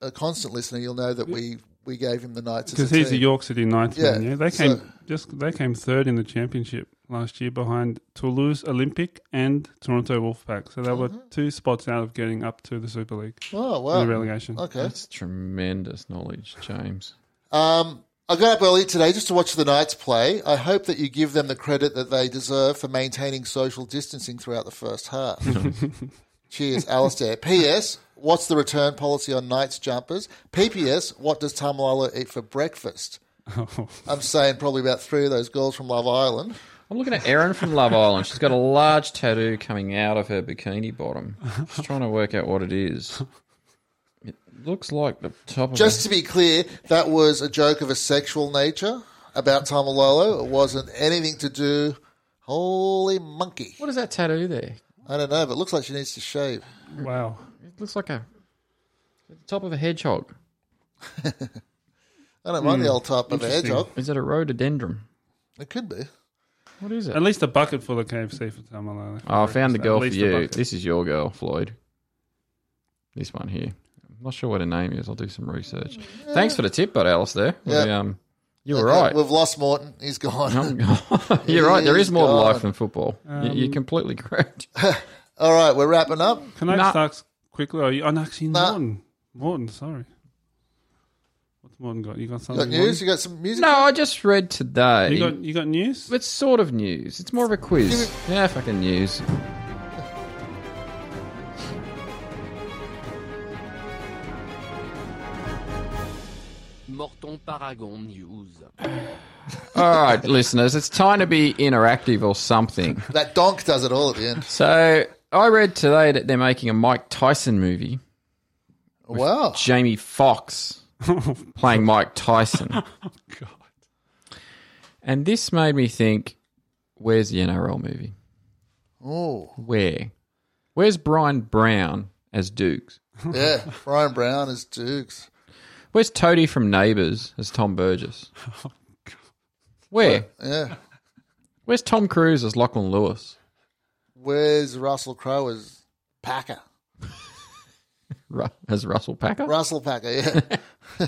S1: a constant listener, you'll know that we, we gave him the Knights as
S3: Because
S1: a
S3: he's a
S1: team.
S3: York City Knights
S1: Yeah,
S3: man. Yeah, they
S1: so-
S3: came just they came third in the championship last year behind Toulouse Olympic and Toronto Wolfpack. So they were two spots out of getting up to the Super League
S1: Oh
S3: in the
S1: Mm-hmm. wow!
S3: relegation.
S1: Okay.
S2: That's tremendous knowledge, James.
S1: Um, I got up early today just to watch the Knights play. I hope that you give them the credit that they deserve for maintaining social distancing throughout the first half. Cheers, Alistair. P.S. What's the return policy on Knights jumpers? P.P.S. What does Tamalolo eat for breakfast? I'm saying probably about three of those girls from Love Island.
S2: I'm looking at Erin from Love Island. She's got a large tattoo coming out of her bikini bottom. Just trying to work out what it is. Looks like the top of
S1: Just to be clear, that was a joke of a sexual nature about Tamalolo. It wasn't anything to do. Holy monkey!
S2: What is that tattoo there?
S1: I don't know, but it looks like she needs to shave.
S3: Wow.
S2: It looks like a the top of a hedgehog.
S1: I don't
S2: Hmm.
S1: mind the old type of a
S3: Interesting.
S1: hedgehog.
S2: Is it a rhododendron?
S1: It could be.
S2: What is it?
S3: At least a bucket full of KFC for Tamalolo.
S2: Oh, I found the
S3: At
S2: girl for
S3: least a
S2: you.
S3: bucket.
S2: This is your girl, Floyd. This one here. I'm not sure what her name is. I'll do some research. Thanks for the tip, but Alice, there. We,
S1: Yeah.
S2: um, you were
S1: You're
S2: right.
S1: We've lost Morton. He's gone.
S2: I'm gone. You're right. There is more to
S1: He's
S2: life
S1: gone.
S2: than football. You-
S3: Um,
S2: You're completely correct.
S1: All right, we're wrapping up.
S3: Can I
S2: Nah.
S3: just ask quickly? Are you, oh, no, actually,
S1: Nah.
S3: Morton. Morton, sorry. What's Morton got? You got
S1: Got
S3: something?
S1: news? You got some music?
S2: No, I just read today.
S3: Morton? You got, you got news?
S2: It's sort of news. It's more of a quiz. Yeah, fucking news.
S7: Morton Paragon News.
S2: All right, listeners, it's time to be interactive or something.
S1: That donk does it all at the end.
S2: So I read today that they're making a Mike Tyson movie.
S1: Wow.
S2: Jamie Fox playing Mike Tyson.
S3: Oh, God.
S2: And this made me think, where's the NRL movie?
S1: Oh,
S2: Where? Where's Brian Brown as Dukes?
S1: yeah. Brian Brown is Dukes.
S2: Where's Toadie from Neighbours as Tom Burgess?
S3: Oh,
S2: Where?
S1: Yeah.
S2: Where's Tom Cruise as Lachlan Lewis?
S1: Where's Russell Crowe as Packer?
S2: Ru- As Russell Packer?
S1: Russell Packer, yeah.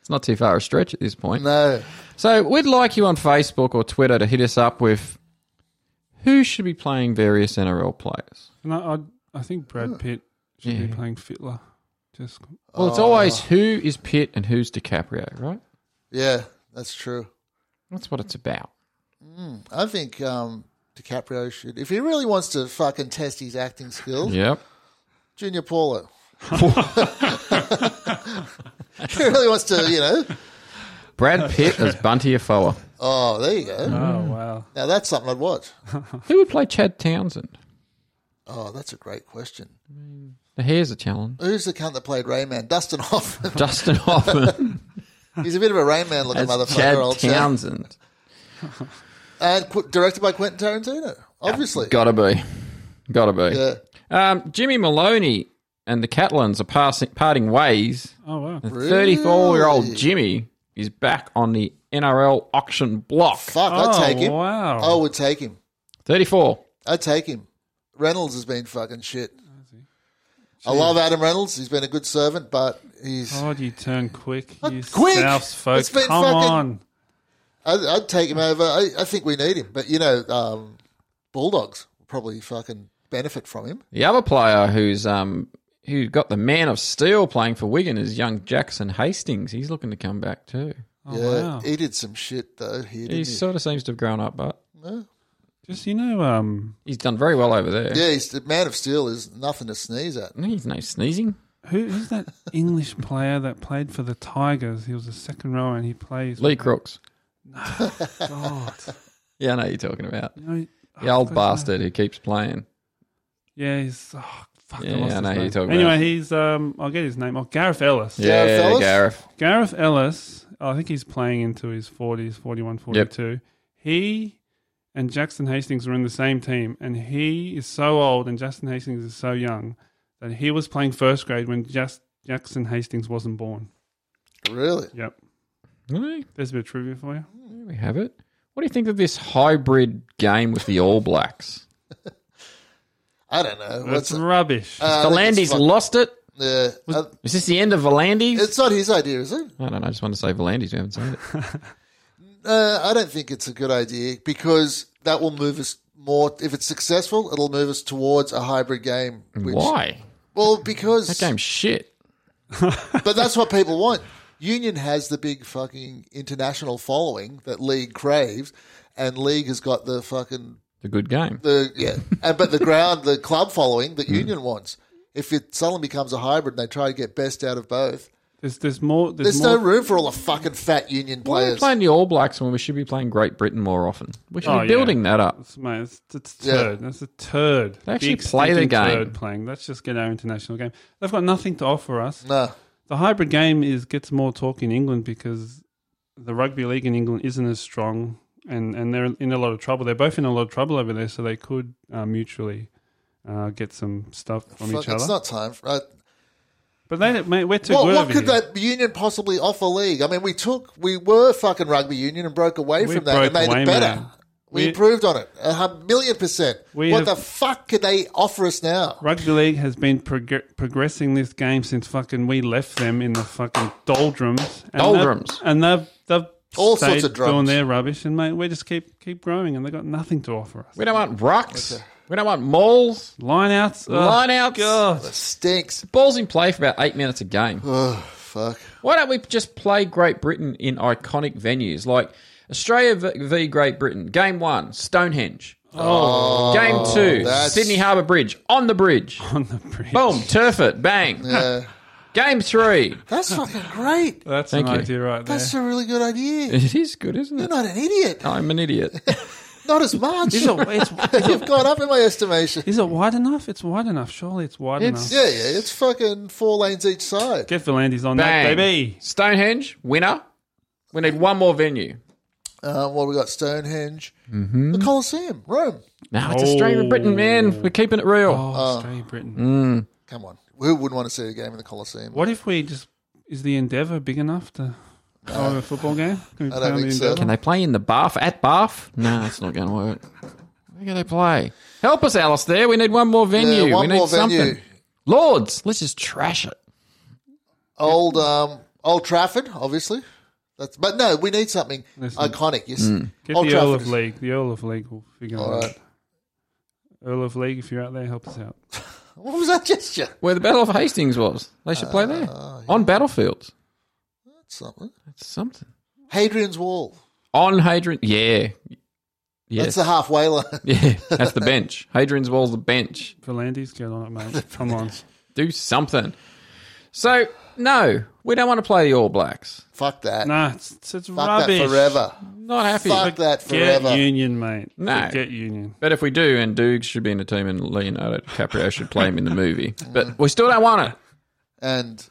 S2: It's not too far a stretch at this point.
S1: no.
S2: So we'd like you on Facebook or Twitter to hit us up with who should be playing various NRL players.
S3: Can I, I, I think Brad Pitt should be
S2: Yeah.
S3: playing Fitler. Just
S2: Well, it's always
S1: Oh.
S2: who is Pitt and who's DiCaprio, right?
S1: Yeah, that's true.
S2: That's what it's about.
S1: I think um, DiCaprio should, if he really wants to fucking test his acting skills,
S2: Yep.
S1: Junior Paulo. he really wants to, you know.
S2: Brad Pitt as Bunty Afoa.
S1: Oh, there you go.
S3: Oh, wow.
S1: Now that's something I'd watch.
S2: Who would play Chad Townsend?
S1: Oh, that's a great question.
S2: The hair's a challenge.
S1: Who's the cunt that played Rayman? Dustin Hoffman.
S2: Dustin Hoffman
S1: He's a bit of a Rayman looking
S2: as
S1: motherfucker,
S2: Chad
S1: old chap.
S2: Townsend.
S1: And qu- directed by Quentin Tarantino, obviously.
S2: Gotta be. Gotta be.
S1: Yeah.
S2: Um, Jimmy Maloney and the Catalans are passing, parting ways.
S3: Oh, wow.
S2: 34 year old Jimmy is back on the NRL auction block.
S1: Fuck,
S3: Oh,
S1: I'd take him.
S3: wow.
S1: I would take him.
S2: 34.
S1: I'd take him. Reynolds has been fucking shit. I love Adam Reynolds. He's been a good servant, but he's.
S3: God, you turn quick. You
S1: quick!
S3: Souths folk.
S1: It's been
S3: Come
S1: fucking-
S3: on.
S1: I'd, I'd take him over. I, I think we need him, but you know, um, Bulldogs will probably fucking benefit from him.
S2: The other player who's um who got the man of steel playing for Wigan is young Jackson Hastings. He's looking to come back too.
S1: yeah,
S3: Oh, wow.
S1: he did some shit though. He
S2: He
S1: did.
S2: sort of seems to have grown up, but
S3: Just, you know, um,
S2: he's done very well over there.
S1: Yeah, he's, the Man of Steel is nothing to sneeze at.
S2: He's no sneezing.
S3: who, who's that English player that played for the Tigers? He was a second rower and he plays.
S2: Lee Crooks.
S3: God. Oh,
S2: Yeah, I know who you're talking about.
S3: You know,
S2: The old bastard who keeps playing.
S3: Yeah, he's oh, fuck.
S2: Yeah,
S3: I, lost
S2: I
S3: his
S2: know who
S3: name.
S2: you're talking
S3: Anyway,
S2: about.
S3: he's um, I'll get his name. Oh, Gareth Ellis.
S2: Yeah,
S1: Gareth Ellis?
S2: Gareth.
S3: Gareth Ellis. oh, I think he's playing into his forties, 41, 42. He and Jackson Hastings were in the same team, and he is so old, and Jackson Hastings is so young that he was playing first grade when just Jackson Hastings wasn't born.
S1: Really?
S3: Yep.
S2: Really?
S3: There's a bit of trivia for you.
S2: There we have it. What do you think of this hybrid game with the All Blacks?
S1: I don't know. What's
S3: That's rubbish.
S1: uh, I think it's
S2: Valandy's
S1: fuck-
S2: lost it.
S1: Yeah, uh,
S2: Is this the end of Valandy's?
S1: it's not his idea, is it?
S2: I don't know. I just want to say Valandy's. We haven't seen it.
S1: Uh, I don't think it's a good idea because that will move us more. If it's successful, it'll move us towards a hybrid game. Which,
S2: Why?
S1: Well, because
S2: That game's shit.
S1: but that's what people want. Union has the big fucking international following that League craves, and League has got the fucking
S2: The good game.
S1: the yeah, and but the ground, the
S3: Hmm.
S1: club following that Union wants. If it suddenly becomes a hybrid, and they try to get best out of both.
S3: There's there's more. There's,
S1: There's
S3: more.
S1: no room for all the fucking fat union
S2: Why are we
S1: players.
S2: playing the All Blacks when we should be playing Great Britain more often? We should
S3: Oh,
S2: be
S3: yeah.
S2: building that up.
S3: It's- Mate, it's, it's
S1: Yeah.
S3: turd. That's a turd.
S2: They actually play the
S3: stinking
S2: game.
S3: Turd playing. Let's just get our international game. They've got nothing to offer us.
S1: No.
S3: The hybrid game is gets more talk in England because the rugby league in England isn't as strong, and and they're in a lot of trouble. They're both in a lot of trouble over there, so they could uh, mutually uh, get some stuff from
S1: Fuck,
S3: each other.
S1: it's not time. For, uh,
S3: but they, mate, we're too
S1: what
S3: good
S1: what
S3: over
S1: could
S3: here.
S1: that union possibly offer league? I mean, we took, we were fucking rugby union and broke away
S3: We
S1: from that and
S3: broke
S1: made
S3: away,
S1: it better.
S3: man.
S1: We,
S3: We-
S1: improved on it a hun- million percent.
S3: We
S1: What
S3: have-
S1: the fuck could they offer us now?
S3: Rugby league has been prog- progressing this game since fucking we left them in the fucking doldrums. And
S2: Doldrums.
S3: They've, and they've they've
S1: All
S3: stayed
S1: sorts of
S3: doing
S1: drums.
S3: their rubbish, and mate, we just keep keep growing, and they have got nothing to offer us.
S2: We don't want rucks. We don't want mauls.
S3: Lineouts, oh,
S2: Lineouts.
S3: God.
S1: Stinks.
S2: Balls in play for about eight minutes a game.
S1: Fuck.
S2: Why don't we just play Great Britain in iconic venues like Australia v v Great Britain? Game one, Stonehenge. Oh, game two,
S1: that's-
S2: Sydney Harbour Bridge on the bridge.
S3: on the bridge.
S2: Boom, turf it, bang.
S1: Yeah.
S2: Game three.
S1: That's fucking great.
S3: That's
S2: Thank
S3: an
S2: you.
S3: idea right there.
S1: That's a really good idea.
S2: It is good, isn't
S1: You're
S2: it?
S1: not an idiot.
S2: I'm an idiot.
S1: Not as much.
S3: Is it, it's,
S1: You've gone up in my estimation.
S3: is it wide enough? It's wide enough. Surely it's wide
S2: It's-
S3: enough.
S1: Yeah, yeah. It's fucking four lanes each side.
S3: Get Valandis on
S2: Bang.
S3: that, baby.
S2: Stonehenge, winner. We need one more venue.
S1: Um, what we got? Stonehenge,
S2: Mm-hmm.
S1: the Colosseum, Rome.
S2: No, it's Australia and Britain, man. We're keeping it real.
S3: Oh, Australia,
S1: Mm.
S3: Britain.
S1: Come on, who wouldn't want to see a game in the Colosseum?
S3: What if we just. Is the Endeavour big enough to. Oh, a football game? Can we
S1: Uh, I
S3: play
S1: don't
S3: on the
S1: think so.
S3: Endeavour?
S2: Can they play in the Bath at Bath? No, that's not going to work. Where can they play? Help us, Alice. There, we need one more venue.
S1: one
S2: we need
S1: more
S2: something.
S1: venue.
S2: Lords, let's just trash it.
S1: Old, um, Old Trafford, obviously. That's but no, we need something iconic. Yes,
S2: Mm.
S3: Get
S1: Old
S3: the Earl
S1: Trafford.
S3: of
S1: is-
S3: League. The Earl of League will figure
S1: All
S3: it out.
S1: right.
S3: Earl of League, if you're out there, help us out.
S1: What was that gesture?
S2: Where the Battle of Hastings was, they should play there
S1: Uh,
S2: on battlefields.
S1: That's something.
S2: That's something
S1: Hadrian's Wall.
S2: on Hadrian. Yeah, yes,
S1: That's the halfway line.
S2: yeah. That's the bench. Hadrian's wall's the bench.
S3: Valandis, get on it, mate. Come on.
S2: Do something. So no, we don't want to play the All Blacks.
S1: Fuck that.
S3: Nah, it's, it's, it's
S1: Fuck
S3: rubbish.
S1: that forever.
S2: Not happy.
S1: Fuck that
S3: Get
S1: forever.
S3: union, mate.
S2: No.
S3: Get union.
S2: But if we do, and Dukes should be in the team, and Leonardo DiCaprio should play him in the movie, but we still don't want it.
S1: And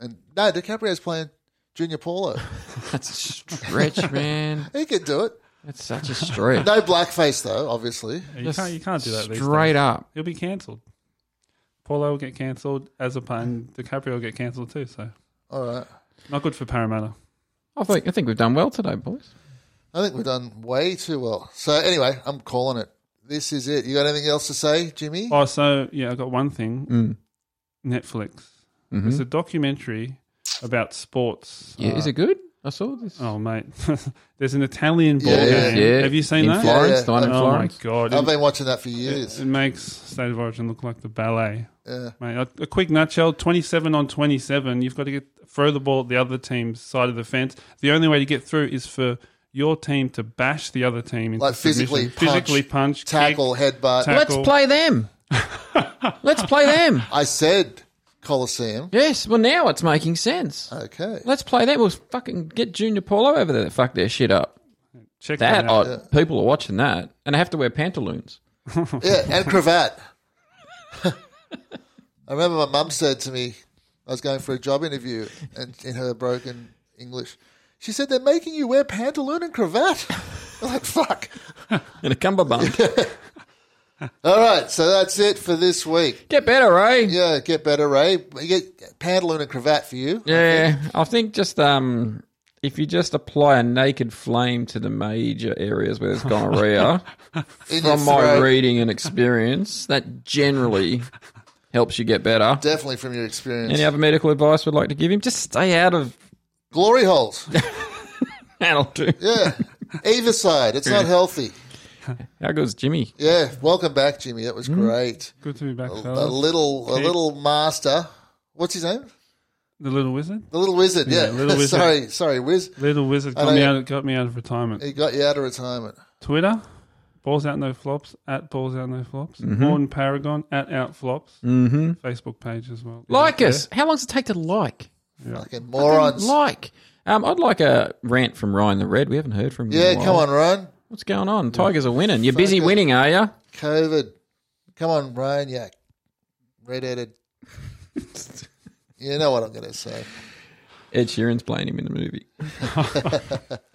S1: and no, DiCaprio's playing Junior Paulo.
S2: That's a stretch, man.
S1: he can do it.
S2: That's such a stretch.
S1: No blackface though, obviously.
S3: You can't, you can't do that these days.
S2: Straight up.
S3: He'll be cancelled. Paulo will get cancelled as a pun. DiCaprio will get cancelled too. So
S1: All right.
S3: not good for Parramatta.
S2: I think I think we've done well today, boys.
S1: I think we've done way too well. So anyway, I'm calling it. This is it. You got anything else to say, Jimmy?
S3: Oh, so yeah, I got one thing.
S2: Mm.
S3: Netflix. It's a documentary about sports.
S2: Mm-hmm. Yeah, is it good? I saw this.
S3: Oh mate, there's an Italian ball
S1: Yeah, yeah.
S3: game. Have you seen
S2: in
S3: that?
S2: Florence,
S1: Yeah, yeah.
S2: the one in
S3: Oh my
S2: Florence.
S3: god!
S1: I've
S3: It,
S1: been watching that for years.
S3: it makes State of Origin look like the ballet.
S1: Yeah.
S3: Mate, a, a quick nutshell: twenty-seven on twenty-seven. You've got to get throw the ball at the other team's side of the fence. The only way to get through is for your team to bash the other team, into
S1: Like physically
S3: submission. physically punch,
S1: punch, tackle,
S3: kick,
S1: headbutt.
S3: tackle.
S2: Let's play them. Let's play them.
S1: I said Coliseum.
S2: Yes. Well, now it's making sense.
S1: Okay.
S2: Let's play them. We'll fucking get Junior Paulo over there. to Fuck their shit up.
S3: Check
S2: That
S3: that out.
S2: oh, people are watching that, and I have to wear pantaloons.
S1: Yeah, and cravat. I remember my mum said to me, I was going for a job interview, and in her broken English, she said, They're making you wear pantaloon and cravat. I'm like, fuck.
S2: In a cummerbund.
S1: All right, so that's it for this week.
S2: Get better, eh? Ray.
S1: Yeah, get better, Ray. You get pantaloon and cravat for you.
S2: Yeah, I think just um, if you just apply a naked flame to the major areas where there's gonorrhea,
S1: In your
S2: from my
S1: throat.
S2: reading and experience, that generally helps you get better.
S1: Definitely from your experience.
S2: Any other medical advice we'd like to give him? Just stay out of
S1: Glory holes.
S2: that'll do.
S1: Yeah. Either side. It's not healthy.
S2: How good's Jimmy?
S1: Yeah. Welcome back, Jimmy. That
S2: Hmm.
S1: was great.
S3: Good to be back,
S1: A
S3: fellas.
S1: little a
S3: Okay.
S1: little master. What's his name?
S3: The little wizard.
S1: The little wizard, yeah.
S3: Little Wizard.
S1: sorry, sorry, Wiz.
S3: Little wizard
S1: know
S3: got me
S1: you-
S3: out. Got me out of retirement.
S1: He got you out of retirement.
S3: Twitter, Balls Out No Flops at Balls Out No Flops.
S2: Mm-hmm.
S3: Morn Paragon at Out Flops. Mm-hmm. Facebook page as well.
S2: Like us. How long does it take to like?
S1: Fucking morons.
S2: Like. Um, I'd like a rant from Ryan the Red. We haven't heard from him. in
S1: Yeah,
S2: a
S1: come
S2: while.
S1: on, Ryan.
S2: What's going on? Tigers are winning. You're busy winning, are you?
S1: COVID. Come on, Ryan. Yeah. Red-headed. you know what I'm going to say.
S2: Ed Sheeran's playing him in the movie.